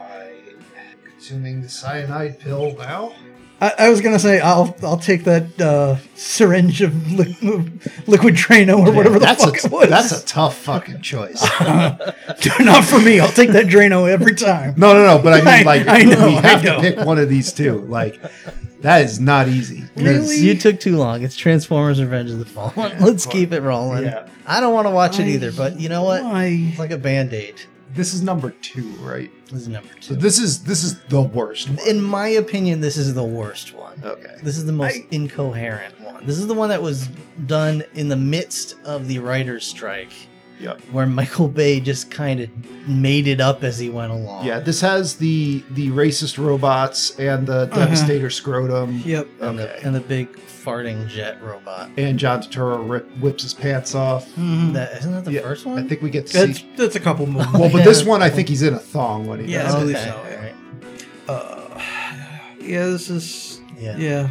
Speaker 2: I'm consuming the cyanide pill now.
Speaker 4: I, I was gonna say I'll I'll take that uh, syringe of li- of liquid Trano or whatever the
Speaker 2: that's
Speaker 4: fuck
Speaker 2: a,
Speaker 4: it was. (laughs)
Speaker 2: That's a tough fucking choice.
Speaker 4: not for me. I'll take that Drano every time.
Speaker 2: No, no, no. But I
Speaker 4: I-
Speaker 2: mean, like,
Speaker 4: I know,
Speaker 2: we have
Speaker 4: I
Speaker 2: to
Speaker 4: know.
Speaker 2: pick one of these two. Like, (laughs) that is not easy.
Speaker 4: Really?
Speaker 1: you took too long. It's Transformers Revenge of the Fallen. (laughs) Let's
Speaker 2: well,
Speaker 1: keep it rolling.
Speaker 2: Yeah.
Speaker 1: I don't want to watch it
Speaker 4: I-
Speaker 1: either, but you know what?
Speaker 4: Why?
Speaker 1: It's like a band aid.
Speaker 2: This is number two, right?
Speaker 1: This is number
Speaker 2: So
Speaker 1: two.
Speaker 2: this is this is the worst. One.
Speaker 1: In my opinion, this is the worst one.
Speaker 2: Okay.
Speaker 1: This is the most
Speaker 4: I-
Speaker 1: incoherent one. This is the one that was done in the midst of the writer's strike.
Speaker 2: Yep.
Speaker 1: Where Michael Bay just kind of made it up as he went along.
Speaker 2: Yeah, this has the the racist robots and the
Speaker 4: Uh-huh.
Speaker 2: Devastator scrotum.
Speaker 4: Yep.
Speaker 1: And,
Speaker 2: Okay.
Speaker 1: the, and the big farting jet robot.
Speaker 2: And John Turturro rip, whips his pants off.
Speaker 4: Mhm.
Speaker 1: That, isn't that the
Speaker 2: Yeah,
Speaker 1: first
Speaker 2: I
Speaker 1: one?
Speaker 2: think we get to
Speaker 4: That's
Speaker 2: see.
Speaker 4: that's a couple movies.
Speaker 2: (laughs) Well, but
Speaker 1: yeah.
Speaker 2: this one, I think he's in a thong when he
Speaker 4: Yeah,
Speaker 2: does
Speaker 4: I
Speaker 2: it.
Speaker 4: believe
Speaker 1: Okay,
Speaker 4: so,
Speaker 1: all
Speaker 4: yeah.
Speaker 1: right.
Speaker 4: Uh, yeah, this is
Speaker 1: Yeah.
Speaker 4: yeah.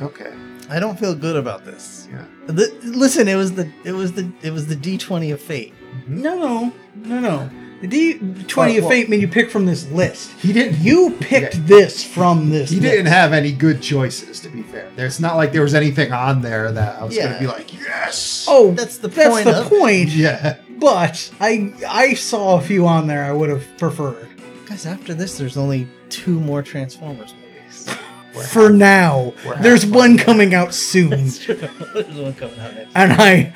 Speaker 2: Okay.
Speaker 1: I don't feel good about this.
Speaker 2: Yeah.
Speaker 1: The- listen, it was the it was the it was the D twenty of fate.
Speaker 4: No, no, no. The D twenty
Speaker 2: Alright,
Speaker 4: of
Speaker 2: well-
Speaker 4: fate mean you pick from this list.
Speaker 2: He didn't.
Speaker 4: You picked this from this.
Speaker 2: He
Speaker 4: list.
Speaker 2: didn't have any good choices, to be fair. There's not like there was anything on there that I was
Speaker 1: Yeah.
Speaker 2: gonna be like, yes.
Speaker 4: Oh, that's
Speaker 1: That's the
Speaker 4: the that's
Speaker 1: point.
Speaker 4: point. The
Speaker 1: of
Speaker 4: point
Speaker 2: yeah.
Speaker 4: But I I saw a few on there I would have preferred
Speaker 1: Guys, after this, there's only two more Transformers movies.
Speaker 2: We're
Speaker 4: for now.
Speaker 2: We're
Speaker 4: There's
Speaker 2: halfway
Speaker 4: one
Speaker 2: there.
Speaker 4: coming out soon,
Speaker 1: That's true. there's one coming out next.
Speaker 4: and I.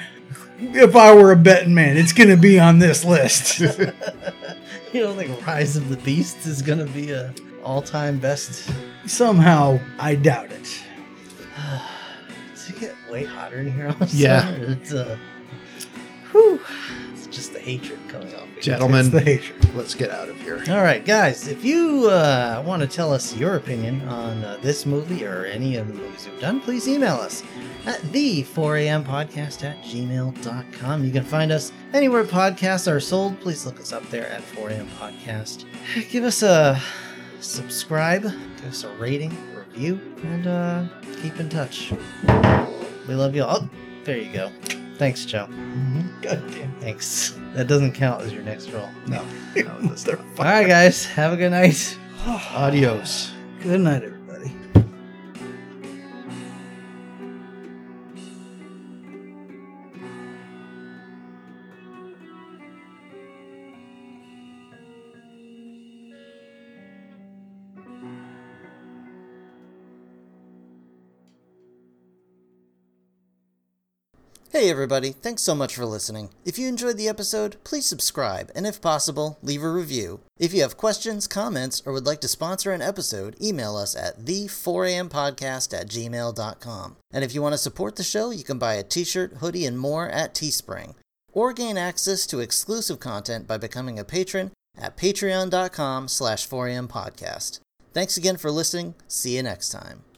Speaker 4: If I were a betting man, it's going to be on this list.
Speaker 2: (laughs)
Speaker 1: You don't think Rise of the Beast is gonna be a all time best?
Speaker 4: Somehow, I doubt it.
Speaker 1: Does it get way hotter in here? (laughs) All of a
Speaker 2: Yeah.
Speaker 1: sudden? It's, uh, whew. it's just the hatred coming off. me.
Speaker 4: It's
Speaker 2: Gentlemen,
Speaker 4: the hatred.
Speaker 2: let's get out of here.
Speaker 1: All right, guys, if you uh, want to tell us your opinion on uh, this movie or any of the movies we've done, please email us at the 4am podcast at gmail.com. You can find us anywhere podcasts are sold. Please look us up there at 4am podcast. Give us a subscribe, give us a rating, review, and uh, keep in touch. We love you all. Oh, there you go. Thanks, Joe.
Speaker 4: (laughs) God damn.
Speaker 1: Thanks. That doesn't count as your next roll.
Speaker 2: No, that's not-
Speaker 1: All right, guys, have a good night.
Speaker 2: Adios.
Speaker 4: Good night, everybody.
Speaker 5: Hey everybody, thanks so much for listening. If you enjoyed the episode, please subscribe and if possible, leave a review. If you have questions, comments, or would like to sponsor an episode, email us at the 4ampodcast at gmail.com. And if you want to support the show, you can buy a t shirt, hoodie, and more at Teespring. Or gain access to exclusive content by becoming a patron at patreon.com slash 4ampodcast. Thanks again for listening. See you next time.